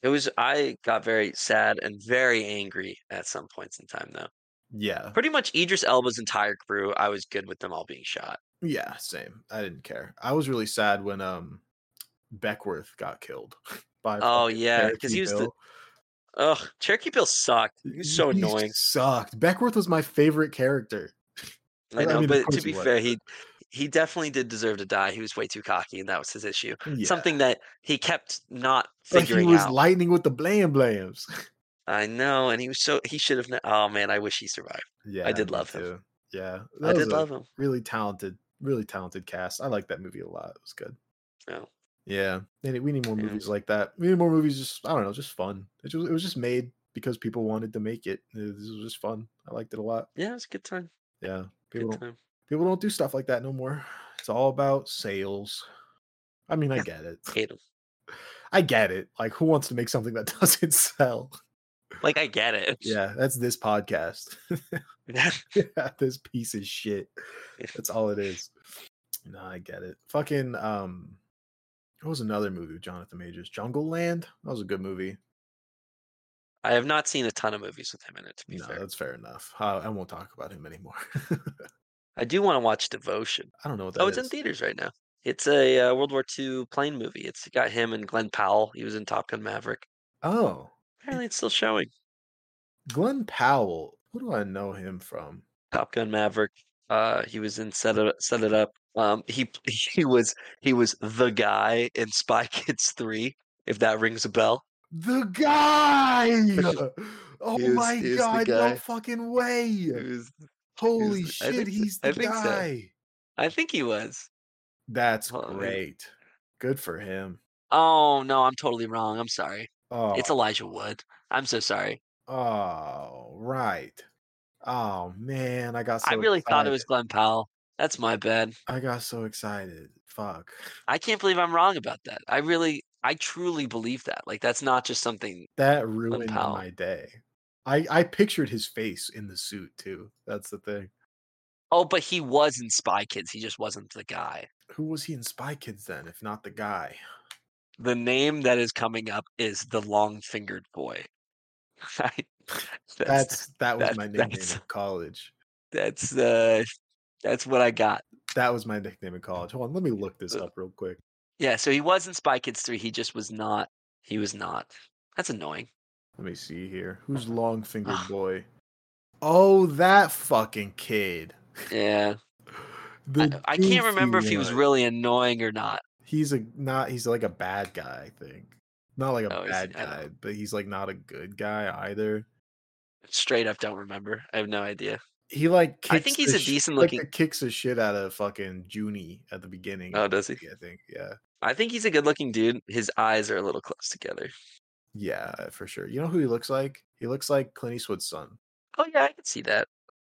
Speaker 1: It was. I got very sad and very angry at some points in time though.
Speaker 2: Yeah,
Speaker 1: Pretty much Idris Elba's entire crew. I was good with them all being shot.
Speaker 2: yeah, same. I didn't care. I was really sad when um Beckworth got killed by.
Speaker 1: Oh,
Speaker 2: fucking
Speaker 1: yeah, 'cause he
Speaker 2: Cherokee
Speaker 1: was the-
Speaker 2: Bill.
Speaker 1: Ugh, Cherokee Bill sucked. He was so
Speaker 2: He
Speaker 1: annoying.
Speaker 2: Sucked. Beckworth was my favorite character.
Speaker 1: I
Speaker 2: I
Speaker 1: know,
Speaker 2: mean, of
Speaker 1: but to
Speaker 2: course
Speaker 1: be
Speaker 2: he was.
Speaker 1: fair, he he definitely did deserve to die. He was way too cocky, and that was his issue.
Speaker 2: Yeah.
Speaker 1: Something that he kept not
Speaker 2: Like, he
Speaker 1: figuring
Speaker 2: was
Speaker 1: out.
Speaker 2: lightning with the blam blams.
Speaker 1: I know, and he was so he should have. kn- Oh man, I wish he survived.
Speaker 2: Yeah,
Speaker 1: did
Speaker 2: me
Speaker 1: love him.
Speaker 2: too. Yeah,
Speaker 1: I
Speaker 2: that was
Speaker 1: did
Speaker 2: a
Speaker 1: love him.
Speaker 2: Really talented, really talented cast. I like that movie a lot. It was good.
Speaker 1: Yeah.
Speaker 2: Yeah, they need- we need more
Speaker 1: Oh. Yeah.
Speaker 2: movies like that. We need more movies. Just I don't know, just fun. It just, it was just made because people wanted to make it. It- This was just fun. I liked it a lot.
Speaker 1: Yeah, it was a good time.
Speaker 2: Yeah, people
Speaker 1: Good
Speaker 2: don't,
Speaker 1: time.
Speaker 2: people don't do stuff like that no more. It's all about sales. I mean, I
Speaker 1: Yeah.
Speaker 2: get it.
Speaker 1: Hate him.
Speaker 2: I get it. Like, who wants to make something that doesn't sell?
Speaker 1: Like I get it.
Speaker 2: Yeah, that's this podcast. this piece of shit. That's all it is. No, I get it. Fucking um what was another movie with Jonathan Majors? Jungle Land? That was a good movie.
Speaker 1: I have not seen a ton of movies with him in it. To be
Speaker 2: No,
Speaker 1: fair,
Speaker 2: that's fair enough. Uh, I won't talk about him anymore.
Speaker 1: I do want to watch Devotion.
Speaker 2: I don't know what that
Speaker 1: Oh, it's in
Speaker 2: is.
Speaker 1: theaters right now. It's a uh, World War II plane movie. It's got him and Glenn Powell. He was in Top Gun Maverick.
Speaker 2: oh,
Speaker 1: Apparently, it's still showing.
Speaker 2: Glenn Powell. Who do I know him from?
Speaker 1: Top Gun Maverick. Uh, he was in Set It Set It Up. Um, he he was he was the guy in Spy Kids Three. If that rings a bell,
Speaker 2: The guy. Oh
Speaker 1: He was-
Speaker 2: my
Speaker 1: he was the
Speaker 2: god,
Speaker 1: guy.
Speaker 2: no fucking way.
Speaker 1: the-
Speaker 2: Holy
Speaker 1: I
Speaker 2: shit,
Speaker 1: think so-
Speaker 2: he's
Speaker 1: I
Speaker 2: the
Speaker 1: think so.
Speaker 2: guy.
Speaker 1: I think he was.
Speaker 2: That's
Speaker 1: Hold on, wait a minute.
Speaker 2: great. Good for him.
Speaker 1: Oh no, I'm totally wrong. I'm sorry.
Speaker 2: Oh,
Speaker 1: It's Elijah Wood. I'm so sorry.
Speaker 2: Oh, right. Oh man, I got so
Speaker 1: I really thought it was
Speaker 2: excited.
Speaker 1: Glenn Powell. That's my bad.
Speaker 2: I got so excited. Fuck.
Speaker 1: I can't believe I'm wrong about that. I really, I truly believe that. Like that's not just something.
Speaker 2: That ruined
Speaker 1: Powell.
Speaker 2: my day. I I pictured his face in the suit too. That's the thing.
Speaker 1: Oh, but he was in Spy Kids. He just wasn't the guy.
Speaker 2: Who was he in Spy Kids then, if not the guy?
Speaker 1: the name that is coming up is the long fingered boy. I, that's
Speaker 2: That's that was
Speaker 1: that-
Speaker 2: my nickname
Speaker 1: that's-
Speaker 2: in college.
Speaker 1: that's uh that's what I got.
Speaker 2: That was my nickname in college. Hold on, let me look this
Speaker 1: Uh,
Speaker 2: up real quick.
Speaker 1: Yeah, so he was in Spy Kids 3, he just was not he was not. That's annoying.
Speaker 2: Let me see here. Who's long fingered boy? Oh, that fucking kid.
Speaker 1: Yeah. I,
Speaker 2: The
Speaker 1: I can't remember if
Speaker 2: goofy
Speaker 1: he was
Speaker 2: one.
Speaker 1: really annoying or not.
Speaker 2: he's a not he's like a bad guy i think not like a
Speaker 1: Oh, is he?
Speaker 2: bad
Speaker 1: I don't
Speaker 2: guy but he's like not a good guy either
Speaker 1: Straight up don't remember. I have no idea.
Speaker 2: he like kicks
Speaker 1: I think he's
Speaker 2: the
Speaker 1: a
Speaker 2: sh-
Speaker 1: decent
Speaker 2: like, the
Speaker 1: looking-
Speaker 2: kicks the shit out of fucking junie at the beginning
Speaker 1: Oh,
Speaker 2: of the
Speaker 1: does he?
Speaker 2: movie, i think yeah
Speaker 1: I think he's a good looking dude. His eyes are a little close together.
Speaker 2: yeah for sure you know who he looks like he looks like clint eastwood's son
Speaker 1: Oh yeah, I can see that.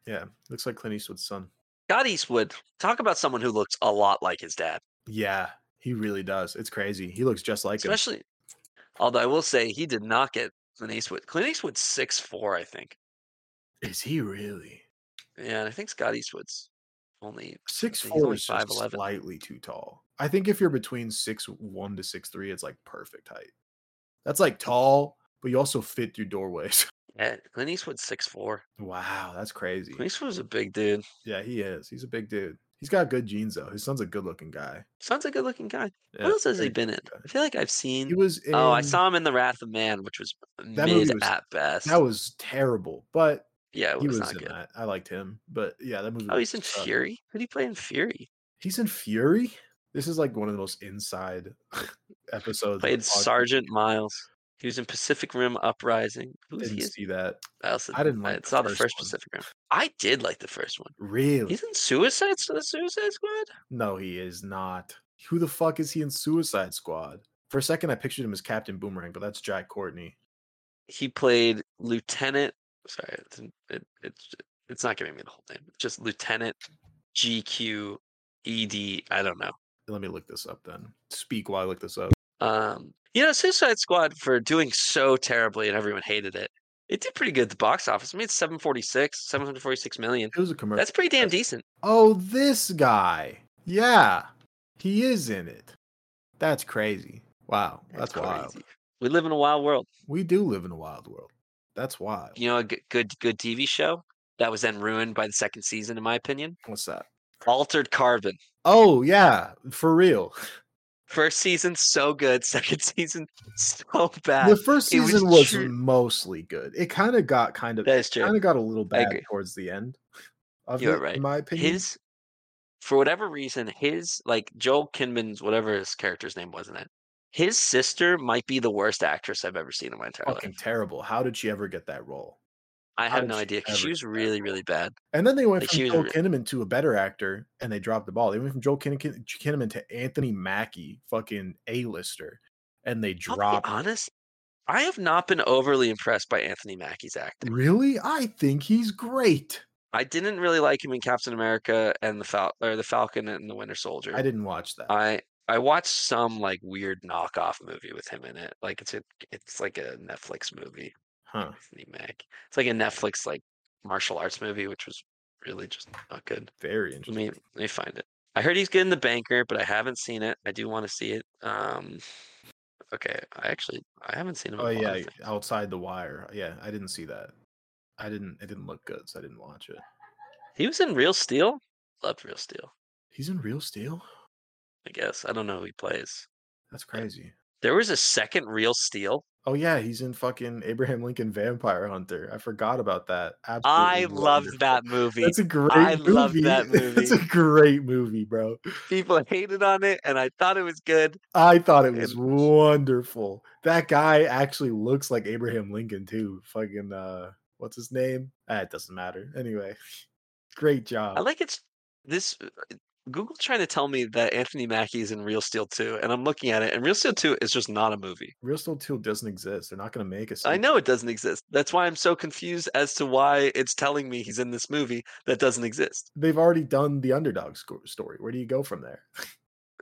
Speaker 2: yeah looks like clint eastwood's son
Speaker 1: God Eastwood. Talk about someone who looks a lot like his dad.
Speaker 2: yeah he really does it's crazy he looks just like him
Speaker 1: especially. Although I will say he did not get Clint Eastwood. Clint Eastwood's six four, I think.
Speaker 2: is he really
Speaker 1: Yeah, and I think Scott Eastwood's only.
Speaker 2: six
Speaker 1: he's only
Speaker 2: four is just
Speaker 1: 5'11".
Speaker 2: slightly too tall. I think if you're between six one to six three, it's like perfect height. That's like tall, but you also fit through doorways.
Speaker 1: Yeah, Clint Eastwood's six four.
Speaker 2: wow, that's crazy.
Speaker 1: Clint Eastwood's a big dude.
Speaker 2: Yeah, he is. He's a big dude. He's got good genes though. His son's a good looking guy.
Speaker 1: Sounds a good looking guy.
Speaker 2: Yeah,
Speaker 1: what else has he
Speaker 2: very
Speaker 1: been in?
Speaker 2: good
Speaker 1: I feel like I've
Speaker 2: guy. He
Speaker 1: seen.
Speaker 2: was in,
Speaker 1: Oh, I saw him in The Wrath of Man, which was
Speaker 2: movie
Speaker 1: mid
Speaker 2: was-
Speaker 1: at best.
Speaker 2: that was terrible, but
Speaker 1: yeah, it was,
Speaker 2: he was
Speaker 1: not
Speaker 2: in
Speaker 1: good.
Speaker 2: that. I liked him, but yeah, that movie.
Speaker 1: Oh, he's in
Speaker 2: sucked.
Speaker 1: Fury. Who do you play in Fury?
Speaker 2: He's in Fury. This is like one of the most inside episodes. of
Speaker 1: Played
Speaker 2: the podcast.
Speaker 1: Sergeant Miles. He was in Pacific Rim Uprising. Who was
Speaker 2: Didn't
Speaker 1: he? in?
Speaker 2: see that.
Speaker 1: I also
Speaker 2: I didn't like
Speaker 1: I
Speaker 2: the
Speaker 1: saw the
Speaker 2: first
Speaker 1: first
Speaker 2: one.
Speaker 1: Pacific Rim. I did like the first one.
Speaker 2: Really?
Speaker 1: He's in Suicide S- the Suicide Squad.
Speaker 2: No, he is not. Who the fuck is he in Suicide Squad? For a second, I pictured him as Captain Boomerang, but that's Jack Courtney.
Speaker 1: He played Lieutenant. Sorry, it's, n- it, it's it's not giving me the whole name. It's just Lieutenant GQ ED. E I don't know.
Speaker 2: Let me look this up then. Speak while I look this up.
Speaker 1: Um, you know, Suicide Squad for doing so terribly and everyone hated it. It did pretty good at the box office. I mean, it's 746, 746 million.
Speaker 2: It was a commercial.
Speaker 1: That's pretty damn
Speaker 2: That's-
Speaker 1: decent.
Speaker 2: Oh, this guy. Yeah, he is in it. That's crazy. Wow, that's, wild.
Speaker 1: crazy. We live in a wild world.
Speaker 2: We do live in a wild world. That's wild.
Speaker 1: You know, a g- good good TV show that was then ruined by the second season, in my opinion.
Speaker 2: What's that?
Speaker 1: Altered Carbon.
Speaker 2: Oh yeah, for real.
Speaker 1: First season so good, second season so
Speaker 2: the
Speaker 1: bad.
Speaker 2: first
Speaker 1: it was
Speaker 2: season was,
Speaker 1: true-
Speaker 2: mostly good. It kind of got kind of
Speaker 1: That is true.
Speaker 2: kind of got a little bad
Speaker 1: agree.
Speaker 2: towards the end. Of
Speaker 1: You are
Speaker 2: it,
Speaker 1: right.
Speaker 2: In my opinion,
Speaker 1: his for whatever reason his like joel kinman's whatever his character's name was in it his sister might be the worst actress i've ever seen in my entire
Speaker 2: fucking
Speaker 1: life
Speaker 2: terrible. How did she ever get that role?
Speaker 1: i
Speaker 2: how
Speaker 1: have
Speaker 2: did
Speaker 1: no
Speaker 2: she
Speaker 1: idea 'cause
Speaker 2: ever
Speaker 1: she was
Speaker 2: get that
Speaker 1: really really bad
Speaker 2: And then they went
Speaker 1: Like,
Speaker 2: from
Speaker 1: she was
Speaker 2: Joel
Speaker 1: re-
Speaker 2: Kinnaman to a better actor, and they dropped the ball. They went from Joel Kin- Kin- Kinnaman to Anthony Mackie, fucking A-lister, and they
Speaker 1: i'll be
Speaker 2: dropped.
Speaker 1: honest i have not been overly impressed by anthony mackie's acting
Speaker 2: Really, I think he's great.
Speaker 1: i didn't really like him in captain america and the Fal- or the falcon and the winter soldier
Speaker 2: I didn't watch that.
Speaker 1: i i watched some like weird knockoff movie with him in it like it's a it's like a netflix movie
Speaker 2: huh?
Speaker 1: Anthony Mack. It's like a Netflix like martial arts movie, which was really just not good.
Speaker 2: Very
Speaker 1: Let
Speaker 2: interesting.
Speaker 1: me let me find it. I heard he's good in The Banker, but I haven't seen it. I do want to see it. Um, okay, I actually I haven't seen him. in
Speaker 2: oh
Speaker 1: a lot of
Speaker 2: yeah,
Speaker 1: things.
Speaker 2: outside the wire. Yeah, I didn't see that. I didn't. It didn't look good, so I didn't watch it.
Speaker 1: he was in Real Steel. Loved Real Steel.
Speaker 2: He's in Real Steel.
Speaker 1: I guess I don't know who he plays.
Speaker 2: That's crazy.
Speaker 1: There was a second Real Steel.
Speaker 2: Oh yeah, he's in fucking Abraham Lincoln Vampire Hunter. I forgot about that. Absolutely
Speaker 1: I
Speaker 2: wonderful.
Speaker 1: loved that movie.
Speaker 2: That's a great
Speaker 1: I
Speaker 2: movie.
Speaker 1: love that
Speaker 2: That's a
Speaker 1: movie.
Speaker 2: great movie, bro.
Speaker 1: People hated on it, and I thought it was good.
Speaker 2: I thought it was
Speaker 1: It-
Speaker 2: wonderful. That guy actually looks like Abraham Lincoln too. Fucking uh what's his name? Ah, it doesn't matter. Anyway. Great job.
Speaker 1: I like it's this Google trying to tell me that Anthony Mackie is in Real Steel 2 and I'm looking at it and Real Steel 2 is just not a movie.
Speaker 2: Real Steel 2 doesn't exist. They're not gonna make a
Speaker 1: I
Speaker 2: sequel.
Speaker 1: know it doesn't exist. That's why I'm so confused as to why it's telling me he's in this movie that doesn't exist.
Speaker 2: They've already done the underdog sco- story. Where do you go from there?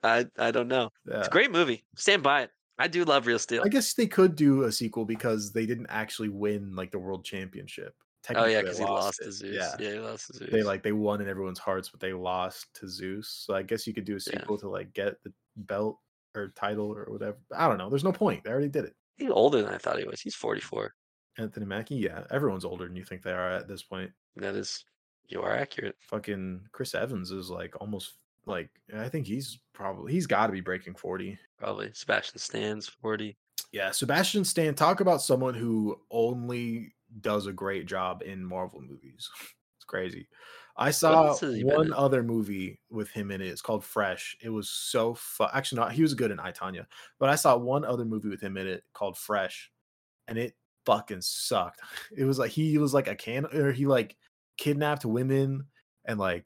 Speaker 1: I I don't know.
Speaker 2: Yeah.
Speaker 1: It's a great movie. Stand by it. I do love Real Steel.
Speaker 2: I guess they could do a sequel because they didn't actually win like the world championship.
Speaker 1: Oh yeah,
Speaker 2: Technically, they
Speaker 1: because he lost
Speaker 2: it.
Speaker 1: to Zeus.
Speaker 2: Yeah.
Speaker 1: Yeah. he lost to Zeus.
Speaker 2: they like they won in everyone's hearts, but they lost to Zeus. So I guess you could do a
Speaker 1: Yeah.
Speaker 2: sequel to like get the belt or title or whatever. I don't know. There's no point. They already did it.
Speaker 1: he's older than I thought he was. He's 44.
Speaker 2: Anthony Mackie, yeah, everyone's older than you think they are at this point.
Speaker 1: That is you are accurate.
Speaker 2: Fucking Chris Evans is like almost like I think he's probably he's got to be breaking forty.
Speaker 1: Probably Sebastian Stan's 40.
Speaker 2: Yeah, Sebastian Stan, talk about someone who only does a great job in Marvel movies. It's crazy. I saw
Speaker 1: else has he been
Speaker 2: one
Speaker 1: in?
Speaker 2: other movie with him in it. It's called Fresh. It was so fu- actually not. He was good in I Tonya, but I saw one other movie with him in it called Fresh, and it fucking sucked. It was like he was like a can or he like kidnapped women and like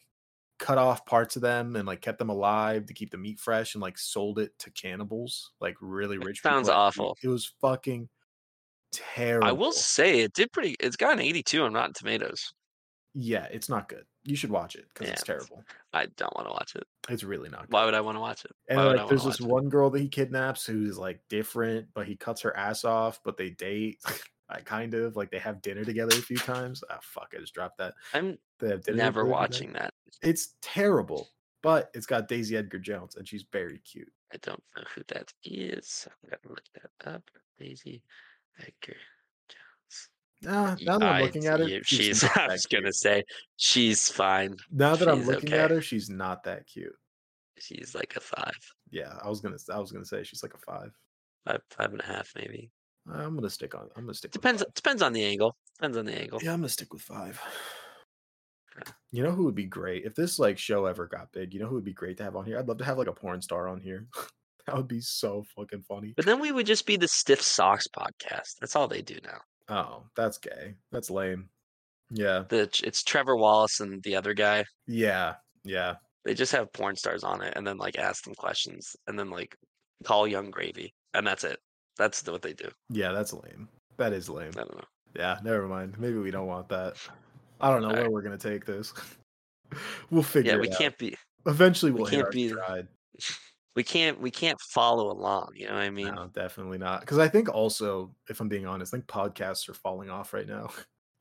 Speaker 2: cut off parts of them and like kept them alive to keep the meat fresh and like sold it to cannibals, like really
Speaker 1: That
Speaker 2: rich.
Speaker 1: sounds
Speaker 2: people. It-
Speaker 1: awful.
Speaker 2: It was fucking terrible.
Speaker 1: I will say it did pretty it's got an 82 on Rotten Tomatoes.
Speaker 2: yeah, it's not good. You should watch it because
Speaker 1: Yeah,
Speaker 2: it's
Speaker 1: it's-
Speaker 2: terrible.
Speaker 1: I don't want to watch it.
Speaker 2: It's really not good.
Speaker 1: Why would I want to watch it?
Speaker 2: and
Speaker 1: Why would I
Speaker 2: like, there's
Speaker 1: wanna
Speaker 2: this
Speaker 1: watch it?
Speaker 2: one girl that he kidnaps who's like different, but he cuts her ass off. But they date, like kind of like they have dinner together a few times. Ah, fuck! I just dropped that.
Speaker 1: I'm
Speaker 2: They have dinner
Speaker 1: never
Speaker 2: together.
Speaker 1: watching that.
Speaker 2: It's terrible, but it's got Daisy Edgar Jones, and she's very cute.
Speaker 1: I don't know who that is. I'm gonna look that up. Daisy Edgar Jones.
Speaker 2: Nah, now that I'm
Speaker 1: I-
Speaker 2: looking at her,
Speaker 1: yeah,
Speaker 2: she's.
Speaker 1: she's.
Speaker 2: not
Speaker 1: I
Speaker 2: that
Speaker 1: was gonna
Speaker 2: cute.
Speaker 1: say she's fine.
Speaker 2: Now that I'm
Speaker 1: she's
Speaker 2: looking at
Speaker 1: okay.
Speaker 2: her, she's not that cute.
Speaker 1: She's like a five,
Speaker 2: Yeah, I was gonna. I was gonna say she's like a five.
Speaker 1: five, five and a half maybe.
Speaker 2: I'm gonna stick on. I'm gonna stick. with
Speaker 1: Depends.
Speaker 2: five.
Speaker 1: Depends on the angle. Depends on the angle.
Speaker 2: Yeah, I'm gonna stick with five.
Speaker 1: Okay.
Speaker 2: You know who would be great if this like show ever got big? You know who would be great to have on here? I'd love to have like a porn star on here. that would be so fucking funny.
Speaker 1: But then we would just be the stiff socks podcast. That's all they do now.
Speaker 2: Oh, that's gay. That's lame. Yeah,
Speaker 1: The it's Trevor Wallace and the other guy.
Speaker 2: yeah, yeah.
Speaker 1: they just have porn stars on it and then like ask them questions and then like call young gravy and that's it that's what they do
Speaker 2: Yeah, that's lame. That is lame.
Speaker 1: i don't know
Speaker 2: Yeah, never mind. Maybe we don't want that. I don't know
Speaker 1: All
Speaker 2: where
Speaker 1: right.
Speaker 2: we're gonna take this. we'll figure
Speaker 1: yeah
Speaker 2: it
Speaker 1: we
Speaker 2: out.
Speaker 1: can't be
Speaker 2: Eventually
Speaker 1: we
Speaker 2: we'll hit
Speaker 1: can't
Speaker 2: our
Speaker 1: be-
Speaker 2: stride.
Speaker 1: we can't we can't follow along. You know what I mean?
Speaker 2: No, definitely not. Because I think also, if I'm being honest, I think podcasts are falling off right now.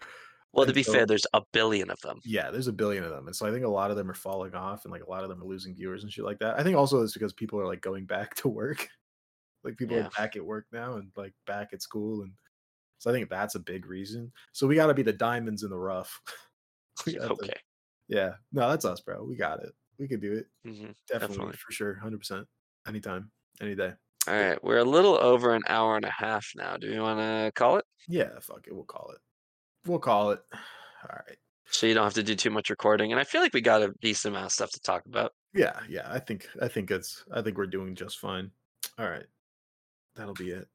Speaker 1: Well, to
Speaker 2: I
Speaker 1: be fair,
Speaker 2: don't-
Speaker 1: there's a billion of them.
Speaker 2: yeah, there's a billion of them, and so I think a lot of them are falling off, and like a lot of them are losing viewers and shit like that. I think also it's because people are like going back to work, like people
Speaker 1: Yeah.
Speaker 2: are back at work now and like back at school, and so I think that's a big reason. So we got to be the diamonds in the rough. We gotta-
Speaker 1: okay.
Speaker 2: Yeah. No, that's us, bro. We got it. We could do it.
Speaker 1: Mhm.
Speaker 2: Definitely,
Speaker 1: Definitely.
Speaker 2: for sure, hundred percent, anytime, any day.
Speaker 1: All right, we're a little over an hour and a half now. Do you want to call it?
Speaker 2: Yeah, fuck it. We'll call it. We'll call it. All right.
Speaker 1: So you don't have to do too much recording, and I feel like we got a decent amount of stuff to talk about.
Speaker 2: Yeah, yeah. I think I think it's I think we're doing just fine. All right. That'll be it.